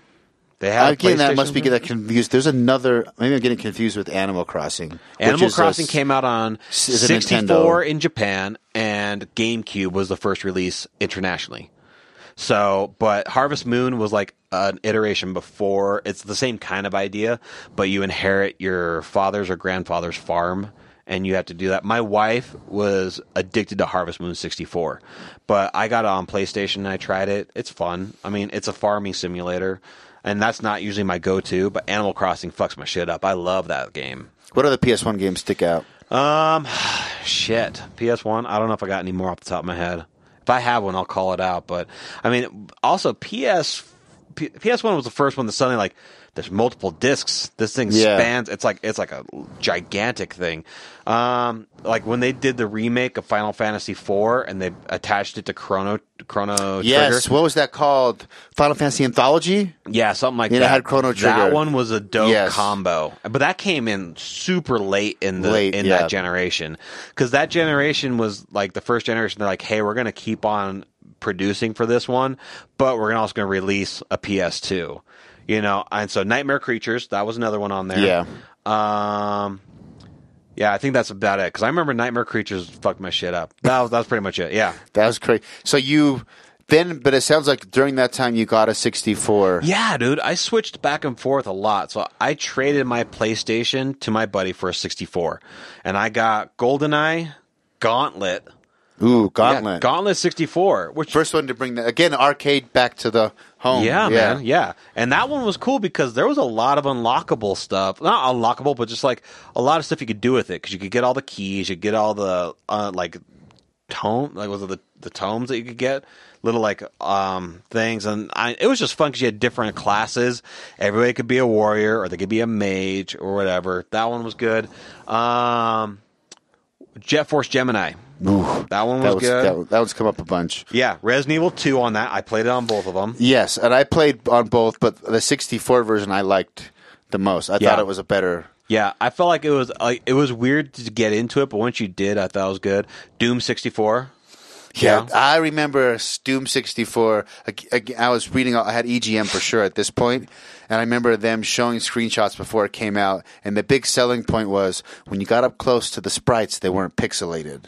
They have Again, that must be Uh, PlayStation. getting confused. There's another. Maybe I'm getting confused with Animal Crossing. which Animal is a Crossing s- came out on is a 64 in Japan, and GameCube was the first release internationally. So, but Harvest Moon was like an iteration before. It's the same kind of idea, but you inherit your father's or grandfather's farm, and you have to do that. My wife was addicted to Harvest Moon 64, but I got it on PlayStation and I tried it. It's fun. I mean, it's a farming simulator, and that's not usually my go to, but Animal Crossing fucks my shit up. I love that game. What other PS1 games stick out? Um, shit. PS One. I don't know if I got any more off the top of my head. If I have one, I'll call it out. But I mean, also PS P, PS One was the first one that suddenly like there's multiple discs. This thing Yeah. spans. It's like it's like a gigantic thing. Um, like when they did the remake of Final Fantasy IV and they attached it to Chrono Chrono Yes. Trigger. What was that called? Final Fantasy Anthology. Yeah, something like Yeah, it that. had Chrono Trigger. That one was a dope Yes. combo, but that came in super late in the Late, in yeah. that generation because that generation was like the first generation. They're like, hey, we're gonna keep on producing for this one, but we're also gonna release a PS2. You know, and so Nightmare Creatures that was another one on there. Yeah. Um, yeah, I think that's about it because I remember Nightmare Creatures fucked my shit up. That was, that was pretty much it. Yeah. That was crazy. So you then, but it sounds like during that time you got a 64. Yeah, dude, I switched back and forth a lot. So I traded my PlayStation to my buddy for a 64, and I got GoldenEye, Gauntlet, Ooh, Yeah, Gauntlet. Gauntlet 64, which First one to bring that again arcade back to the home. yeah, man, yeah. And that one was cool because there was a lot of unlockable stuff. Not unlockable, but just like a lot of stuff you could do with it because you could get all the keys, you could get all the uh, like tome, like was it the the tomes that you could get, little like um things, and I, it was just fun because you had different classes. Everybody could be a warrior or they could be a mage or whatever. That one was good. Um, Jet Force Gemini. that one was, That was good. that, that one's come up a bunch. yeah, Resident Evil 2 on that. I played it on both of them. Yes, and I played on both, but the 64 version I liked the most. I Yeah. thought it was a better Yeah, I felt like it was like it was weird to get into it, but once you did, I thought it was good. Doom sixty four. Yeah, I remember Doom 64. ag- ag- I was reading, I had EGM for sure at this point, and I remember them showing screenshots before it came out. And the big selling point was when you got up close to the sprites, they weren't pixelated.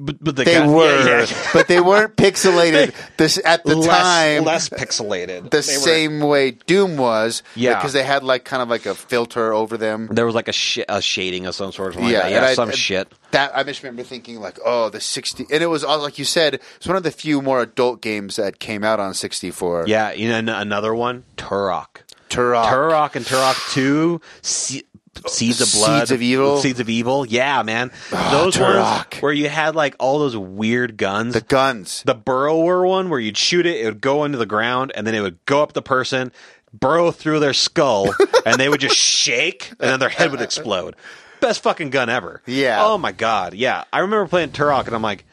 but, but the They guy- yeah, were, yeah, yeah. but they weren't pixelated this at the less, time. less pixelated. the They were- same way Doom was, Yeah. because they had like kind of like a filter over them. there was like a, sh- a shading of some sort. Or something Yeah, yeah, like that. and yeah, I- some and shit. That I just remember thinking like, oh, the sixty, and it was all like you said, it's one of the few more adult games that came out on sixty four. Yeah, you know an- another one, Turok. Turok. Turok and Turok Two, Se- Seeds of Blood, Seeds of Evil? Ah, Seeds of Evil. Yeah, man, those Turok. ones where you had like all those weird guns. the The- guns. burrower one where you'd shoot it, it would go into the ground, and then it would go up the person, burrow through their skull, and they would just shake, and then their head would explode. Best fucking gun ever. Yeah. Oh my god. Yeah. I remember playing Turok, and I'm like,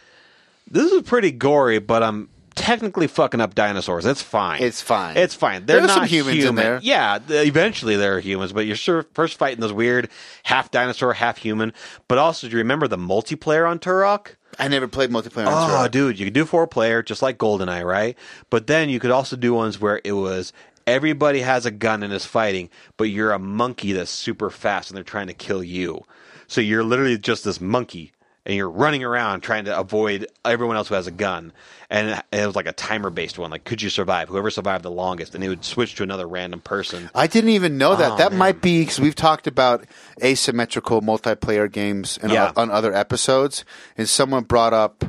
this is pretty gory, but I'm technically fucking up dinosaurs. It's fine. It's fine. It's fine. They're There's not some humans in human. there. Yeah, th- eventually there are humans, but you're sure first fighting those weird half dinosaur, half human. But also, do you remember the multiplayer on Turok? I never played multiplayer. on Oh, Turok. dude, you could do four player, just like Goldeneye, right? But then you could also do ones where it was everybody has a gun and is fighting, but you're a monkey that's super fast and they're trying to kill you. So you're literally just this monkey and you're running around trying to avoid everyone else who has a gun. And it was like a timer based one. Like, could you survive? Whoever survived the longest, and it would switch to another random person. I didn't even know that. Oh, that man. might be because we've talked about asymmetrical multiplayer games in, Yeah. on other episodes, and someone brought up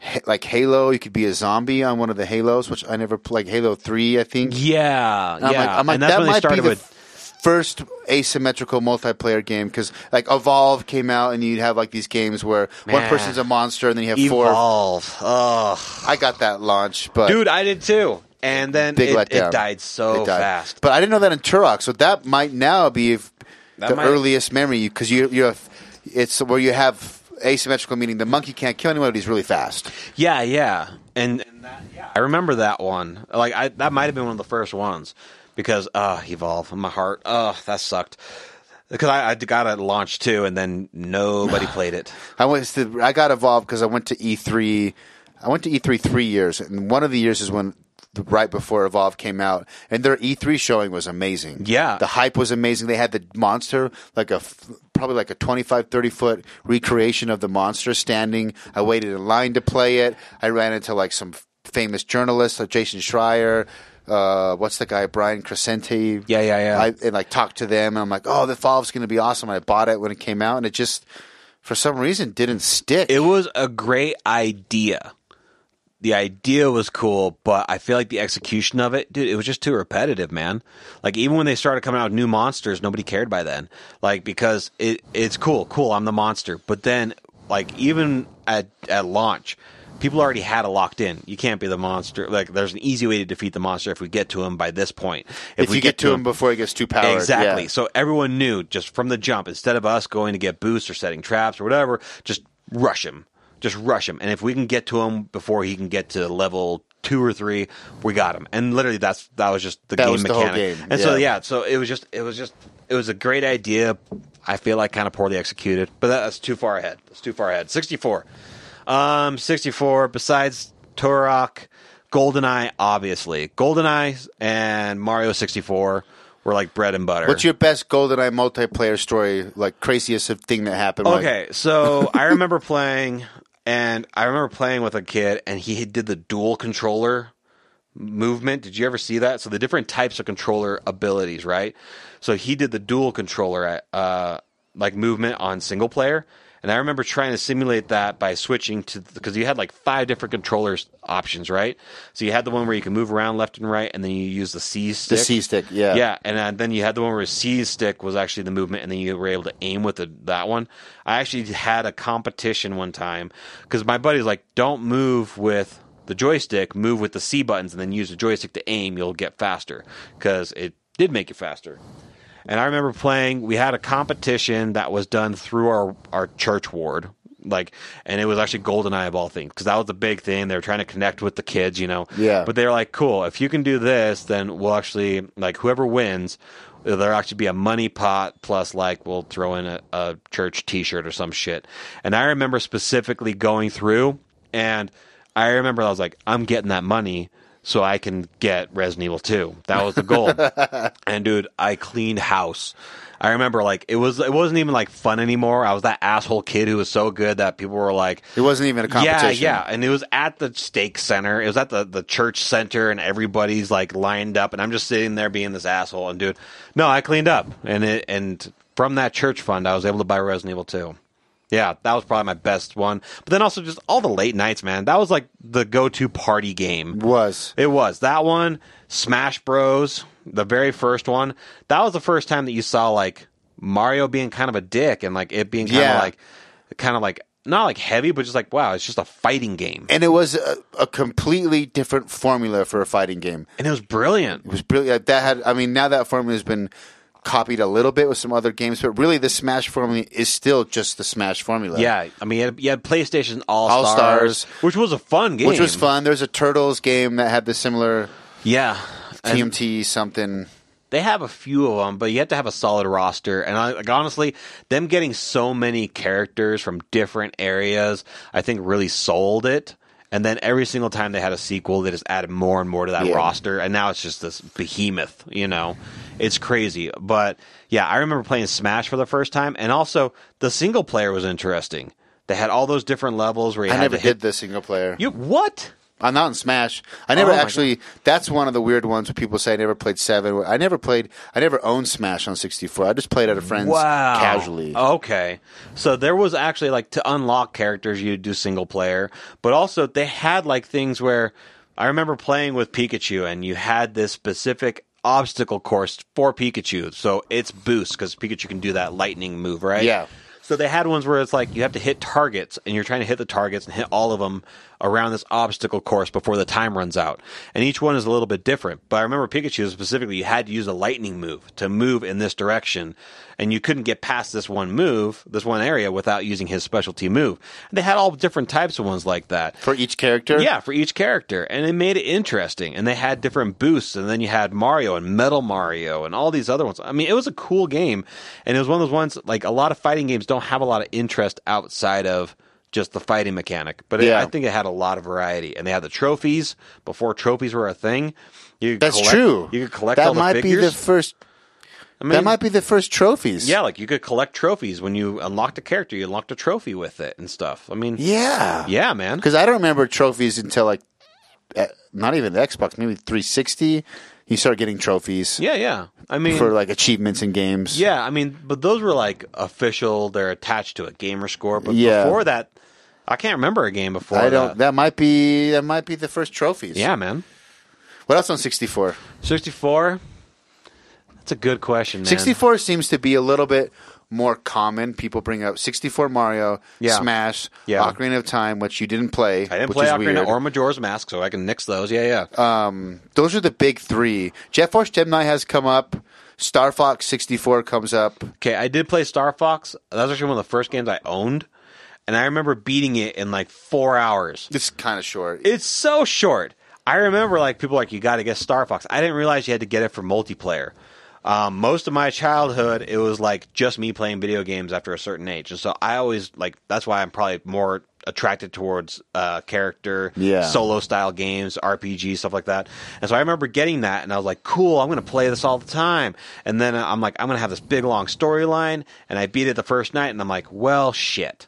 ha- like Halo. You could be a zombie on one of the Halos, which I never played. Like Halo Three, I think. Yeah, I'm yeah. like, I'm like and that's that when they might started be the with f- first asymmetrical multiplayer game because like Evolve came out and you'd have like these games where one Man. person's a monster and then you have four. evolve. Ugh. I got that launch, but Dude, I did too. And then big it, it letdown. died so It died. fast. But I didn't know that in Turok, so that might now be if That the might- earliest memory because you you have it's where you have asymmetrical meaning the monkey can't kill anyone but he's really fast. Yeah, yeah. And, and that, yeah. I remember that one. Like I that might have been one of the first ones because uh evolve my heart. Uh that sucked. Because I, I got it launched too, and then nobody played it. I went to, I got evolved because I went to E three. I went to E three three years, and one of the years is when the- right before Evolve came out, and their E three showing was amazing. Yeah. the hype was amazing. They had the monster like a f- probably like a 25, 30 foot recreation of the monster standing. I waited in line to play it. I ran into like some famous journalists like Jason Schreier. Uh, what's the guy Brian Crescenti? Yeah, yeah, yeah. I, and like talked to them, and I'm like, oh, the Evolve's going to be awesome. And I bought it when it came out, and it just for some reason didn't stick. It was a great idea. The idea was cool, but I feel like the execution of it, dude, it was just too repetitive, man. Like even when they started coming out with new monsters, nobody cared by then. Like because it it's cool, cool, I'm the monster. But then like even at at launch, people already had it locked in. You can't be the monster. Like there's an easy way to defeat the monster if we get to him by this point. if you get, to him before he gets too powered, Exactly. yeah. So everyone knew just from the jump, instead of us going to get boosts or setting traps or whatever, just rush him. Just rush him. And if we can get to him before he can get to level two or three, we got him. And literally that's that was just the That game was the whole mechanic. game, And so yeah. yeah, so it was just it was just it was a great idea. I feel like kind of poorly executed, but that- that's too far ahead. That's too far ahead. Sixty four. Um, 64. Besides Turok, GoldenEye, obviously. GoldenEye and Mario 64 were like bread and butter. What's your best GoldenEye multiplayer story? Like craziest thing that happened? like- Okay, so I remember playing, and I remember playing with a kid, and he did the dual controller movement. Did you ever see that? So the different types of controller abilities, right? So he did the dual controller uh, like movement on single player, and I remember trying to simulate that by switching to because you had like five different controllers options, right? So you had the one where you can move around left and right, and then you use the C the stick. C stick, yeah, Yeah, and uh, then you had the one where C stick was actually the movement, and then you were able to aim with the, that one. I actually had a competition one time because my buddy's like, "Don't move with the joystick, move with the C buttons, and then use the joystick to aim. You'll get faster because it did make you faster." And I remember playing. We had a competition that was done through our our church ward, like, and it was actually golden eyeball thing because that was the big thing. They were trying to connect with the kids, you know. Yeah. But they're like, cool. If you can do this, then we'll actually like whoever wins There'll actually be a money pot plus like we'll throw in a, a church T-shirt or some shit. And I remember specifically going through, and I remember I was like, I'm getting that money so I can get Resident Evil 2. That was the goal. and dude, I cleaned house. I remember like it was it wasn't even like fun anymore. I was that asshole kid who was so good that people were like It wasn't even a competition. yeah, yeah. And it was at the stake center. It was at the, the church center, and everybody's like lined up, and I'm just sitting there being this asshole. And dude, no, I cleaned up, and it and from that church fund, I was able to buy Resident Evil Two. Yeah, that was probably my best one. But then also just all the late nights, man. That was like the go to party game. Was It was that one, Smash Bros, the very first one. That was the first time that you saw like Mario being kind of a dick and like it being kind Yeah. of like, kind of like not like heavy, but just like wow, it's just a fighting game, and it was a, a completely different formula for a fighting game. and it was brilliant. It was brilliant. Like that had, I mean, now that formula has been copied a little bit with some other games, but really the Smash formula is still just the Smash formula. Yeah, I mean, you had, you had PlayStation All All-Stars. Stars, which was a fun game, Which was fun. There's a Turtles game that had the similar Yeah, And- TMT something. they have a few of them, but you have to have a solid roster. And I, like honestly, them getting so many characters from different areas, I think really sold it. And then every single time they had a sequel, they just added more and more to that Yeah. roster. And now it's just this behemoth, you know? It's crazy. But yeah, I remember playing Smash for the first time. And also, the single player was interesting. They had all those different levels where you I had never to hit. did the single player. You, what? I'm not in Smash. I never Oh my actually. That's one of the weird ones where people say I never played seven. I never played. I never owned Smash on 64. I just played at a friend's wow. casually. Okay. So there was actually like to unlock characters you do single player, but also they had like things where I remember playing with Pikachu and you had this specific obstacle course for Pikachu. So it's boost because Pikachu can do that lightning move, right? Yeah. So they had ones where it's like you have to hit targets and you're trying to hit the targets and hit all of them around this obstacle course before the time runs out. And each one is a little bit different. But I remember Pikachu specifically, you had to use a lightning move to move in this direction. And you couldn't get past this one move, this one area, without using his specialty move. And they had all different types of ones like that. for each character. Yeah, for each character, and it made it interesting. And they had different boosts, and then you had Mario and Metal Mario and all these other ones. I mean, it was a cool game, and it was one of those ones like a lot of fighting games don't have a lot of interest outside of just the fighting mechanic. But it, Yeah. I think it had a lot of variety, and they had the trophies before trophies were a thing. You could that's collect- true. You could collect That all the might figures. be the first. I mean, that might be the first trophies. yeah, like you could collect trophies when you unlocked a character, you unlocked a trophy with it and stuff. I mean, Yeah. yeah, man. Because I don't remember trophies until like, uh, not even the Xbox, maybe 360. You start getting trophies Yeah, yeah. I mean, for like achievements in games. Yeah, I mean, but those were like official. They're attached to a gamer score. But Yeah. before that, I can't remember a game before. I don't. That. That might be. That might be the first trophies. Yeah, man. What else on 64? Sixty four. That's a good question, man. 64 seems to be a little bit more common. People bring up 64 Mario, Yeah. Smash, Yeah. Ocarina of Time, which you didn't play. I didn't which play is Ocarina weird. Uh, or Majora's Mask, so I can nix those. Yeah, yeah. Those are the big three. Jet Force Gemini has come up. Star Fox 64 comes up. Okay, I did play Star Fox. That was actually one of the first games I owned, and I remember beating it in like four hours. It's kind of short. It's so short. I remember like people like you got to get Star Fox. I didn't realize you had to get it for multiplayer. Um, most of my childhood, it was like just me playing video games after a certain age, and so I always like that's why I'm probably more attracted towards uh, character, Yeah. solo style games, RPG stuff like that. And so I remember getting that, and I was like, "Cool, I'm going to play this all the time." And then I'm like, "I'm going to have this big long storyline," and I beat it the first night, and I'm like, "Well, shit."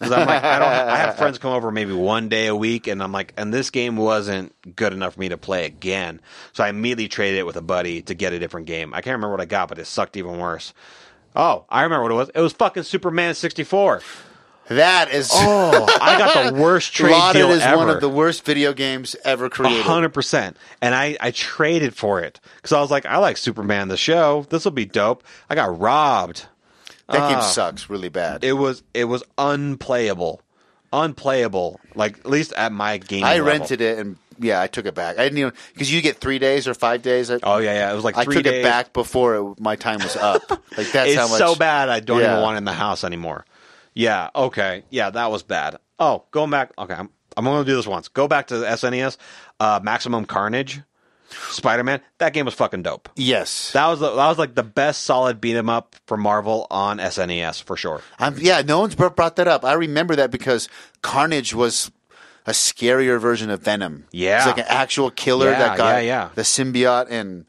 'Cause I'm like, I don't. I have friends come over maybe one day a week, and I'm like, and this game wasn't good enough for me to play again. So I immediately traded it with a buddy to get a different game. I can't remember what I got, but it sucked even worse. Oh, I remember what it was. It was fucking Superman 64. That is Oh, I got the worst trade lauded deal as ever. one of the worst video games ever created. hundred percent. And I I traded for it because I was like, I like Superman the show. This will be dope. I got robbed. That game sucks really bad. Ah. It was it was unplayable, unplayable. Like at least at my game. I level. rented it and yeah, I took it back. I didn't even because you get three days or five days. I, Oh yeah, yeah. It was like I three took days. it back before it, my time was up. like that's It's how much. so bad. I don't Yeah. even want it in the house anymore. Yeah. Okay. Yeah, that was bad. E Oh, going back. Okay, I'm I'm only gonna do this once. Go back to the SNES. Uh, Maximum Carnage. Spider Man. That game was fucking dope. Yes. That was the, that was like the best solid beat 'em up for Marvel on SNES for sure. I'm, yeah, no one's br- brought that up. I remember that because Carnage was a scarier version of Venom. Yeah. It's like an actual killer Yeah, that got yeah, yeah. the symbiote and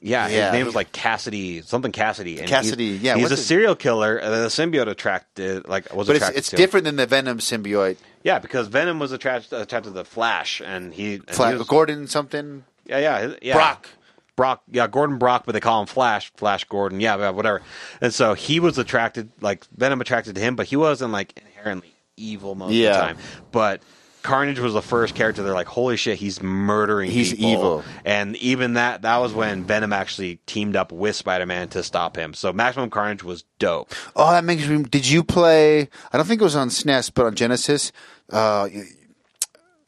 Yeah, Yeah. his name was like Cassidy, something Cassidy. And Cassidy, he's, yeah, He's what's a his- serial killer, and then the symbiote attracted, like, was but it's, attracted it's to him. different than the Venom symbiote. Yeah, because Venom was attracted attracted to the Flash, and he, and Fla- he was- Gordon something. yeah, yeah, yeah, Brock. Brock, yeah, Gordon Brock, but they call him Flash, Flash Gordon, yeah, yeah, whatever. And so he was attracted, like Venom attracted to him, but he wasn't like inherently evil most of Yeah. the time. But Carnage was the first character. They're like, holy shit, he's murdering. He's people. evil. And even that, that was when Venom actually teamed up with Spider Man to stop him. So Maximum Carnage was dope. Oh, that makes me. Did you play? I don't think it was on SNES, but on Genesis. Uh,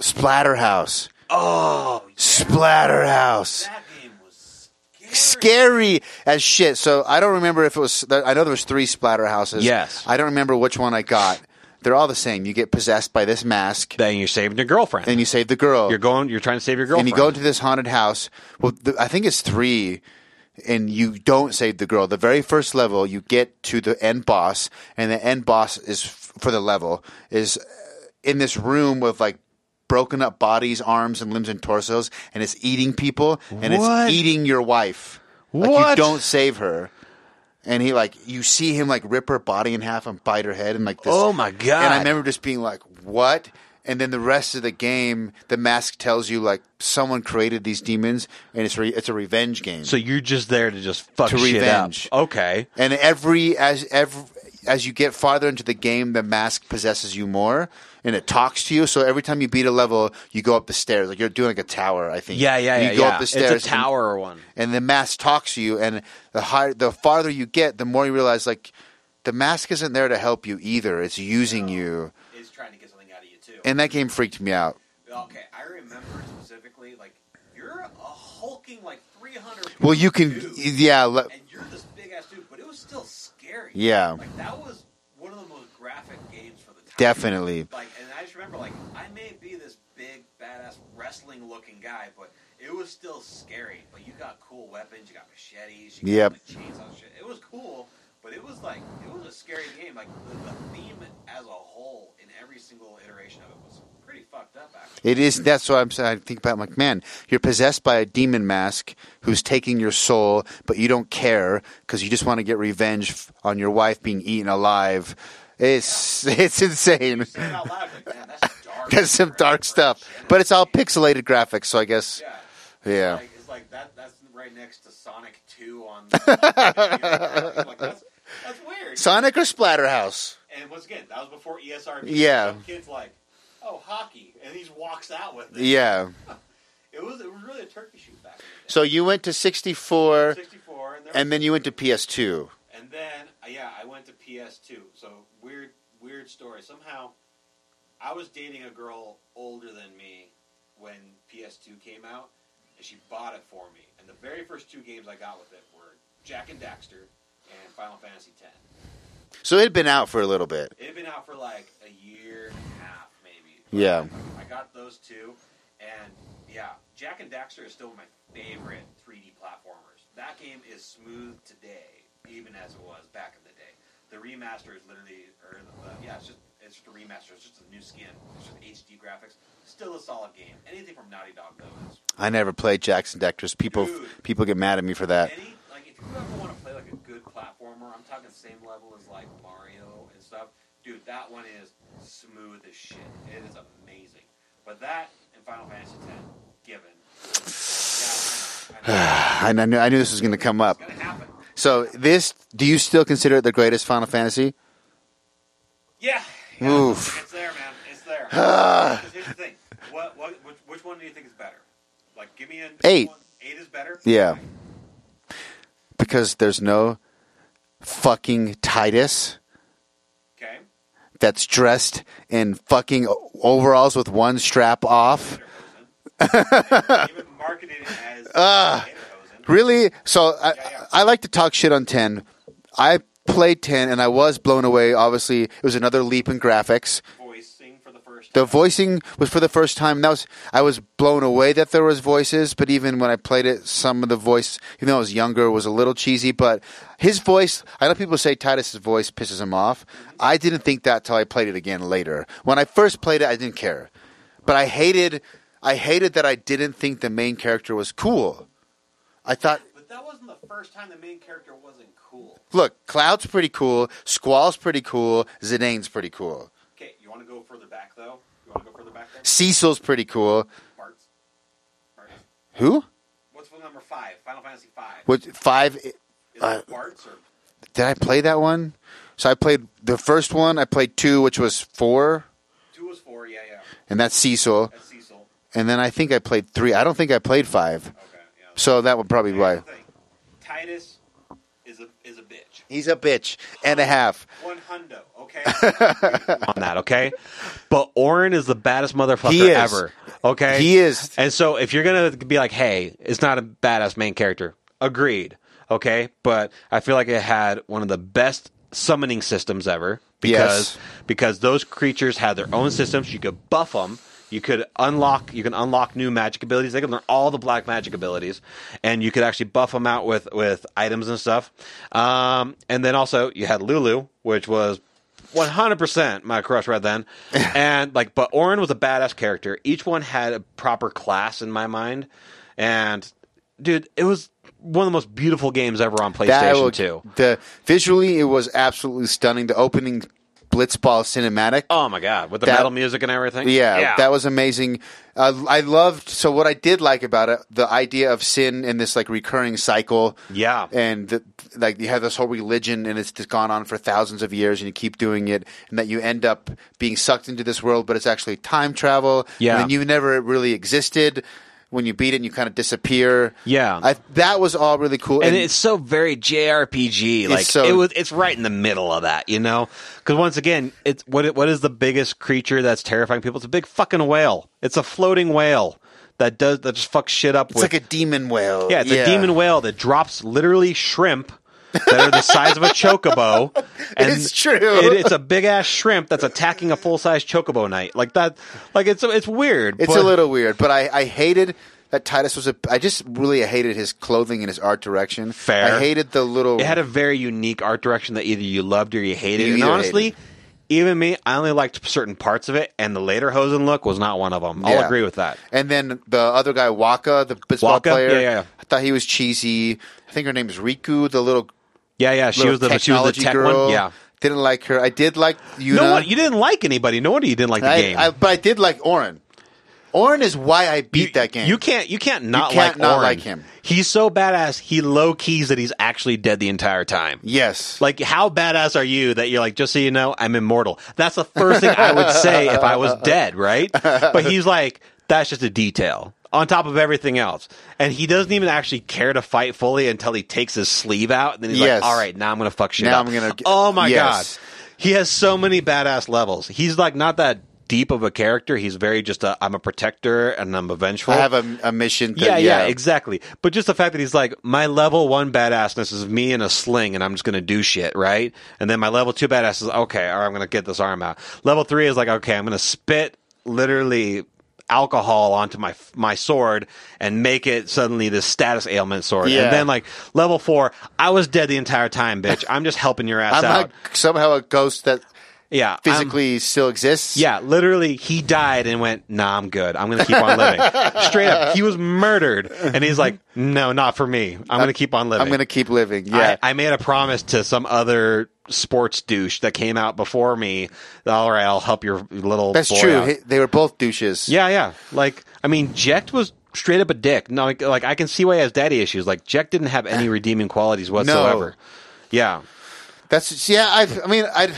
Splatterhouse. Oh, Splatterhouse. Scary as shit. So I don't remember if it was. I know there was three Splatterhouses. Yes. I don't remember which one I got. They're all the same. You get possessed by this mask, Then you're saving your girlfriend. and you save the girl. you're going. You're trying to save your girlfriend. And you go into this haunted house. Well, the, I think it's three, and you don't save the girl. The very first level, you get to the end boss, and the end boss is f- for the level is uh, in this room with like broken up bodies, arms, and limbs and torsos, and it's eating people, and What? it's eating your wife. Like you What? don't save her. And he like you see him like rip her body in half and bite her head and like this. Oh, my God. And I remember just being like, "What?" And then the rest of the game, the mask tells you like someone created these demons, and it's re- it's a revenge game. So you're just there to just fuck To shit revenge. up. Okay. and every as every as you get farther into the game, the mask possesses you more, and it talks to you. So every time you beat a level, you go up the stairs. Like you're doing like a tower, I think. Yeah, yeah, You yeah. go yeah. up the stairs. It's a and- tower one. and the mask talks to you and the higher the farther you get the more you realize like the mask isn't there to help you either it's using you It's trying to get something out of you too. and that game freaked me out okay, I remember specifically like you're a hulking like 300. well you can yeah le- and you're this big ass dude, but it was still scary. Yeah. Like, that was one of the most graphic games for the time. definitely Like, and I just remember, like, I may be this big, badass, wrestling-looking guy, but it was still scary. But you got cool weapons, you got machetes, you Yep. got like, chainsaw shit. It was cool, but it was like it was a scary game. Like the, the theme as a whole in every single iteration of it was pretty fucked up. Actually, it is that's what i'm saying i think about I'm like man you're possessed by a demon mask who's taking your soul but you don't care because you just want to get revenge f- on your wife being eaten alive it's it's insane saying it out loud, like, man, that's dark. that's some dark stuff but it's all pixelated graphics so i guess yeah. yeah Like, it's like that. That's right next to Sonic Two on. The, like, that's, that's weird. Sonic or Splatterhouse? And once again, that was before E ESRB. Yeah. Some kid's like, oh, hockey. And he just walks out with it. Yeah. It was, it was really a turkey shoot back in So you went to the '64, day. 64. And, there and then you went to PS2. and then, uh, yeah, I went to PS2. So, weird, weird story. Somehow, I was dating a girl older than me when PS2 came out, and she bought it for me. And the very first two games I got with it were Jack and Daxter and Final Fantasy X. So it had been out for a little bit. It had been out for like a year and a half, maybe. Yeah. I got those two, and yeah, Jack and Daxter is still my favorite 3D platformers. That game is smooth today, even as it was back in the day. The remaster is literally, or the, yeah, it's just it's just a remaster. It's just a new skin. It's just HD graphics. Still a solid game. Anything from Naughty Dog though is I never played Jackson Dectors. People Dude. people get mad at me for that. any like if you ever want to play like a good platformer, I'm talking same level as like Mario and stuff. Dude, that one is smooth as shit. It is amazing. But that and Final Fantasy X, given. Yeah, I know. I know. I kn- I knew, I knew this was going to come up. It's gonna happen. So this, do you still consider it the greatest Final Fantasy? Yeah. yeah Oof. It's there, man. It's there. Because Here's the thing. What, what, which, which one do you think is better? Like, give me an Eight. One. Eight is better. Yeah. Because there's no fucking Titus Okay. that's dressed in fucking o- overalls with one strap off. Even marketed it as Ah. Lederhosen. Really? So I, yeah. I like to talk shit on 10. I played 10 and I was blown away. Obviously, it was another leap in graphics. voicing for the first The voicing was for the first time. That was I was blown away that there was voices, but even when I played it, some of the voice, even though I was younger, was a little cheesy. But his voice, I know people say Titus's voice pisses him off. I didn't think that till I played it again later. When I first played it, I didn't care, but I hated, I hated that I didn't think the main character was cool. I thought But that wasn't the first time the main character wasn't cool. Look, Cloud's pretty cool. Squall's pretty cool. Zidane's pretty cool. Okay, you want to go further back though? You want to go further back there? Cecil's pretty cool. Marts. Marts. Who? What's with number five? Final Fantasy five. What five? Is Uh, it Bart's or Did I play that one? So I played the first one. I played two, which was four, two was four? Yeah, yeah. and that's Cecil. That's Cecil. And then I think I played three. I don't think I played five. Okay, yeah. So that would probably be Here's why. the thing. Titus is a is a bitch. He's a bitch and a half. One hundo. Okay. on that, okay? But Orin is the baddest motherfucker He is. ever. Okay? He is. And so if you're gonna be like, hey, it's not a badass main character, agreed. Okay? But I feel like it had one of the best summoning systems ever because Yes. because those creatures had their own systems. You could buff them. You could unlock. You can unlock new magic abilities. They can learn all the black magic abilities, and you could actually buff them out with with items and stuff. Um, and then also you had Lulu, which was. 100% my crush right then. And like but Orin was a badass character. Each one had a proper class in my mind. And dude, it was one of the most beautiful games ever on That PlayStation will- 2. The visually, it was absolutely stunning. The opening Blitzball cinematic. Oh my god, with the That- metal music and everything. Yeah, that was amazing. Uh, I loved so what I did like about it the idea of sin and this like recurring cycle. Yeah. and the, like you have this whole religion and it's just gone on for thousands of years and you keep doing it and that you end up being sucked into this world, but it's actually time travel. Yeah. and then you never really existed. When you beat it, and you kind of disappear. Yeah. I, that was all really cool. and it's so very JRPG. Like so- it was, it's right in the middle of that, you know. Because once again, it's what it- what is the biggest creature that's terrifying people? It's a big fucking whale. It's a floating whale that does that just fucks shit up. it's with, like a demon whale. yeah, it's a demon whale that drops literally shrimp. that are the size of a chocobo. And It's true. it- it's a big ass shrimp that's attacking a full size chocobo knight. Like that. Like it's it's weird. It's but- a little weird, but I, I hated that Titus was a. I just really hated his clothing and his art direction. Fair. I hated the little. It had a very unique art direction that either you loved or you hated. You and either honestly, hated. even me, I only liked certain parts of it, and the later Hosen look was not one of them. I'll Yeah. agree with that. And then the other guy, Waka, the baseball Waka? player. Yeah, yeah, yeah. I thought he was cheesy. I think her name is Riku, the little. Yeah, yeah, she little was the she was technology the tech girl. one. Yeah, Didn't like her. I did like Yuna. no one, you didn't like anybody. No wonder you didn't like the I, game. I, but I did like Orin. Orin is why I beat you, that game. You can't you can't not can't like not Orin. like him. He's so badass. He low keys that he's actually dead the entire time. Yes. Like, how badass are you that you're like, just so you know, I'm immortal? That's the first thing I would say if I was dead, right? But he's like, that's just a detail on top of everything else. And he doesn't even actually care to fight fully until he takes his sleeve out. And then he's Yes. like, all right, now I'm going to fuck shit Now up. I'm gonna g- oh my Yes. God. He has so many badass levels. He's like, not that deep of a character. He's very just a, I'm a protector and I'm a vengeful. I have a, a mission. To, Yeah, yeah, yeah. exactly. But just the fact that he's like, my level one badassness is me in a sling and I'm just going to do shit, right? And then my level two badass is, okay, all right, I'm going to get this arm out. Level three is like, okay, I'm going to spit literally alcohol onto my my sword and make it suddenly this status ailment sword. Yeah. And then like level four, I was dead the entire time, bitch. I'm just helping your ass I'm out. not somehow a ghost that yeah. I'm- physically still exists. Um, yeah, literally, he died and went, nah, I'm good. I'm going to keep on living. Straight up, he was murdered. And he's like, no, not for me. I'm going to keep on living. I'm going to keep living. Yeah. I, I made a promise to some other sports douche that came out before me. All right, I'll help your little That's boy true. out." He- They were both douches. Yeah, yeah. Like, I mean, Jekt was straight up a dick. No, like, like, I can see why he has daddy issues. Like, Jekt didn't have any redeeming qualities whatsoever. Yeah. That's yeah. I, I mean, I.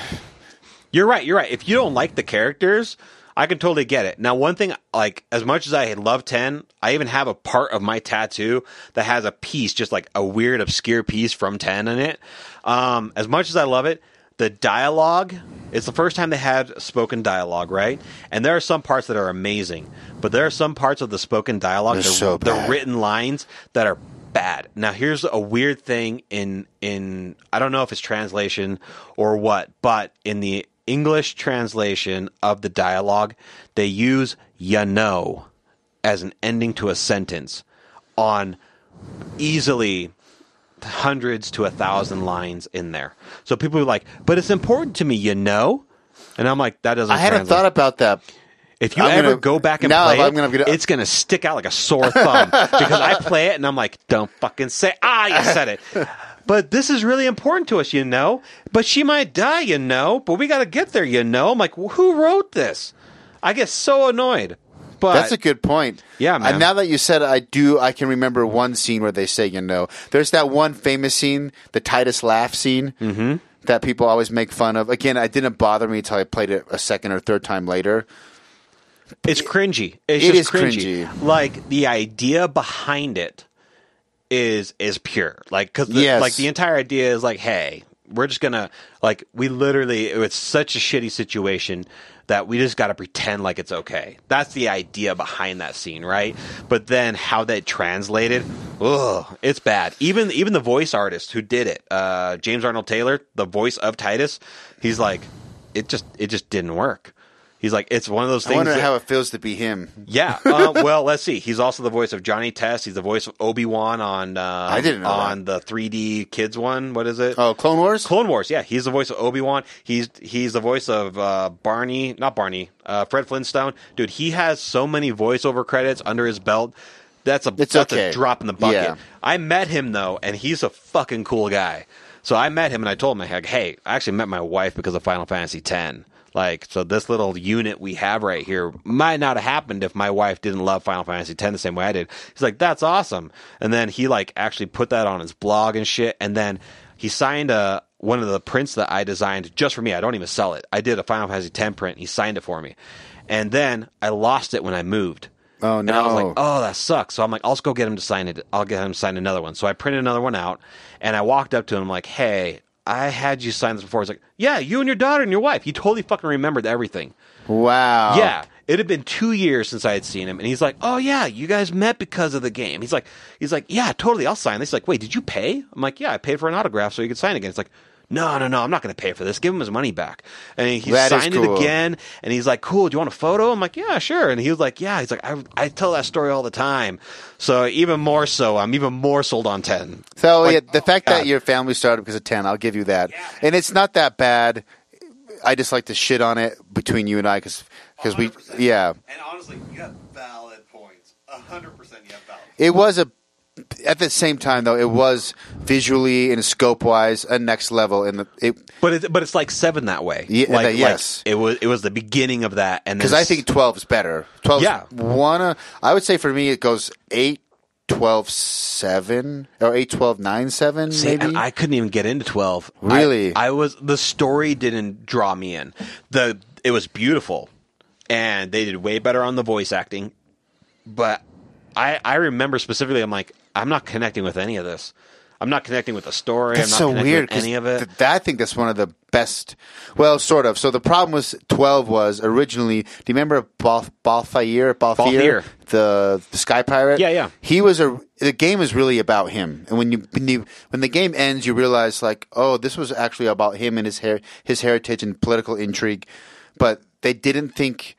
You're right. You're right. If you don't like the characters, I can totally get it. Now, one thing, like as much as I love Ten, I even have a part of my tattoo that has a piece, just like a weird, obscure piece from Ten in it. Um, as much as I love it, the dialogue. It's the first time they had spoken dialogue, right? And there are some parts that are amazing, but there are some parts of the spoken dialogue, the, so the bad. written lines that are bad. Now here's a weird thing in in I don't know if it's translation or what, but in the English translation of the dialogue, they use "you know" as an ending to a sentence on easily hundreds to a thousand lines in there. So people are like, "But it's important to me, you know." And I'm like, "That doesn't." I hadn't translate. thought about that. If you I'm ever gonna- go back and now play I'm it, gonna get- it's going to stick out like a sore thumb because I play it and I'm like, don't fucking say, ah, you said it. But this is really important to us, you know. But she might die, you know. But we got to get there, you know. I'm like, who wrote this? I get so annoyed. But That's a good point. Yeah, And man. now that you said, it, I do. I can remember one scene where they say, "You know," there's that one famous scene, the Titus laugh scene, mm-hmm. that people always make fun of. Again, it didn't bother me until I played it a second or third time later. It's cringy. It's It just is cringy. cringy. Like the idea behind it is is pure. Like because Yes. like the entire idea is like, hey, we're just gonna like we literally it's such a shitty situation that we just got to pretend like it's okay. That's the idea behind that scene, right? But then how that translated, ugh, it's bad. Even even the voice artist who did it, uh, James Arnold Taylor, the voice of Titus, he's like, it just it just didn't work. He's like, it's one of those I things. wonder that- how it feels to be him. yeah. Uh, well, let's see. He's also the voice of Johnny Test. He's the voice of Obi Wan on uh, I didn't know on the 3D kids one. What is it? Oh, Clone Wars. Clone Wars. Yeah, he's the voice of Obi Wan. He's he's the voice of uh, Barney, not Barney, uh, Fred Flintstone. Dude, he has so many voiceover credits under his belt. That's a It's that's okay. a drop in the bucket. Yeah. I met him though, and he's a fucking cool guy. So I met him and I told him, like, hey, I actually met my wife because of Final Fantasy X. Like, so this little unit we have right here might not have happened if my wife didn't love Final Fantasy X the same way I did. He's like, that's awesome. And then he like actually put that on his blog and shit. And then he signed a one of the prints that I designed just for me. I don't even sell it. I did a Final Fantasy X print. And he signed it for me. And then I lost it when I moved. Oh, And I was no. like, oh, that sucks. So I'm like, I'll just go get him to sign it. I'll get him to sign another one. So I printed another one out, and I walked up to him like, hey, I had you sign this before. He's like, yeah, you and your daughter and your wife. He totally fucking remembered everything. Wow. Yeah. It had been two years since I had seen him, and he's like, "Oh yeah, you guys met because of the game." He's like, "He's like, yeah, totally, I'll sign this." He's like, "Wait, did you pay?" I'm like, "Yeah, I paid for an autograph so you could sign again." It's like, "No, no, no, I'm not going to pay for this. Give him his money back." And he That is signed cool. it again, and he's like, "Cool, do you want a photo?" I'm like, "Yeah, sure." And he was like, "Yeah." He's like, "I, I tell that story all the time." So even more so, I'm even more sold on ten. So Like, yeah, the fact God. that your family started because of ten, I'll give you that. And it's not that bad. I just like to shit on it between you and I because we 100%. yeah. And honestly, you have valid points. hundred percent, you have valid. It was a. At the same time, though, it was visually and scope wise a next level. In the it But it, but it's like seven that way. Ye- like, that- like, yes. it was it was the beginning of that, and because I think twelve is better. Twelve, Yeah. One, uh, I would say for me it goes eight, twelve, seven or eight, twelve, nine, seven. See, maybe and I couldn't even get into twelve. Really? I, I was the story didn't draw me in. The it was beautiful, and they did way better on the voice acting. But I I remember specifically, I'm like, I'm not connecting with any of this. I'm not connecting with the story. That's I'm not so connecting weird. With 'cause any of it. th- that- I think that's one of the best. Well, sort of. So the problem was twelve was originally. Do you remember Balf- Balthier? Balthier, Balthier. the, the Sky Pirate. Yeah, yeah. He was a. The game is really about him, and when you when, you, when the game ends, you realize like, oh, this was actually about him and his her- his heritage and political intrigue, but they didn't think.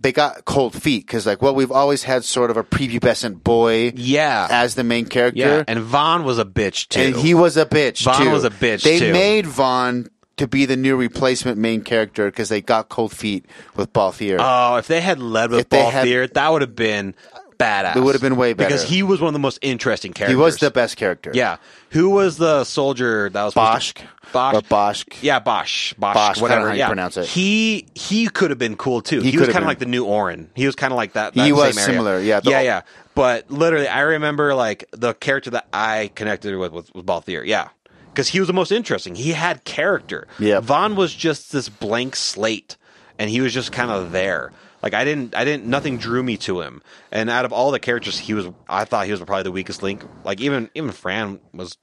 They got cold feet because, like, well, we've always had sort of a prepubescent boy, Yeah. as the main character, yeah, and Vaughn was a bitch too. and he was a bitch. Vaughn too. was a bitch, They too. made Vaughn to be the new replacement main character because they got cold feet with Balthier. Oh, if they had led with If they Ball had- Fear, that would have been badass. It would have been way better. because he was one of the most interesting characters. he was the best character. Yeah. Who was the soldier that was supposed to- Boschk. Bosch. Or Boschk. Yeah, Bosch. Bosch. Bosch, I don't know whatever. how you yeah. pronounce it. He he could have been cool too. He He, could was have kind been. of like the new Orin. He was kind of like that. He that same was area. similar, yeah. The- yeah. Yeah. But literally, I remember like the character that I connected with was, was Balthier. Yeah. Because he was the most interesting. He had character. Yeah. Vaughn was just this blank slate, and he was just kind of there. Like I didn't, I didn't. Nothing drew me to him. And out of all the characters, he was. I thought he was probably the weakest link. Like even even Fran was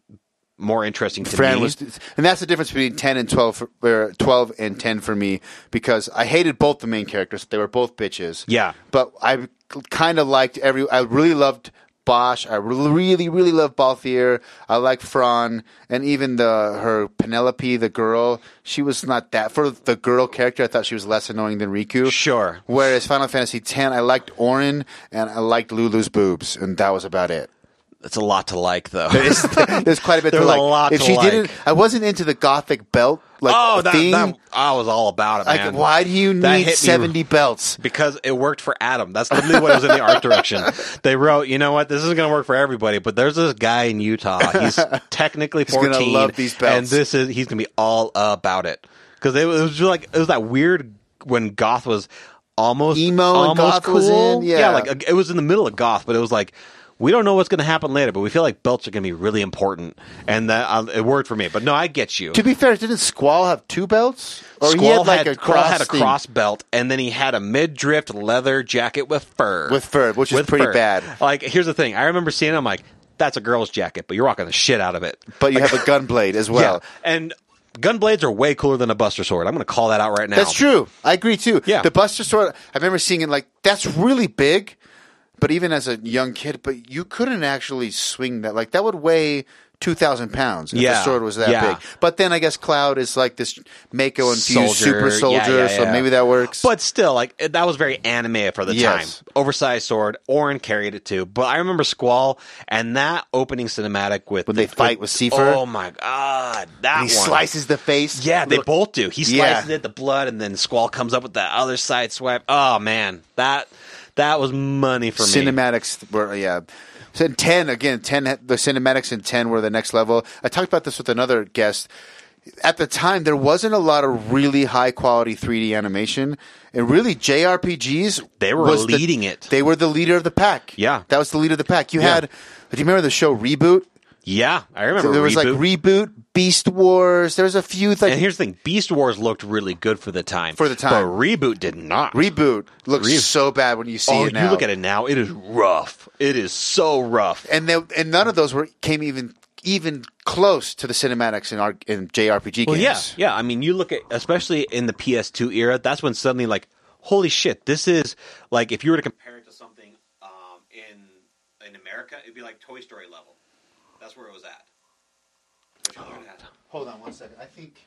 more interesting to Fran me. was, and that's the difference between ten and twelve, for, or twelve and ten for me because I hated both the main characters. They were both bitches. Yeah. but I kind of liked every. I really loved Bosch. I re- really, really love Balthier. I like Fran, and even the her Penelope, the girl. She was not that for the girl character. I thought she was less annoying than Riku. Sure. Whereas Final Fantasy X, I liked Orin and I liked Lulu's boobs, and that was about it. It's a lot to like, though. There's, there's quite a bit. There's a to like. lot If to she like. didn't, I wasn't into the gothic belt like oh, that, thing. that- I was all about it, like, man. why do you That need hit me- seventy belts? Because it worked for Adam. That's literally what was in the art direction. They wrote, you know what, this is going to work for everybody, but there's this guy in Utah. He's technically gonna 14. love these belts. And this is, he's going to be all about it. Because it was just like, it was that weird when goth was almost Emo and almost goth cool. was in? Yeah. like it was in the middle of goth, but it was like, we don't know what's going to happen later, but we feel like belts are going to be really important. And that uh, it worked for me. But no, I get you. To be fair, didn't Squall have two belts? Squall Squall had a cross belt, and then he had a mid drift leather jacket with fur. With fur, which is pretty bad. Like, here's the thing: I remember seeing. It, I'm like, that's a girl's jacket, but you're rocking the shit out of it. but you have a gun blade as well. yeah, and gun blades are way cooler than a Buster sword. I'm going to call that out right now. That's true. I agree too. Yeah. The Buster Sword, I remember seeing it like, that's really big, but even as a young kid, but you couldn't actually swing that. Like, that would weigh 2,000 pounds if the Yeah. sword was that Yeah. big. But then I guess Cloud is like this Mako infused super Yeah, soldier, yeah, so yeah. maybe that works. But still, like it- that was very anime for the Yes. time. Oversized sword. Orin carried it too. But I remember Squall and that opening cinematic with When they fight with Seifer? Oh my god, that he one. slices the face. Yeah, they Look- both do. He Yeah. slices it, the blood, and then Squall comes up with that other side swipe. Oh man, that that was money for me. cinematics were yeah. So in ten again, ten had- the cinematics in ten were the next level. I talked about this with another guest. At the time, there wasn't a lot of really high quality 3D animation, and really JRPGs They were was the- leading it. They were the leader of the pack. Yeah. that was the leader of the pack. You Yeah. had. Do you remember the show Reboot? Yeah, I remember. there was like Reboot. Reboot, Beast Wars. There was a few like and here's the thing: Beast Wars looked really good for the time. For the time. but reboot did not. Reboot looks Re- so bad when you see oh, it now. you look at it now; it is rough. It is so rough. and they, and none of those were came even even close to the cinematics in our in JRPG Well, yeah, games. yeah. I mean, you look at especially in the PS2 era. That's when suddenly, like, holy shit, this is like if you were to compare it to something Um, in in America, it'd be like Toy Story level. That's where it was at. Which other one had- Hold on one second. I think.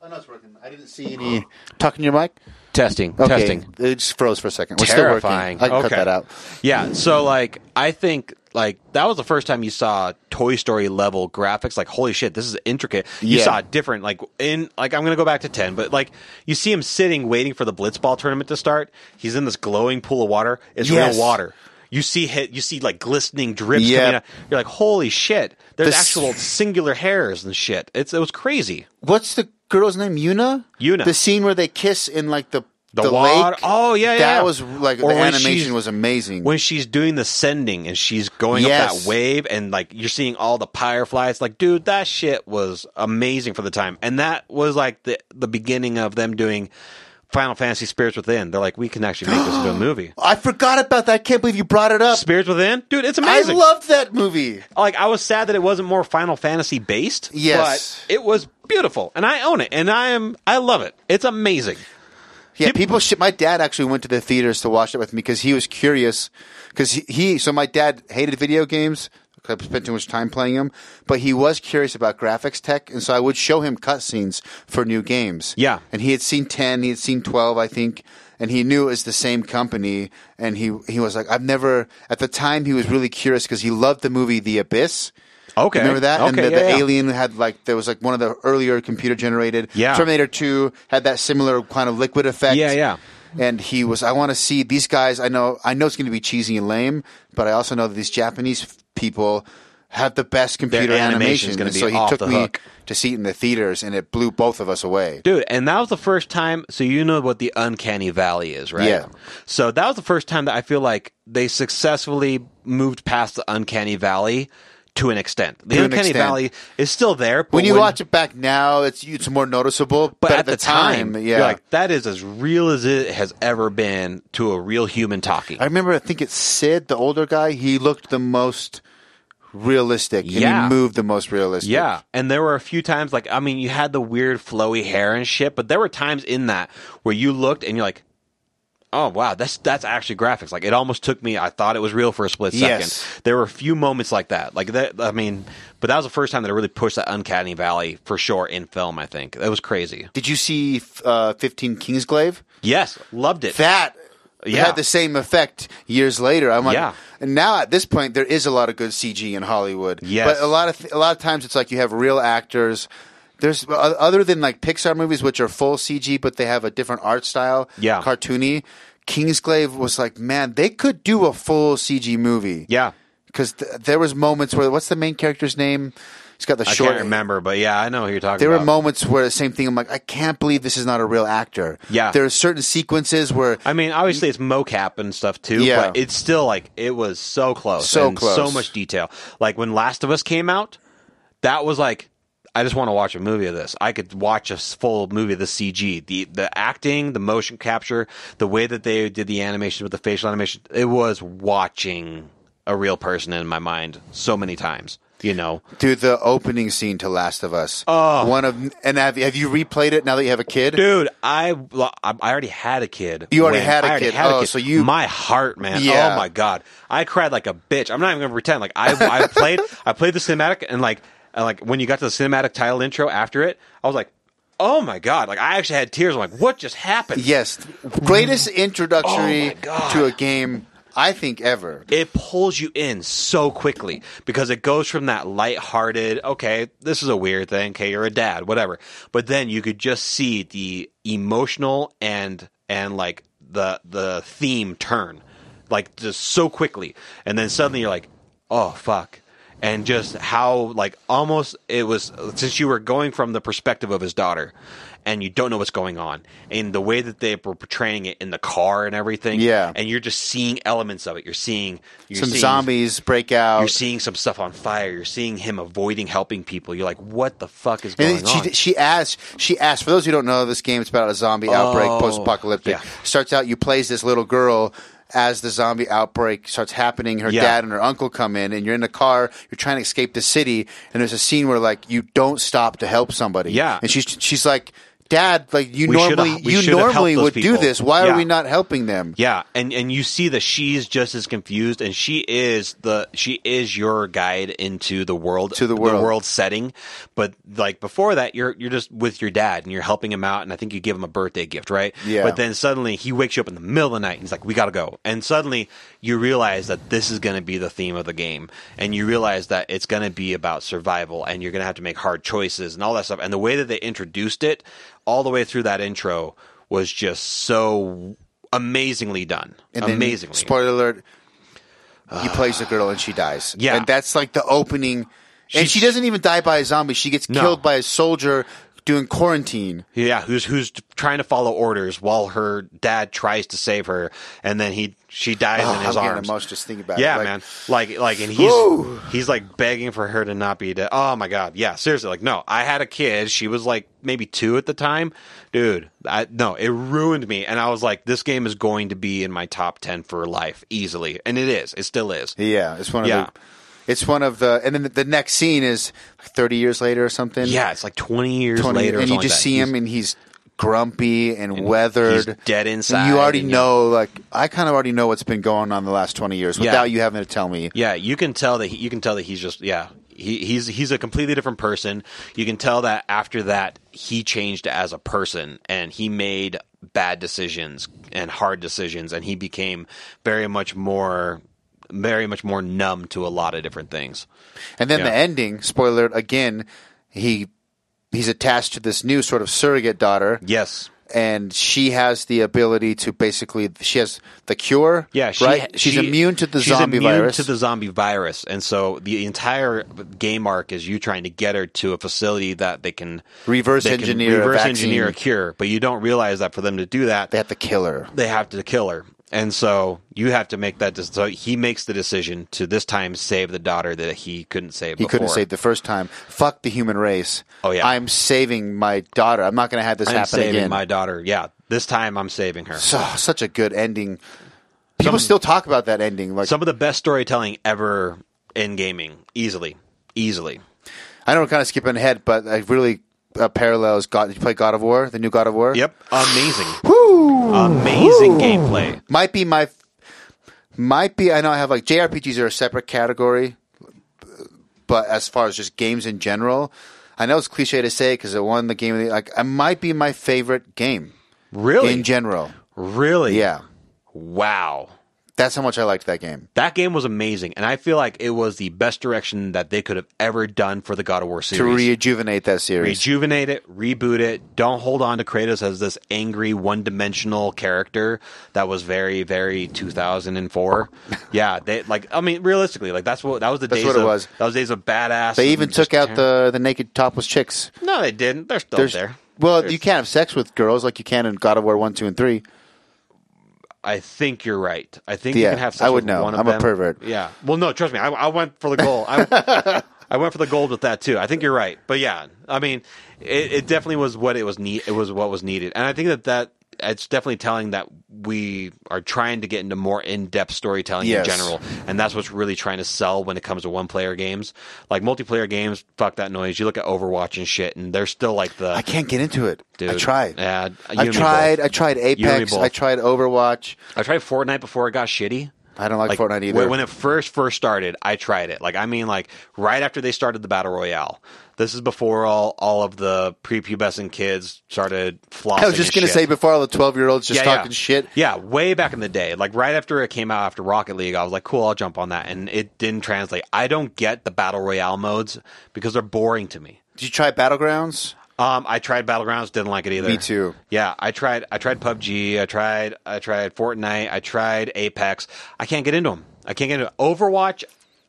Oh no, it's working. I didn't see any. Talking to your mic. testing, Okay. testing, It just froze for a second. We're terrifying. still working. I can okay. cut that out. Yeah. So like, I think like that was the first time you saw Toy Story level graphics. Like, holy shit, this is intricate. You Yeah. saw different. Like in like I'm gonna go back to ten, but like you see him sitting waiting for the Blitzball tournament to start. He's in this glowing pool of water. It's Yes. real water. You see hit. You see like glistening drips Yep. coming out. You're like, holy shit. There's This- actual singular hairs and shit. It's it was crazy. What's the girl's name? Yuna. Yuna. The scene where they kiss in like the The the, water- lake. oh, yeah, yeah, That yeah. was like Or the when she's- animation was amazing. when she's doing the sending and she's going up Yes. that wave and like you're seeing all the pyre flies like dude that shit was amazing for the time and that was like the the beginning of them doing final fantasy spirits within they're like we can actually make this into a movie I forgot about that. I can't believe you brought it up. spirits within dude it's I amazing loved that movie. like i was sad that it wasn't more final fantasy based Yes. but it was beautiful and i own it and i am i love it it's amazing Yeah, people. Sh- my dad actually went to the theaters to watch it with me because he was curious. Because he, he, so my dad hated video games. 'cause I spent too much time playing them, but he was curious about graphics tech, and so I would show him cutscenes for new games. Yeah. and he had seen ten, he had seen twelve, I think, and he knew it was the same company. And he he was like, I've never. At the time, he was really curious because he loved the movie The Abyss. okay Remember that? okay, and the, yeah, the yeah. alien had like there was like one of the earlier computer generated. Yeah. Terminator Two had that similar kind of liquid effect. Yeah, yeah. And he was. I want to see these guys. I know. I know it's going to be cheesy and lame, but I also know that these Japanese f- people have the best computer animation. animation's gonna And be so he off took the me hook. to see it in the theaters, and it blew both of us away. Dude, and that was the first time. So you know what the uncanny valley is, right? Yeah. So that was the first time that I feel like they successfully moved past the uncanny valley to an extent. The To an uncanny extent. valley is still there. But When you watch it back now, it's it's more noticeable. but, at, the, time, yeah. you're like that is as real as it has ever been to a real human talking. I remember, I think it's Sid, the older guy. He looked the most realistic. And Yeah. he moved the most realistic. Yeah, and there were a few times like I mean, you had the weird flowy hair and shit, but there were times in that where you looked and you're like, oh wow, that's that's actually graphics. Like it almost took me. I thought it was real for a split second. Yes. There were a few moments like that. Like that. I mean, but that was the first time that I really pushed that uncanny valley for sure in film. I think that was crazy. Did you see f- uh, 15 Kingsglaive? Yes, loved it. That Yeah. had the same effect years later. I'm like, Yeah. and now at this point, there is a lot of good CG in Hollywood. Yes. but a lot of th- a lot of times it's like you have real actors. There's o- other than like Pixar movies, which are full CG, but they have a different art style. Yeah. cartoony. Kingsglaive was like, man, they could do a full CG movie. yeah, because th- there was moments where what's the main character's name? He's got the I short. can't remember, but yeah, I know who you're talking There about. were moments where the same thing. I'm like, I can't believe this is not a real actor. Yeah. there are certain sequences where I mean, obviously it's mocap and stuff too, Yeah. but it's still like it was so close, So and close. so much detail. Like when Last of Us came out, that was like, I just want to watch a movie of this. I could watch a s- full movie of the CG, the the acting, the motion capture, the way that they did the animation with the facial animation. It was watching a real person in my mind so many times. You know, Dude, the opening scene to Last of Us. Oh, one of and have have you replayed it now that you have a kid? dude, I I already had a kid. You already had a I already kid. Had a Oh, kid. so you- my heart, man. Yeah. Oh my god, I cried like a bitch. I'm not even gonna pretend. Like I I played I played the cinematic and like and like when you got to the cinematic title intro after it, I was like, oh my god, like I actually had tears. I'm like, what just happened? Yes, greatest Oh my introductory God. to a game I think ever. it pulls you in so quickly because it goes from that lighthearted, okay, this is a weird thing, okay, you're a dad, whatever. But then you could just see the emotional and and like the the theme turn like just so quickly. And then suddenly you're like, "Oh fuck." And just how like almost it was since you were going from the perspective of his daughter and you don't know what's going on and the way that they were portraying it in the car and everything Yeah. and you're just seeing elements of it. You're seeing you're Some seeing, zombies break out. You're seeing some stuff on fire. You're seeing him avoiding helping people. You're like, what the fuck is going And she, on? she asked, she asked, for those who don't know, this game, it's about a zombie outbreak, Oh, post apocalyptic. yeah. Starts out, you play as this little girl as the zombie outbreak starts happening. Her Yeah. dad and her uncle come in, and you're in the car, you're trying to escape the city, and there's a scene where, like, you don't stop to help somebody. Yeah. And she's, she's like, Dad, like you We should've- normally we you should've helped normally those would do people." this. Why Yeah. are we not helping them? Yeah, and and you see that she's just as confused, and she is the she is your guide into the world To the world. setting. But like before that, you're you're just with your dad and you're helping him out, and I think you give him a birthday gift, right? Yeah. But then suddenly he wakes you up in the middle of the night and he's like, "We gotta go," and suddenly you realize that this is going to be the theme of the game, and you realize that it's going to be about survival, and you're going to have to make hard choices and all that stuff. And the way that they introduced it all the way through that intro was just so amazingly done. And then, amazingly. spoiler alert, he plays the girl and she dies. Yeah. And that's like the opening. and She's- she doesn't even die by a zombie. She gets No. killed by a soldier doing quarantine. Yeah, who's who's trying to follow orders while her dad tries to save her, and then he she dies Oh, in his I'm arms. getting emotional just thinking about yeah, it. Like, man. Like like, and he's he's like begging for her to not be dead. Oh my god, yeah, seriously. Like, no, I had a kid. She was like maybe two at the time, dude. I no, it ruined me, and I was like, this game is going to be in my top ten for life easily, and it is. It still is. Yeah, it's one of Yeah. the. It's one of the, and then the next scene is thirty years later or something. Yeah, it's like twenty years 20 later, or and you something just like that. see him, and he's grumpy and, weathered, he's dead And inside, you already and you- know, like I kind of already know what's been going on the last twenty years Yeah. without you having to tell me. Yeah, you can tell that he, you can tell that he's just yeah. He, he's he's a completely different person. You can tell that after that he changed as a person and he made bad decisions and hard decisions and he became very much more very much more numb to a lot of different things. And then Yeah. the ending, spoiler alert, again, he he's attached to this new sort of surrogate daughter, Yes. and she has the ability to basically she has the cure. Yeah, she, right. She's she- immune to the she's zombie immune virus. To the zombie virus, and so the entire game arc is you trying to get her to a facility that they can Reverse they can engineer a reverse vaccine. engineer a cure. But you don't realize that for them to do that, they have to kill her. they have to kill her. And so you have to make that. dec- So he makes the decision to this time save the daughter that he couldn't save. He before. couldn't save the first time. Fuck the human race. Oh, yeah. I'm saving my daughter. I'm not going to have this I'm happen saving again. my daughter. Yeah, this time I'm saving her. so, such a good ending. People still talk about that ending. Like Some of the best storytelling ever in gaming, easily, easily. I know we're kind of skipping ahead, but I really uh, parallels. God, did you play God of War, the new God of War? Yep, amazing. Amazing gameplay. might be my might be I know I have like JRPGs are a separate category but as far as just games in general I know it's cliche to say because it won the game of the like it might be my favorite game Really? in general really? yeah Wow. that's how much I liked that game That game was amazing, and I feel like it was the best direction that they could have ever done for the God of War to series. rejuvenate that series Rejuvenate it, reboot it. Don't hold on to Kratos as this angry, one-dimensional character that was very, very 2004. yeah, they like. I mean, realistically, like that's what that was the That's days. what it of, was. That was days of badass. they and even just took out ter- the the naked topless chicks No, they didn't. They're still there's there. well you can't have sex with girls like you can in God of War 1 2 and 3 I think you're right. I think you Yeah, can have. Sex I with would know. One of I'm a them. pervert. Yeah. Well, no, trust me. I, I went for the goal. I, I went for the gold with that too. I think you're right. But yeah, I mean, it, it definitely was what it was need. It was what was needed, and I think that that it's definitely telling that we are trying to get into more in-depth storytelling Yes. in general, and that's what's really trying to sell when it comes to one-player games. Like multiplayer games, fuck that noise. You look at Overwatch and shit, and they're still like the. I can't get into it Dude, I tried Yeah, you and I me both. tried I tried Apex both. I tried Overwatch I tried Fortnite before it got shitty. I don't like, Fortnite either When, when it first first started, I tried it. Like I mean, like right after they started the battle royale. This is before all all of the prepubescent kids started flossing. I was just going gonna to say before all the twelve year olds just yeah, talking yeah. shit. Yeah, way back in the day, like right after it came out after Rocket League, I was like, cool, I'll jump on that, and it didn't translate. I don't get the battle royale modes because they're boring to me. Did you try Battlegrounds? Um, I tried Battlegrounds, didn't like it either. Me too. Yeah, I tried. I tried PUBG. I tried. I tried Fortnite. I tried Apex. I can't get into them. I can't get into Overwatch.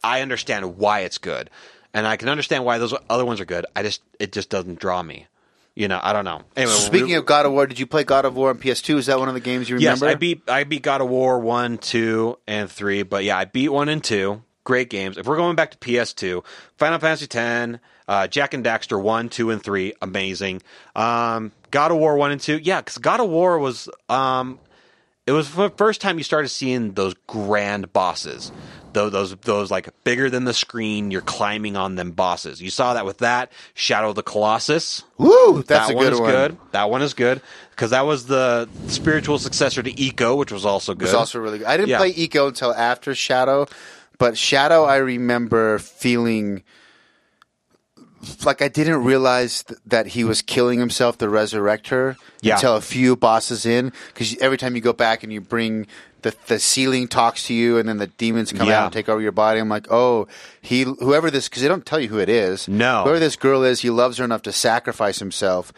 I understand why it's good, and I can understand why those other ones are good. I just it just doesn't draw me. You know, I don't know. Anyway, Speaking of God of War, did you play God of War on PS2? Is that one of the games you yes, I remember? beat I beat God of War one, two, and three. But yeah, I beat one and two. Great games. If we're going back to PS2, Final Fantasy X, uh, Jack and Daxter one, two, and three, amazing. Um, God of War one and two, yeah, because God of War was um, it was the first time you started seeing those grand bosses those, those those like bigger than the screen you're climbing on them bosses you saw that with that shadow of the colossus Woo, that's that a one good is one. good that one is good because that was the spiritual successor to eco which was also good It's also really good. I didn't Yeah. play Eco until after Shadow, but Shadow, I remember feeling like I didn't realize th- that he was killing himself, the Resurrector, Yeah. until a few bosses in. Because every time you go back and you bring the the ceiling talks to you, and then the demons come Yeah. out and take over your body. I'm like, oh, he whoever this because they don't tell you who it is. No. whoever this girl is, he loves her enough to sacrifice himself.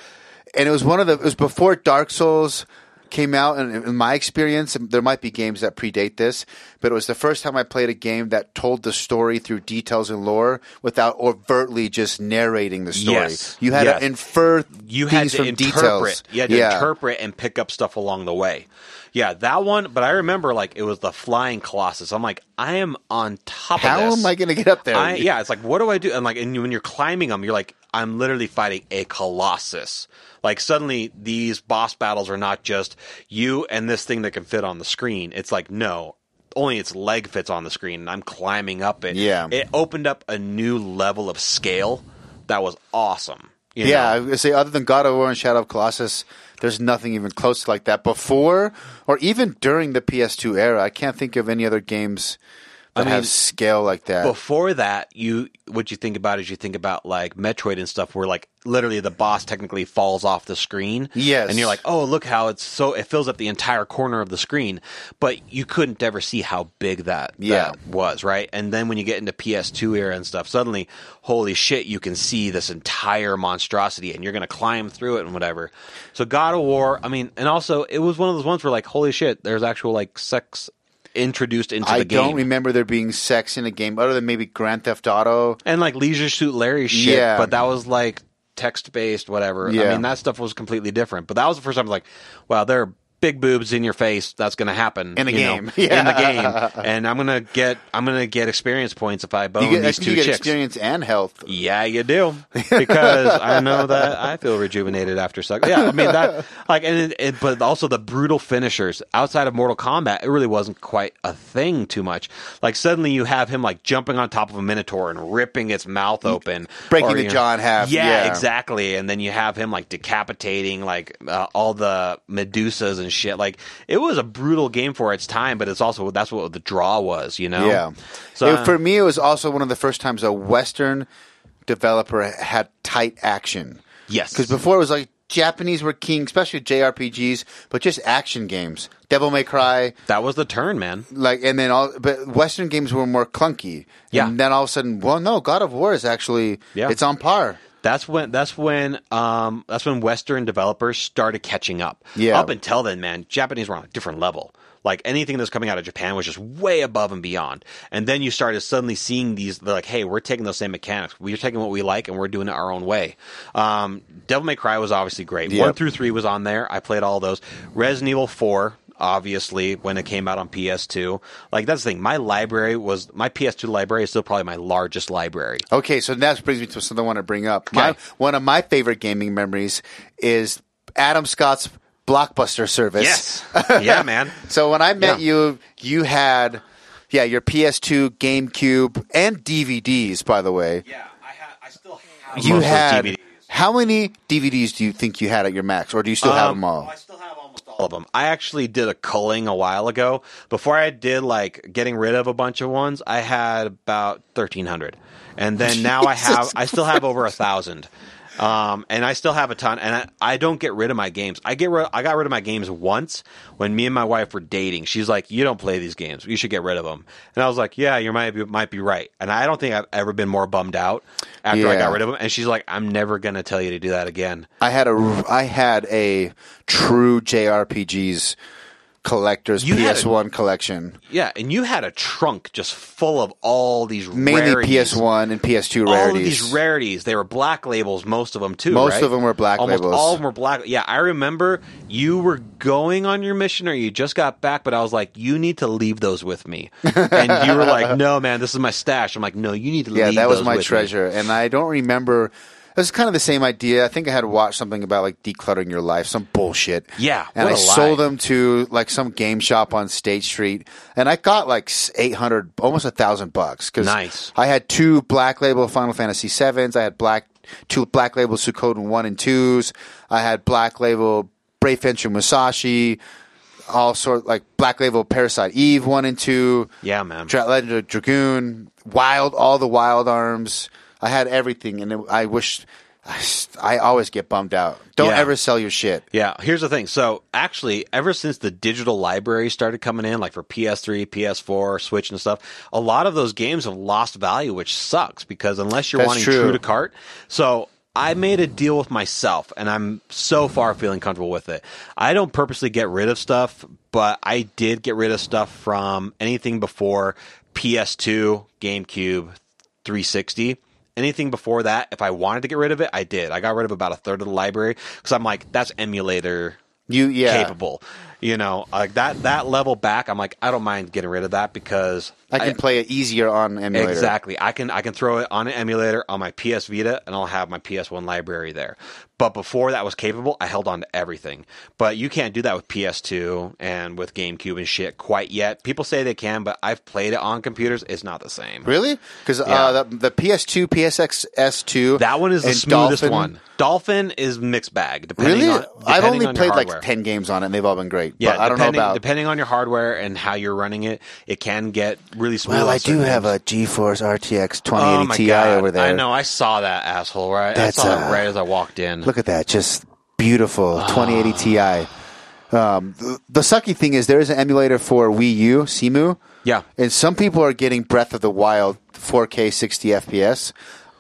And it was one of the it was before Dark Souls came out, and in my experience, and there might be games that predate this, but it was the first time I played a game that told the story through details and lore without overtly just narrating the story. Yes. You had Yes. to infer you had things to from interpret. details. You had to interpret and pick up stuff along the way. Yeah, that one. But I remember like it was the flying colossus. I'm like, I am on top of How this. am I going to get up there? I, yeah, it's like, what do I do? And like, and when you're climbing them, you're like, I'm literally fighting a colossus. Like, suddenly these boss battles are not just you and this thing that can fit on the screen. It's like, no, only its leg fits on the screen, and I'm climbing up it. Yeah. it opened up a new level of scale that was awesome. you yeah, know? I would say other than God of War and Shadow of Colossus, there's nothing even close to like that before or even during the PS2 era. I can't think of any other games that have scale like that. before that, you what you think about is you think about like Metroid and stuff, where like literally the boss technically falls off the screen. Yes. and you're like, oh look how it's so it fills up the entire corner of the screen, but you couldn't ever see how big that Yeah. that was right. And then when you get into PS2 era and stuff, suddenly, holy shit, you can see this entire monstrosity, and you're gonna climb through it and whatever. So God of War, I mean, and also it was one of those ones where like, holy shit, there's actual like sex introduced into I the game. don't remember there being sex in a game other than maybe Grand Theft Auto. and like Leisure Suit Larry shit, Yeah. but that was like text based, whatever. I Yeah. mean, that stuff was completely different. But that was the first time I was like, wow, there are big boobs in your face, that's going to happen In a you know, game. Yeah. In the game, and I'm going to get I'm going to get experience points if I bone You get, I these think two you get chicks. experience and health. Yeah, you do because I know that I feel rejuvenated after sex. Yeah, I mean that like and it, it, but also the brutal finishers outside of Mortal Kombat, it really wasn't quite a thing too much. Like suddenly you have him like jumping on top of a minotaur and ripping its mouth open, Mm, Breaking or, the you know- jaw in half, yeah. exactly. And then you have him like decapitating like uh, all the Medusas and shit. Like it was a brutal game for its time, but it's also that's what the draw was, you know. Yeah. So It- for me, it was also one of the first times a Western developer had tight action. Yes. Because before it was like Japanese were king, especially JRPGs, but just action games. Devil May Cry, that was the turn, man. like, and then all, but Western games were more clunky. Yeah. And then all of a sudden, well, no, God of War is actually, Yeah. it's on par. That's when that's when um that's when Western developers started catching up. Yeah. Up until then, man, Japanese were on a different level. Like anything that's coming out of Japan was just way above and beyond. And then you started suddenly seeing these they're like, hey, we're taking those same mechanics. We're taking what we like and we're doing it our own way. Um Devil May Cry was obviously great. Yep. One through three was on there. I played all those. Resident Evil four obviously when it came out on PS2 like that's the thing my library was my PS2 library is still probably my largest library Okay, so that brings me to something I want to bring up. My, Okay. one of my favorite gaming memories is Adam Scott's Blockbuster service. yes yeah man So when I met Yeah. you, you had yeah your PS2, GameCube, and DVDs. By the way, Yeah, I ha- I still have. you Mostly had DVDs. how many DVDs do you think you had at your max, or do you still have Um, them Oh, all? I still have almost all all of them. I actually did a culling a while ago. Before I did like getting rid of a bunch of ones, I had about thirteen hundred, and then now I have I still have over a thousand, um, and I still have a ton. And I, I don't get rid of my games. I get rid, I got rid of my games once when me and my wife were dating. She's like, "You don't play these games. You should get rid of them." And I was like, "Yeah, you might be, might be right." And I don't think I've ever been more bummed out after I Yeah. got rid of them. And she's like, "I'm never gonna tell you to do that again." I had a I had a true JRPGs collector's You had a- PS1 collection, Yeah, and you had a trunk just full of all these mainly rarities. PS1 and PS2 All rarities. of these rarities. They were black labels, most of them too. Most right? of them were black Almost labels. All of them were black. Yeah, I remember you were going on your mission, or you just got back, but I was like, "You need to leave those with me," and you were like, "No, man, this is my stash." I'm like, "No, you need to Yeah, leave." that was those my with me." treasure, and I don't remember. It was kind of the same idea. I think I had watched something about like decluttering your life, some bullshit. Yeah, and I what a lie. sold them to like some game shop on State Street, and I got like eight hundred, almost a thousand bucks. Cause Nice. I had two Black Label Final Fantasy sevens. I had black two Black Label Suikoden one and twos. I had Black Label Brave Fencer Musashi. All sort like Black Label Parasite Eve one and two. Yeah, man. Dra- Legend of Dragoon, Wild, all the Wild Arms. I had everything, and it, I wish. I, s- I always get bummed out. Don't Yeah. ever sell your shit. Yeah, here's the thing. So, actually, ever since the digital library started coming in, like for PS3, PS4, Switch, and stuff, a lot of those games have lost value, which sucks because unless you're That's wanting true. true to cart. So, I made a deal with myself, and I'm so far feeling comfortable with it. I don't purposely get rid of stuff, but I did get rid of stuff from anything before PS2, GameCube, 360. Anything before that, if I wanted to get rid of it, I did. I got rid of about a third of the library because I'm like, that's emulator You yeah. capable. You know, like that that level back, I'm like, I don't mind getting rid of that because I can play it easier on emulator. Exactly. I can I can throw it on an emulator on my PS Vita and I'll have my PS1 library there. But before that was capable, I held on to everything. But you can't do that with PS2 and with GameCube and shit quite yet. People say they can, but I've played it on computers. It's not the same. Really? Because uh, the, the PS2, PSX, S2. That one is the and smoothest Dolphin- one. Dolphin is mixed bag. Depending Really? On, I've depending only on your played like hardware. ten games on it, and they've all been great. Yeah, but I don't know depending- about. depending on your hardware and how you're running it, it can get really smooth. well, on I do certain have games. a GeForce RTX 2080 oh my Ti God. over there. I know. I saw that asshole. Right. That's, I saw that uh, right as I walked in. Look at that, just beautiful 2080 Ti. Um, the, the sucky thing is there is an emulator for Wii U, Simu. Yeah. And some people are getting Breath of the Wild 4K 60 FPS.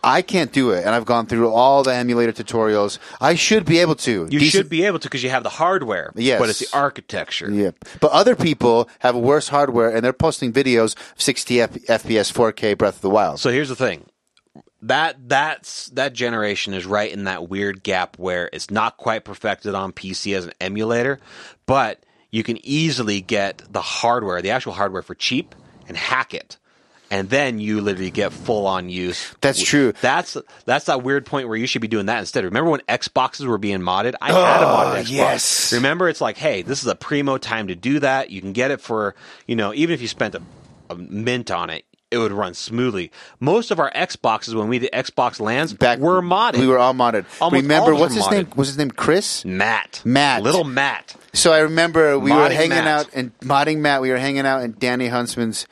I can't do it, and I've gone through all the emulator tutorials. I should be able to. you Decent- should be able to because you have the hardware. Yes. But it's the architecture. Yeah. But other people have worse hardware, and they're posting videos of 60 F- FPS 4K Breath of the Wild. So here's the thing. That that's that generation is right in that weird gap where it's not quite perfected on PC as an emulator, but you can easily get the hardware, the actual hardware for cheap and hack it. And then you literally get full on use. That's true. That's that's that weird point where you should be doing that instead. Remember when Xboxes were being modded? I had a modded Xbox. Oh, yes. Remember, it's like, hey, this is a primo time to do that. You can get it for you know, even if you spent a, a mint on it, it would run smoothly. Most of our Xboxes when we did Xbox lands Back were modded. We were all modded. Almost all remember of us what's were his name? modded. Was his name Chris? Matt. Matt. Little Matt. So I remember we were Modding hanging Matt. out and modding Matt. We were hanging out in Danny Huntsman's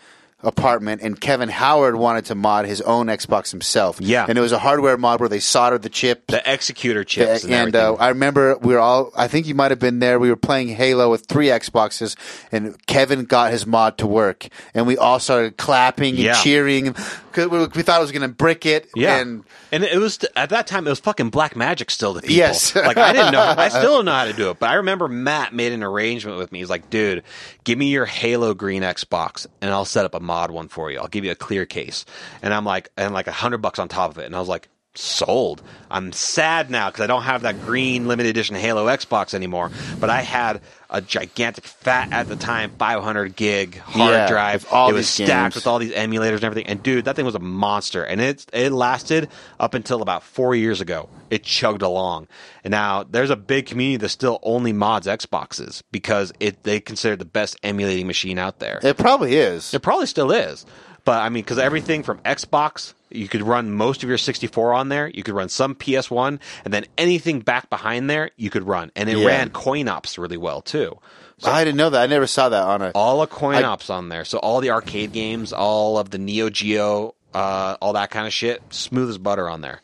apartment, and Kevin Howard wanted to mod his own Xbox himself. Yeah. and it was a hardware mod where they soldered the chip. The executor chips and, and everything. uh, I remember we were all. I think you might have been there. We were playing Halo with three Xboxes, and Kevin got his mod to work, and we all started clapping and Yeah. cheering because we, we thought it was going to brick it. Yeah, and and, it was at that time it was fucking black magic still to people. Yes. like I didn't know, I still don't know how to do it. But I remember Matt made an arrangement with me. He's like, "Dude, give me your Halo Green Xbox, and I'll set up a mod one for you. I'll give you a clear case." And I'm like, and like a hundred bucks on top of it. And I was like, "Sold." I'm sad now because I don't have that green limited edition Halo Xbox anymore. But I had a gigantic, fat at the time, 500 gig hard Yeah, drive. with all it was these stacked games. with all these emulators and everything. And dude, that thing was a monster. And it it lasted up until about four years ago. It chugged along. And now there's a big community that still only mods Xboxes because it they consider it the best emulating machine out there. it probably is. It probably still is. But I mean, because everything from Xbox, you could run most of your 64 on there. You could run some PS1, and then anything back behind there, you could run. And it Yeah. ran coin ops really well too. So I didn't know that. I never saw that on a. all of coin ops on there. So all the arcade games, all of the Neo Geo, uh, all that kind of shit, smooth as butter on there.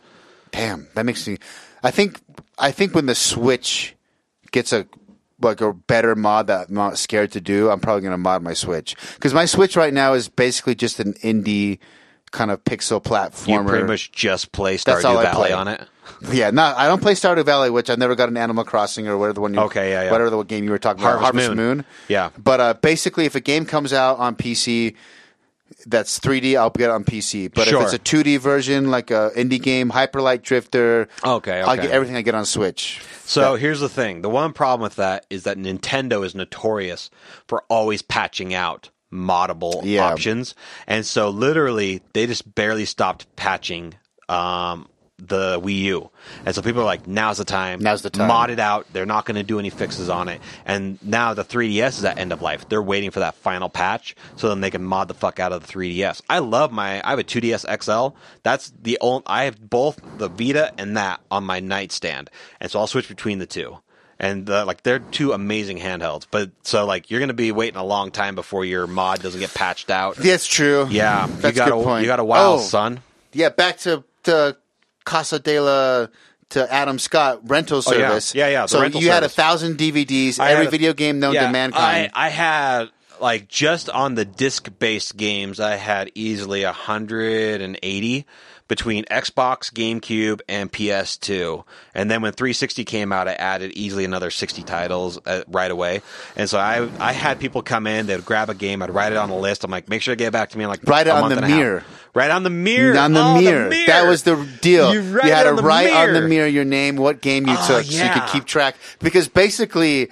Damn, that makes me. I think I think when the Switch gets a like a better mod that I'm not scared to do, I'm probably going to mod my Switch because my Switch right now is basically just an indie kind of pixel platformer. You pretty much just play That's all Stardew I Valley play. on it. yeah. No, I don't play Stardew Valley, which I've never got an Animal Crossing or whatever the one. You, Okay, yeah, yeah. Whatever the game you were talking about, Harvest Moon. Yeah. But uh, basically, if a game comes out on PC. That's 3D. I'll get it on PC, but Sure. if it's a 2D version, like a indie game, Hyperlight Drifter, Okay, I'll okay. get everything I get on Switch. So here's the thing: the one problem with that is that Nintendo is notorious for always patching out moddable Yeah. options, and so literally they just barely stopped patching um, the Wii U, and so people are like, "Now's the time! Now's the time. Mod it out. They're not going to do any fixes on it." And now the 3DS is at end of life. They're waiting for that final patch so then they can mod the fuck out of the 3DS. I love my. I have a 2DS XL. That's the only. I have both the Vita and that on my nightstand, and so I'll switch between the two. And uh, like they're two amazing handhelds, but so like you're gonna be waiting a long time before your mod doesn't get patched out. That's true. Yeah, that's you a got good a point. you got a while, Oh, son. Yeah, back to to Casa de la to Adam Scott rental Oh, yeah. service. Yeah, yeah, the So you rental had a service. thousand DVDs, I every had a- video game known to mankind. I, I had like just on the disc based games, I had easily hundred and eighty between Xbox, GameCube, and PS2. And then when 360 came out, I added easily another 60 titles uh, right away. And so I I had people come in, they'd grab a game, I'd write it on a list. I'm like, make sure to get back to me. in, like Write it a on month the and a half." mirror. Right on the mirror. on the, Oh, mirror. that was the deal. You, write had it on to the write on the mirror. mirror your name, what game you Oh, took, so you yeah. could keep track. Because basically,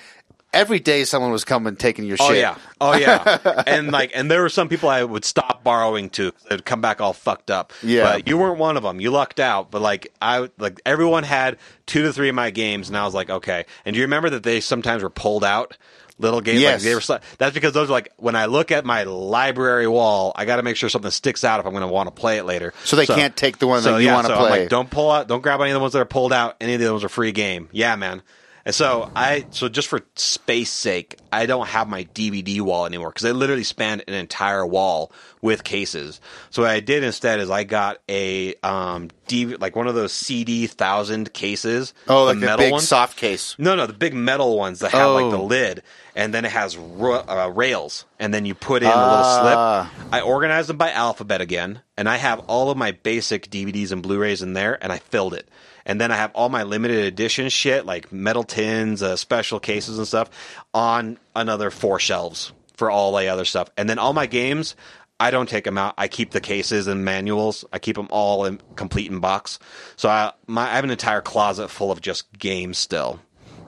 every day someone was coming and taking your Oh shit. yeah, oh yeah, and like, and there were some people I would stop borrowing to. 'cause They'd come back all fucked up. Yeah. but you weren't one of them. You lucked out. But like, I like everyone had two to three of my games, and I was like, okay. And do you remember that they sometimes were pulled out? Little games, Yes. like they were. sli- That's because those are like when I look at my library wall, I got to make sure something sticks out if I'm going to want to play it later. So they can't take the one that you wanna so I'm like, play. don't pull out. Don't grab any of the ones that are pulled out. Any of the ones are free game. Yeah, man. And so I, so just for space sake, I don't have my DVD wall anymore because I literally spanned an entire wall with cases. So what I did instead is I got a um DV, like one of those CD thousand cases. Oh, like the, big one. soft case. No, no, the big metal ones that have Oh. like the lid, and then it has ru- uh, rails, and then you put in Ah. a little slip. I organized them by alphabet again, and I have all of my basic DVDs and Blu-rays in there, and I filled it. And then I have all my limited edition shit, like metal tins, uh, special cases, and stuff, on another four shelves for all the other stuff. And then all my games, I don't take them out. I keep the cases and manuals. I keep them all in complete in box. So I, my, I have an entire closet full of just games still.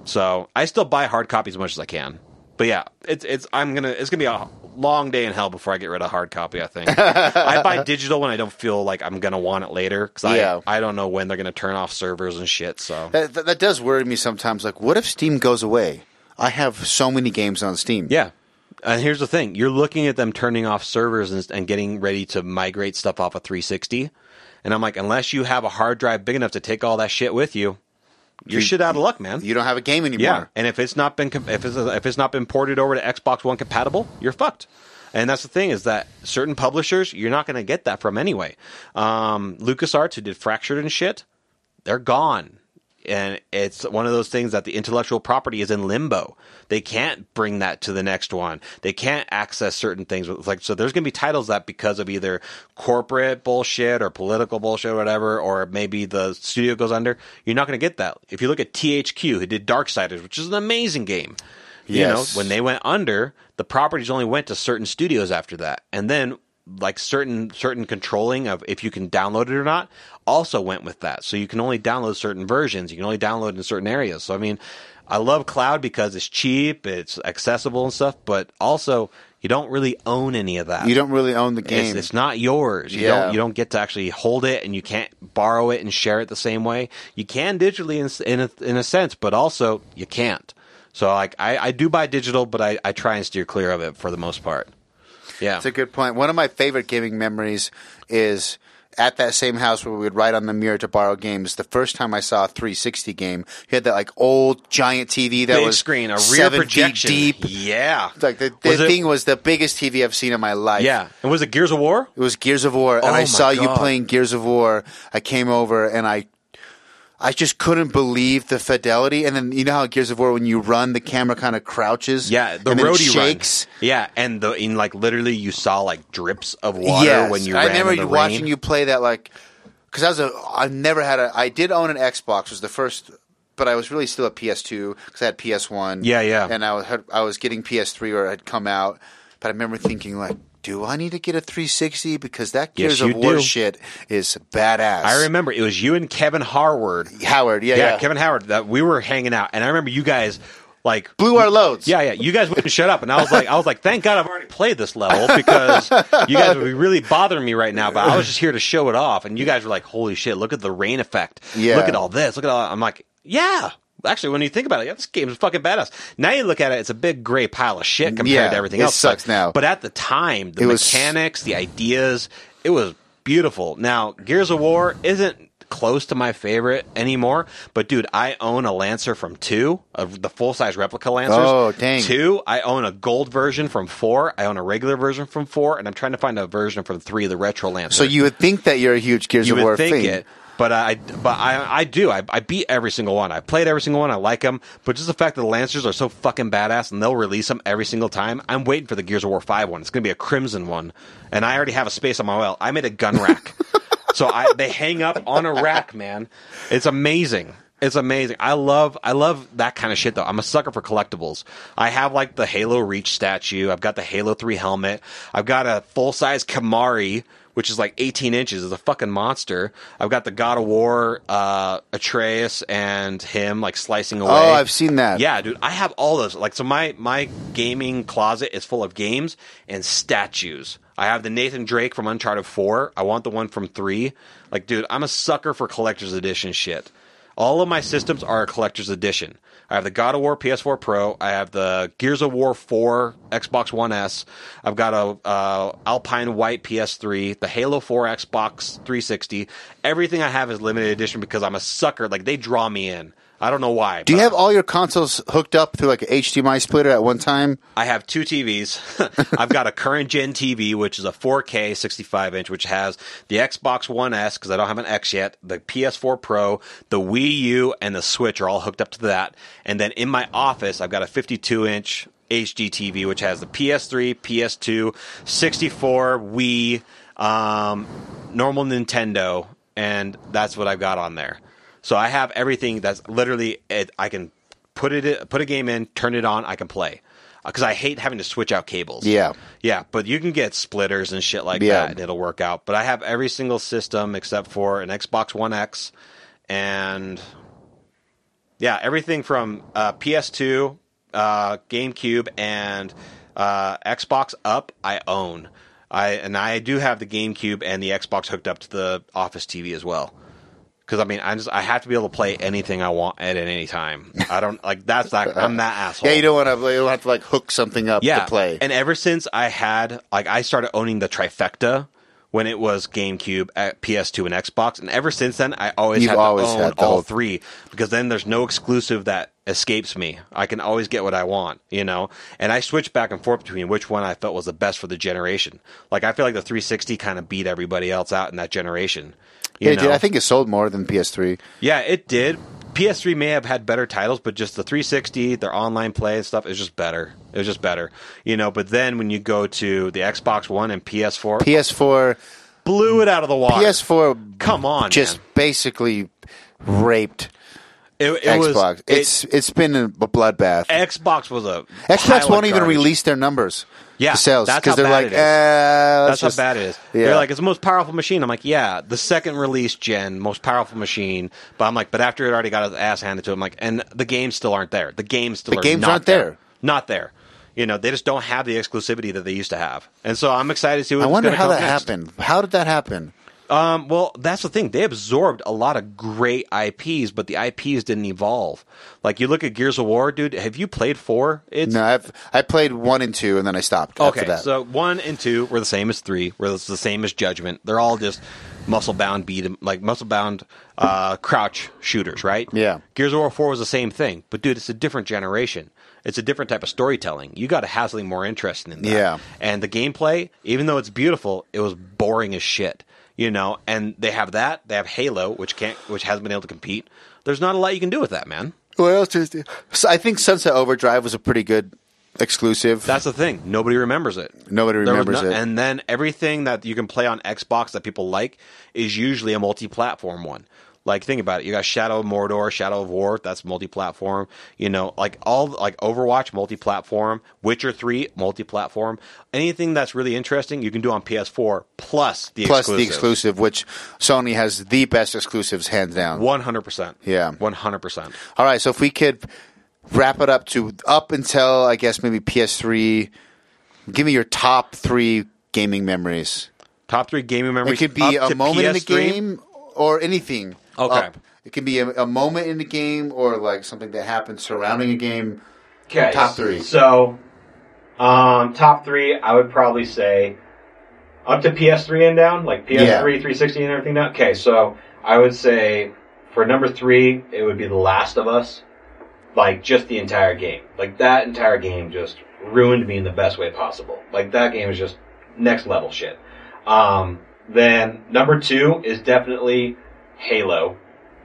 So I still buy hard copies as much as I can. But yeah, it's it's I'm gonna it's gonna be a long day in hell before I get rid of hard copy. I think I buy digital when I don't feel like I'm gonna want it later because Yeah. I I don't know when they're gonna turn off servers and shit. So That, that, that does worry me sometimes. Like, what if Steam goes away? I have so many games on Steam. yeah, and here's the thing: you're looking at them turning off servers and, and getting ready to migrate stuff off of 360, and I'm like, unless you have a hard drive big enough to take all that shit with you, you're You- shit out of luck, man. You don't have a game anymore. Yeah, and if it's not been com- if it's if it's not been ported over to Xbox One compatible, you're fucked. And that's the thing is that certain publishers you're not going to get that from anyway. Um, LucasArts, who did Fractured and shit, they're gone. And it's one of those things that the intellectual property is in limbo. They can't bring that to the next one. They can't access certain things. It's Like so, there's going to be titles that because of either corporate bullshit or political bullshit, or whatever, or maybe the studio goes under. You're not going to get that. If you look at THQ, who did Darksiders, which is an amazing game. You Yes. know, when they went under, the properties only went to certain studios after that, and then like certain certain controlling of if you can download it or not also went with that. So you can only download certain versions, you can only download in certain areas. So I mean, I love cloud because it's cheap, it's accessible and stuff, but also you don't really own any of that. You don't really own the It's, game. it's not yours. You Yeah. don't you don't get to actually hold it, and you can't borrow it and share it the same way. You can digitally in s- in a, in a sense, but also you can't. So like I, I do buy digital, but I, I try and steer clear of it for the most part. Yeah, That's a good point. One of my favorite gaming memories is at that same house where we would ride on the mirror to borrow games. The first time I saw a 360 game, you had that like old giant TV that big was screen, a rear seven feet projection, deep. Yeah, Like the, the Was it- thing was the biggest TV I've seen in my life. yeah, and was it Gears of War? It was Gears of War, and Oh I my saw you God. playing Gears of War. I came over and I, I just couldn't believe the fidelity. And then you know how Gears of War, when you run, the camera kind of crouches. Yeah, the and then it roadie shakes. run. Yeah, and the in like literally you saw like drips of water Yes, when you. I ran remember in the you watching rain. you play that like because I was a I never had a I did own an Xbox was the first but I was really still a PS2 because I had PS1 Yeah, yeah. and I was had- I was getting PS3 or had come out but I remember thinking like do I need to get a 360 because that Yes, Gears you of War do. shit is badass I remember it was you and Kevin Harward. Howard yeah yeah, yeah, Kevin Howard. That we were hanging out, and I remember you guys like blew our loads Yeah, yeah. You guys wouldn't shut up, and I was like, I was like, thank God I've already played this level because you guys would be really bothering me right now. But I was just here to show it off, and you guys were like, holy shit, look at the rain effect. Yeah. Look at all this. Look at all. I'm like, yeah. Actually, when you think about it, yeah, this game is fucking badass. Now you look at it, it's a big gray pile of shit compared Yeah, to everything it else. sucks now. But at the time, the It was- mechanics, the ideas, it was beautiful. Now, Gears of War isn't close to my favorite anymore, but dude, I own a Lancer from two, of the full size replica Lancer. Oh, dang. Two, I own a gold version from four. I own a regular version from four, and I'm trying to find a version from three, the retro Lancer. so you would think that you're a huge Gears You of War would think fan. it, but I, but I, I do. I, I beat every single one. I played every single one. I like them, but just the fact that the Lancers are so fucking badass and they'll release them every single time. I'm waiting for the Gears of War Five one. It's gonna be a crimson one, and I already have a space on my well. I made a gun rack, so I they hang up on a rack, man. It's amazing. It's amazing. I love I love that kind of shit though. I'm a sucker for collectibles. I have like the Halo Reach statue. I've got the Halo 3 helmet. I've got a full size Kamari, which is like 18 inches. It's a fucking monster. I've got the God of War uh Atreus and him like slicing away. Oh, I've seen that. Yeah, dude, I have all those. Like, so my my gaming closet is full of games and statues. I have the Nathan Drake from Uncharted Four. I want the one from Three. Like, dude, I'm a sucker for collector's edition shit. All of my systems are a collector's edition. I have the God of War PS4 Pro. I have the Gears of War 4 Xbox One S. I've got a uh, Alpine White PS3, the Halo 4 Xbox 360. Everything I have is limited edition because I'm a sucker. Like they draw me in. I don't know why. do you but- have all your consoles hooked up through like an HDMI splitter at one time I have two TVs. I've got a current gen TV, which is a 4K 65 inch, which has the Xbox One S because I don't have an X yet. The PS4 Pro, the Wii U, and the Switch are all hooked up to that. And then in my office, I've got a 52 inch HD TV, which has the PS3, PS2, 64, Wii, um, normal Nintendo, and that's what I've got on there. So I have everything that's literally it, I can put it put a game in, turn it on, I can play. Because Uh, I hate having to switch out cables. Yeah. yeah, but you can get splitters and shit like Yeah. that, and it'll work out. But I have every single system except for an Xbox One X, and yeah, everything from uh, PS2, uh, GameCube and uh, Xbox up, I own. I and I do have the GameCube and the Xbox hooked up to the Office TV as well. Because I mean, I just I have to be able to play anything I want at any time. I don't like that's that I'm that asshole. Yeah, you don't want to. You don't have to like hook something up yeah. to play. And ever since I had like I started owning the trifecta when it was GameCube, uh, PS2, and Xbox, and ever since then I always You've had to always own had the all whole- three because then there's no exclusive that escapes me. I can always get what I want, you know. And I switched back and forth between which one I felt was the best for the generation. Like I feel like the 360 kind of beat everybody else out in that generation. You yeah, know? dude, I think it sold more than PS3. yeah, it did. PS3 may have had better titles, but just the 360, their online play and stuff is just better. It was just better, you know. But then when you go to the Xbox One and PS4, PS4, blew it out of the water. PS4, Come on, just man. basically raped It, it was- Xbox. it- it's it's been a bloodbath. Xbox was a pile Xbox of won't even garbage. release their numbers. Yeah, the sales that's because how they're bad like, it is. eh, that's That's just, how bad it is. yeah. They're like, it's the most powerful machine. I'm like, yeah, the second release gen, most powerful machine. But I'm like, but after it already got its ass handed to him, like, and the games still aren't there. The games still The are games not aren't there. there. Not there. You know, they just don't have the exclusivity that they used to have. And so I'm excited to see what I wonder how come that next. happened. How did that happen? Um, well, that's the thing. They absorbed a lot of great IPs, but the IPs didn't evolve. Like you look at Gears of War, dude. Have you played four? It's No, I've I played one and two, and then I stopped okay. after that. So one and two were the same as three. Were the same as Judgment. They're all just muscle bound beat 'em- like muscle bound uh, crouch shooters, right? Yeah. Gears of War four was the same thing, but dude, it's a different generation. It's a different type of storytelling. You got to have something more interesting than that. Yeah. And the gameplay, even though it's beautiful, it was boring as shit. You know, and they have that. They have Halo, which can't, which hasn't been able to compete. There's not a lot you can do with that, man. what else is there? So I think Sunset Overdrive was a pretty good exclusive. That's the thing. Nobody remembers it. Nobody There was remembers it. And then everything that you can play on Xbox that people like is usually a multi-platform one. Like think about it. You got Shadow of Mordor, Shadow of War. That's multi-platform. You know, like all like Overwatch, multi-platform. Witcher Three, multi-platform. Anything that's really interesting, you can do on PS4 plus the plus exclusive. the exclusive, which Sony has the best exclusives hands down. One hundred percent. Yeah. One hundred percent. All right, so if we could wrap it up to up until I guess maybe PS3, give me your top three gaming memories. Top three gaming It memories. could be up a to moment in the PS3. game or anything. Oh, Okay. Up. It can be a, a moment in the game or like something that happened surrounding a game. Okay. Top three. So, um, top three, I would probably say up to PS3 and down, like PS3, Yeah. 360, and everything. Down. Okay, so I would say for number three, it would be The Last of Us. Like, just the entire game. Like, that entire game just ruined me in the best way possible. Like, that game is just next level shit. Um, then number two is definitely Halo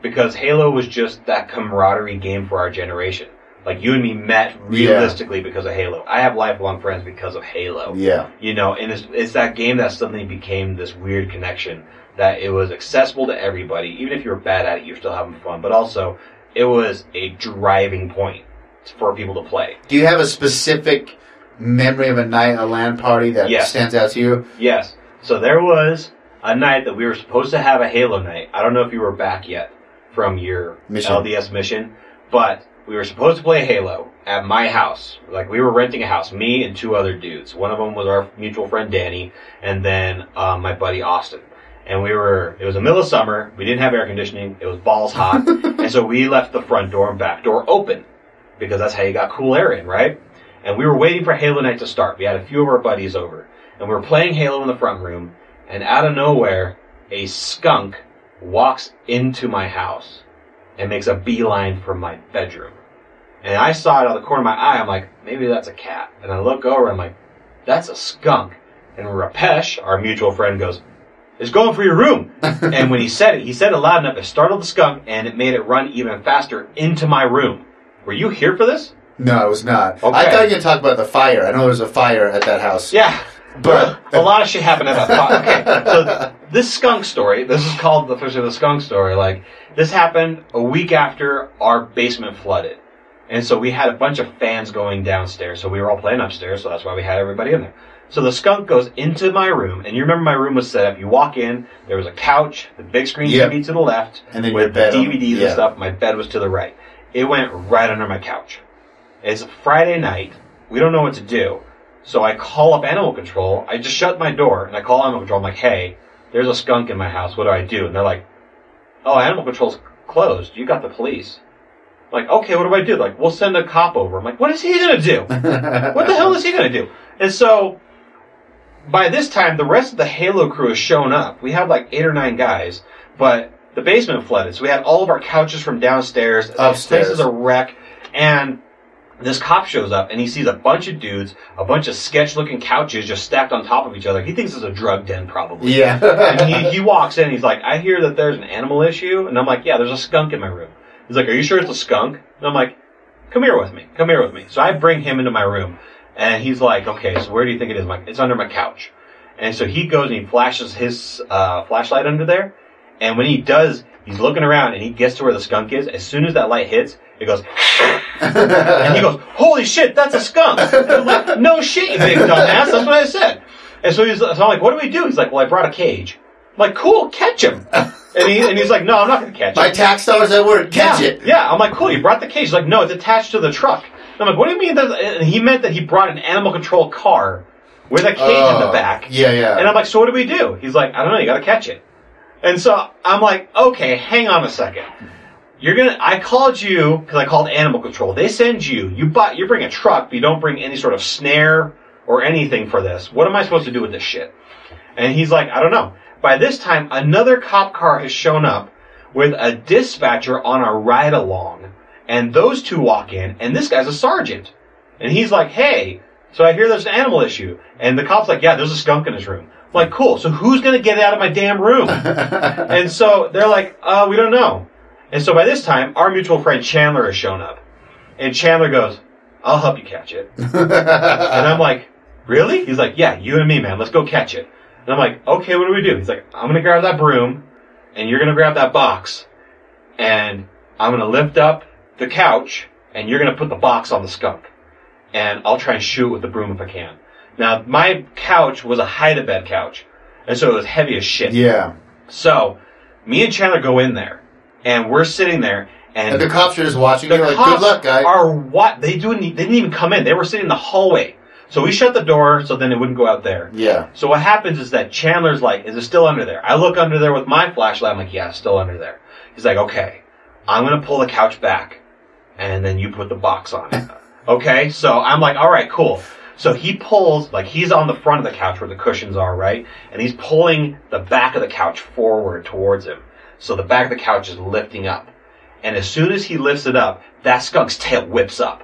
because Halo was just that camaraderie game for our generation. Like you and me met realistically because of Halo. I have lifelong friends because of Halo. Yeah. You know, and it's, it's that game that suddenly became this weird connection that it was accessible to everybody. Even if you were bad at it, you're still having fun. But also, it was a driving point for people to play. Do you have a specific memory of a night, a land party that Yes. stands out to you? Yes. So there was a night that we were supposed to have a Halo night. I don't know if you were back yet from your Mission. LDS mission, but we were supposed to play Halo at my house. Like we were renting a house, me and two other dudes. One of them was our mutual friend Danny, and then um, my buddy Austin. And we were. It was the middle of summer. We didn't have air conditioning. It was balls hot, and so we left the front door and back door open because that's how you got cool air in, right? And we were waiting for Halo Night to start. We had a few of our buddies over, and we were playing Halo in the front room, and out of nowhere, a skunk walks into my house and makes a beeline for my bedroom. And I saw it out of the corner of my eye, I'm like, maybe that's a cat. And I look over, I'm like, that's a skunk. And Rapesh, our mutual friend, goes, it's going for your room. and when he said it, he said it loud enough, it startled the skunk, and it made it run even faster into my room. Were you here for this? No, it was not. Okay. I thought you were going to talk about the fire. I know there was a fire at that house. Yeah. But- a lot of shit happened at that spot. Okay. So th- this skunk story, this is called the officially the skunk story. Like this happened a week after our basement flooded, and so we had a bunch of fans going downstairs. So we were all playing upstairs. So that's why we had everybody in there. So the skunk goes into my room, and you remember my room was set up. You walk in, there was a couch, the big screen Yep. TV to the left, And then your with bed on- DVDs yeah. and stuff. My bed was to the right. It went right under my couch It's a Friday night. We don't know what to do. So I call up animal control. I just shut my door and I call animal control. I'm like, hey, there's a skunk in my house. What do I do? And they're like, oh, animal control's closed. You got the police. I'm like, okay, what do I do? Like, we'll send a cop over. I'm like, what is he going to do? what the hell is he going to do? And so by this time, the rest of the Halo crew has shown up. We have like eight or nine guys, but the basement flooded. So we had all of our couches from downstairs. Upstairs. The place is a wreck. And this cop shows up and he sees a bunch of dudes, a bunch of sketch looking couches just stacked on top of each other. He thinks it's a drug den, probably. Yeah. and he, he walks in and he's like, I hear that there's an animal issue. And I'm like, yeah, there's a skunk in my room. He's like, are you sure it's a skunk? And I'm like, come here with me. Come here with me. So I bring him into my room and he's like, okay, so where do you think it is? I'm like, it's under my couch. And so he goes and he flashes his uh, flashlight under there. And when he does, he's looking around and he gets to where the skunk is. As soon as that light hits, it goes, and he goes, "Holy shit, that's a skunk!" I'm like, no shit, you big dumbass. That's what I said. And so he's, so I'm like, "What do we do?" He's like, "Well, I brought a cage." I'm like, "Cool, catch him." And he, and he's like, "No, I'm not gonna catch My him." tax dollars at work. Catch yeah, it. Yeah, I'm like, "Cool, you brought the cage." He's like, "No, it's attached to the truck." And I'm like, "What do you mean?" That, and he meant that he brought an animal control car with a cage in the Oh, back. Yeah, yeah. And I'm like, so what do we do? He's like, I don't know, you gotta catch it. And so I'm like, okay, hang on a second. You're gonna, I called you, cause I called animal control. They send you, you buy, you bring a truck, but you don't bring any sort of snare or anything for this. What am I supposed to do with this shit? And he's like, I don't know. By this time, another cop car has shown up with a dispatcher on a ride along. And those two walk in, and this guy's a sergeant. And he's like, hey, so I hear there's an animal issue. And the cop's like, yeah, there's a skunk in his room. I'm like, cool, so who's going to get out of my damn room? and so they're like, uh, we don't know. And so by this time, our mutual friend Chandler has shown up. And Chandler goes, I'll help you catch it. And I'm like, really? He's like, yeah, you and me, man. Let's go catch it. And I'm like, okay, what do we do? He's like, I'm going to grab that broom and you're going to grab that box and I'm going to lift up the couch and you're going to put the box on the skunk and I'll try and shoot with the broom if I can. Now, my couch was a hide a bed couch and so it was heavy as shit. yeah. So me and Chandler go in there and we're sitting there and And the cops are just watching. the They're like, cops good luck, guy. are what they didn't e, they didn't even come in. They were sitting in the hallway. So we shut the door so then it wouldn't go out there. yeah. So what happens is that Chandler's like, is it still under there? I look under there with my flashlight. I'm like, yeah, it's still under there. He's like, okay, I'm going to pull the couch back and then you put the box on it. okay. So I'm like, all right, cool. So he pulls, like he's on the front of the couch where the cushions are, right? And he's pulling the back of the couch forward towards him. So the back of the couch is lifting up. And as soon as he lifts it up, that skunk's tail whips up.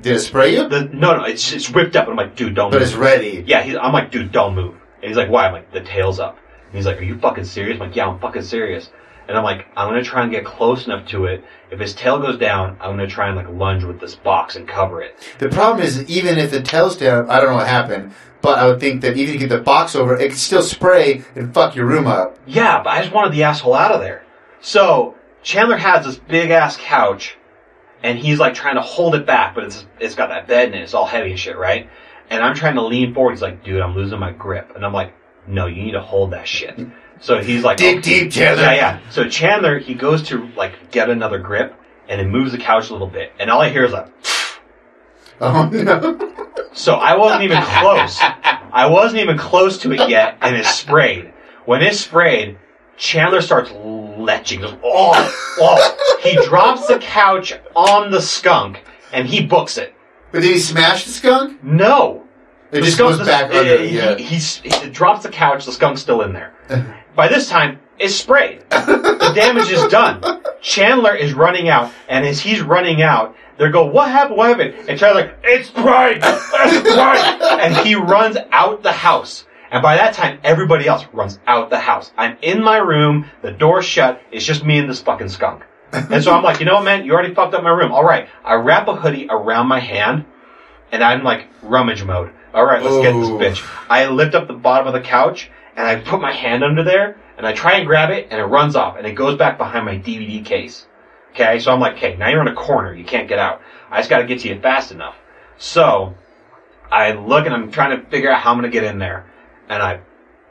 Did it spray you? The, no, no, it's, it's whipped up. And I'm like, dude, don't But move. it's ready. Yeah, he's, I'm like, dude, don't move. And he's like, why? I'm like, the tail's up. And he's like, are you fucking serious? I'm like, yeah, I'm fucking serious. And I'm like, I'm gonna try and get close enough to it. If his tail goes down, I'm gonna try and like lunge with this box and cover it. The problem is, even if the tail's down, I don't know what happened, but I would think that even if you get the box over, it could still spray and fuck your room up. Yeah, but I just wanted the asshole out of there. So Chandler has this big ass couch, and he's like trying to hold it back, but it's it's got that bed in it. It's all heavy and shit, right? And I'm trying to lean forward. He's like, dude, I'm losing my grip, and I'm like, no, you need to hold that shit. So he's like, Dig "Okay." deep, Chandler. Yeah, yeah. So Chandler, he goes to like get another grip, and it moves the couch a little bit, and all I hear is like. Oh no. So I wasn't even close. I wasn't even close to it yet, and it sprayed. When it sprayed, Chandler starts leching. Goes, oh, oh. He drops the couch on the skunk, and he books it. But did he smash the skunk? No. It The just skunk- goes back the- under. he- Yeah. He, s- he drops the couch, the skunk's still in there. By this time, it's sprayed. the damage is done. Chandler is running out, and as he's running out, they go, What happened? What happened? And Chandler's like, It's sprayed! It's sprayed! and he runs out the house. And by that time, everybody else runs out the house. I'm in my room, the door's shut, it's just me and this fucking skunk. And so I'm like, you know what, man? You already fucked up my room. All right. I wrap a hoodie around my hand, and I'm like rummage mode. All right, let's get this Ooh. bitch. I lift up the bottom of the couch and I put my hand under there and I try and grab it and it runs off and it goes back behind my DVD case. Okay, so I'm like, okay, now you're in a corner. You can't get out. I just got to get to you fast enough. So I look and I'm trying to figure out how I'm going to get in there. And I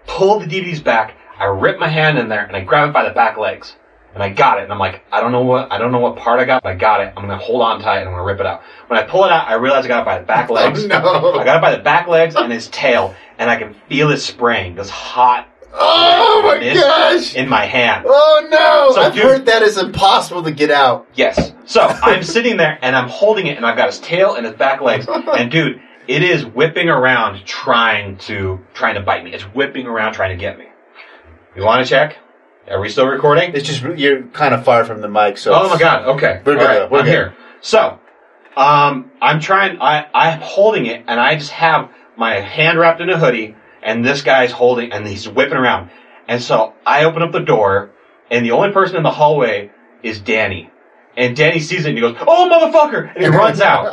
pull the DVDs back. I rip my hand in there and I grab it by the back legs. and I got it. And I'm like, I don't know what I don't know what part I got, but I got it. I'm gonna hold on tight and I'm gonna rip it out. When I pull it out, I realize I got it by the back legs. Oh, no. I got it by the back legs and his tail, and I can feel it spraying this hot Oh my mist gosh! in my hand. Oh no! So I've you- heard that is impossible to get out. Yes. So I'm sitting there and I'm holding it and I've got his tail and his back legs and dude, it is whipping around trying to trying to bite me. It's whipping around trying to get me. You want to check? Are we still recording? It's just you're kind of far from the mic, so. Oh my god. Okay. We're All good, right, though. We're I'm good. here. So, um, I'm trying. I I'm holding it, and I just have my hand wrapped in a hoodie, and this guy's holding, and he's whipping around. And so I open up the door, and the only person in the hallway is Danny. And Danny sees it and he goes, "Oh, motherfucker!" and he runs out.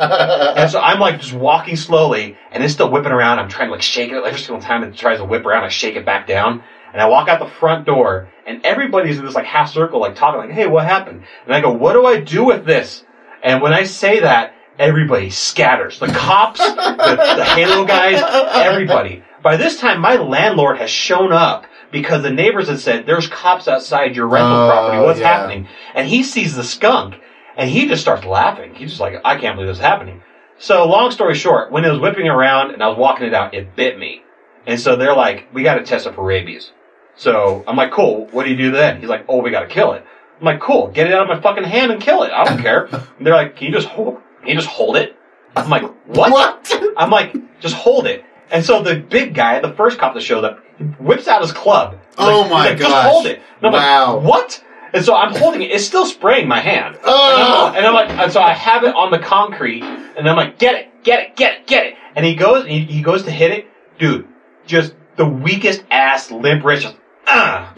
and so I'm like just walking slowly, and it's still whipping around. I'm trying to like shake it every single time it tries to whip around. I shake it back down, and I walk out the front door, and everybody's in this like half circle, like talking, like, "Hey, what happened?" And I go, "What do I do with this?" And when I say that, everybody scatters. The cops, the, the Halo guys, everybody. By this time, my landlord has shown up because the neighbors had said, "There's cops outside your rental Oh, property. What's yeah. happening?" and he sees the skunk and he just starts laughing. He's just like, I can't believe this is happening. So long story short, when it was whipping around and I was walking it out, it bit me. And so they're like, we gotta test it for rabies. So I'm like, cool, what do you do then? He's like, oh, we gotta kill it. I'm like, cool, get it out of my fucking hand and kill it. I don't care. And they're like, can you just hold, can you just hold it? I'm like, what? What? I'm like, just hold it. And so the big guy, the first cop that shows up, whips out his club. He's Oh like, my he's like, Just gosh. hold it. And I'm Wow. like, what? And so I'm holding it. It's still spraying my hand. Ugh. And I'm like, and so I have it on the concrete, and I'm like, get it, get it, get it, get it. And he goes, he, he goes to hit it, dude. Just the weakest ass limp wrist. Just, uh.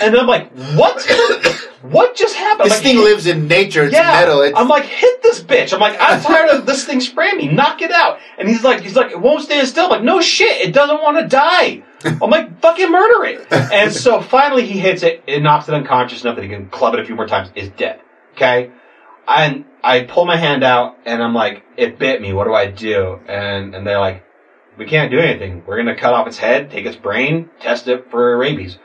and I'm like, what? what just happened? This Like, thing lives in nature. It's yeah. metal. It's, I'm like, hit this bitch. I'm like, I'm tired of this thing spraying me. Knock it out. And he's like, he's like, it won't stand still. I'm like, no shit, it doesn't want to die. I'm like, fucking murder it. And so finally he hits it. It knocks it unconscious enough that he can club it a few more times. Is dead. Okay. And I pull my hand out and I'm like, it bit me. What do I do? And and they're like, we can't do anything. We're gonna cut off its head, take its brain, test it for rabies.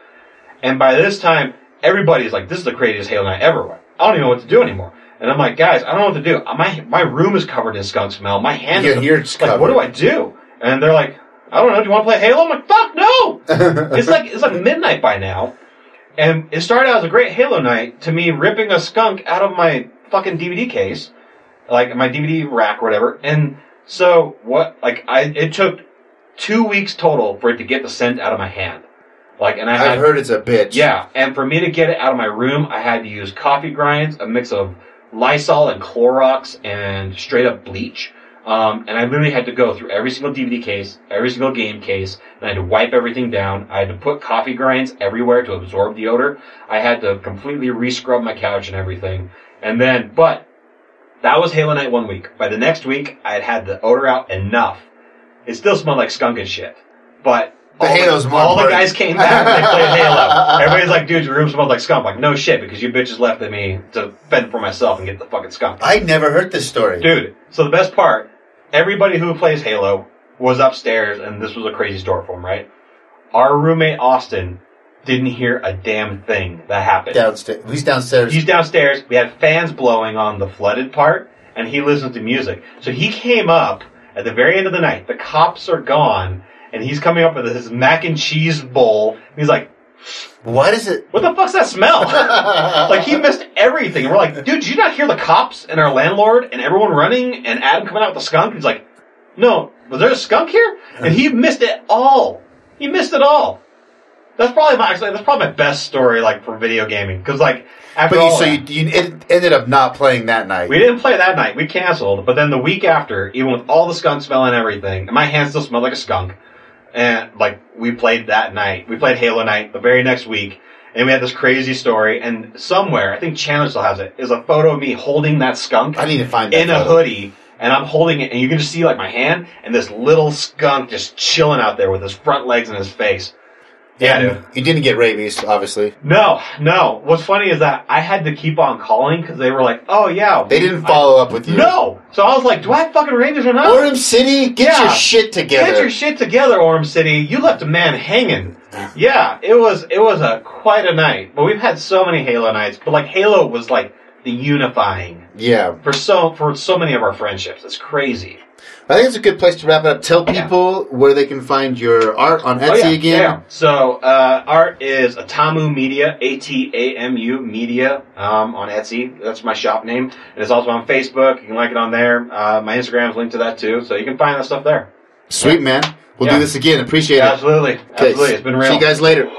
And by this time, everybody's like, "This is the craziest Halo night ever." I don't even know what to do anymore. And I'm like, "Guys, I don't know what to do. My my room is covered in skunk smell. My hand Your is ear's like, what do I covered. do?" And they're like, "I don't know. Do you want to play Halo?" I'm like, "Fuck no!" it's like it's like midnight by now. And it started out as a great Halo night to me ripping a skunk out of my fucking DVD case, like my DVD rack, or whatever. And so what? Like I, it took two weeks total for it to get the scent out of my hand. Like, and I had I've heard it's a bitch. yeah, and for me to get it out of my room, I had to use coffee grinds, a mix of Lysol and Clorox, and straight up bleach. Um, and I literally had to go through every single DVD case, every single game case, and I had to wipe everything down. I had to put coffee grinds everywhere to absorb the odor. I had to completely re-scrub my couch and everything. And then, but that was Halo Night one week. By the next week, I had had the odor out enough. It still smelled like skunk and shit, but The all Halo's more all the important. guys came back and they played Halo. Everybody's like, dude, your room smells like skunk. I'm like, no shit, because you bitches left at me to fend for myself and get the fucking skunk. I never heard this story. Dude, so the best part, everybody who plays Halo was upstairs, and this was a crazy story for him, right? Our roommate Austin didn't hear a damn thing that happened. Downstairs. He's downstairs. He's downstairs. We had fans blowing on the flooded part, and he listens to music. So he came up at the very end of the night. The cops are gone, and he's coming up with his mac and cheese bowl. And he's like, what is it? "What the fuck's that smell?" like he missed everything. And we're like, "Dude, did you not hear the cops and our landlord and everyone running and Adam coming out with a skunk?" He's like, "No, was there a skunk here?" And he missed it all. He missed it all. That's probably my actually that's probably my best story like for video gaming because like after But you, all so that- you, you it ended up not playing that night. Oh, we didn't play that night. We canceled. But then the week after, even with all the skunk smell and everything, and my hand still smelled like a skunk. And like we played that night. We played Halo night the very next week, and we had this crazy story. And somewhere, I think Chandler still has it, is a photo of me holding that skunk I need to find that in a photo. hoodie. And I'm holding it, and you can just see like my hand and this little skunk just chilling out there with his front legs and his face. Yeah, I do. And You didn't get rabies, obviously. No, no. What's funny is that I had to keep on calling because they were like, "Oh yeah." They we- didn't I- follow up with you. No. So I was like, "Do I have fucking rabies or not?" Orem City, get Yeah. your shit together. Get your shit together, Orm City. You left a man hanging. Yeah, it was it was a quite a night. But we've had so many Halo nights. But like Halo was like the unifying yeah. for so for so many of our friendships. It's crazy. I think it's a good place to wrap it up. Tell people where they can find your art on Etsy Oh, yeah, again. yeah. So uh, art is Atamu Media, A T A M U Media um, on Etsy. That's my shop name, and it's also on Facebook. You can like it on there. Uh, my Instagram's linked to that too, so you can find that stuff there. Sweet, man. We'll Yeah. do this again. Appreciate it. Absolutely, Okay, absolutely. It's been real. See you guys later.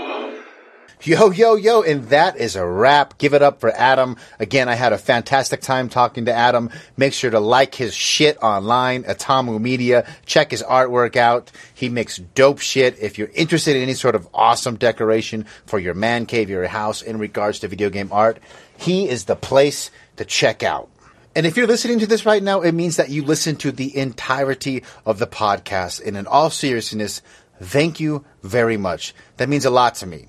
Yo, yo, yo, and that is a wrap. Give it up for Adam. Again, I had a fantastic time talking to Adam. Make sure to like his shit online, Atamu Media. Check his artwork out. He makes dope shit. If you're interested in any sort of awesome decoration for your man cave, your house, in regards to video game art, he is the place to check out. And if you're listening to this right now, it means that you listened to the entirety of the podcast. And in all seriousness, thank you very much. That means a lot to me.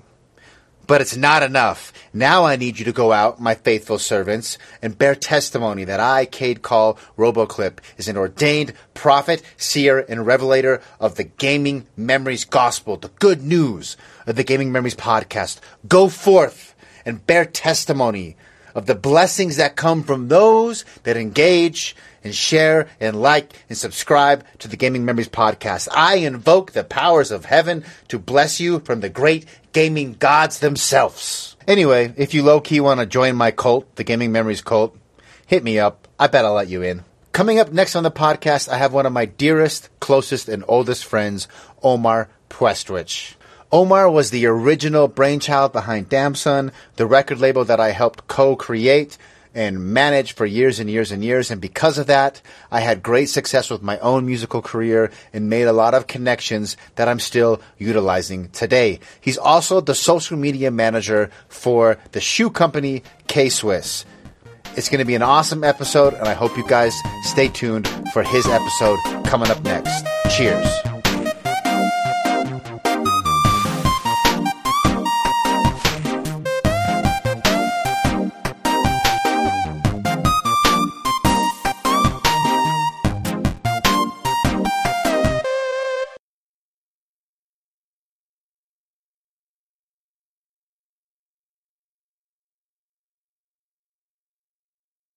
But it's not enough. Now I need you to go out, my faithful servants, and bear testimony that I, Cade Call Roboclip, is an ordained prophet, seer, and revelator of the Gaming Memories Gospel, the good news of the Gaming Memories podcast. Go forth and bear testimony of the blessings that come from those that engage and share and like and subscribe to the Gaming Memories podcast. I invoke the powers of heaven to bless you from the great gaming gods themselves. Anyway, if you low key want to join my cult, the Gaming Memories cult, hit me up. I bet I'll let you in. Coming up next on the podcast, I have one of my dearest, closest, and oldest friends, Omar Prestwich. Omar was the original brainchild behind Damn Son, the record label that I helped co create and manage for years and years and years. And because of that, I had great success with my own musical career and made a lot of connections that I'm still utilizing today. He's also the social media manager for the shoe company K Swiss. It's going to be an awesome episode, and I hope you guys stay tuned for his episode coming up next. Cheers.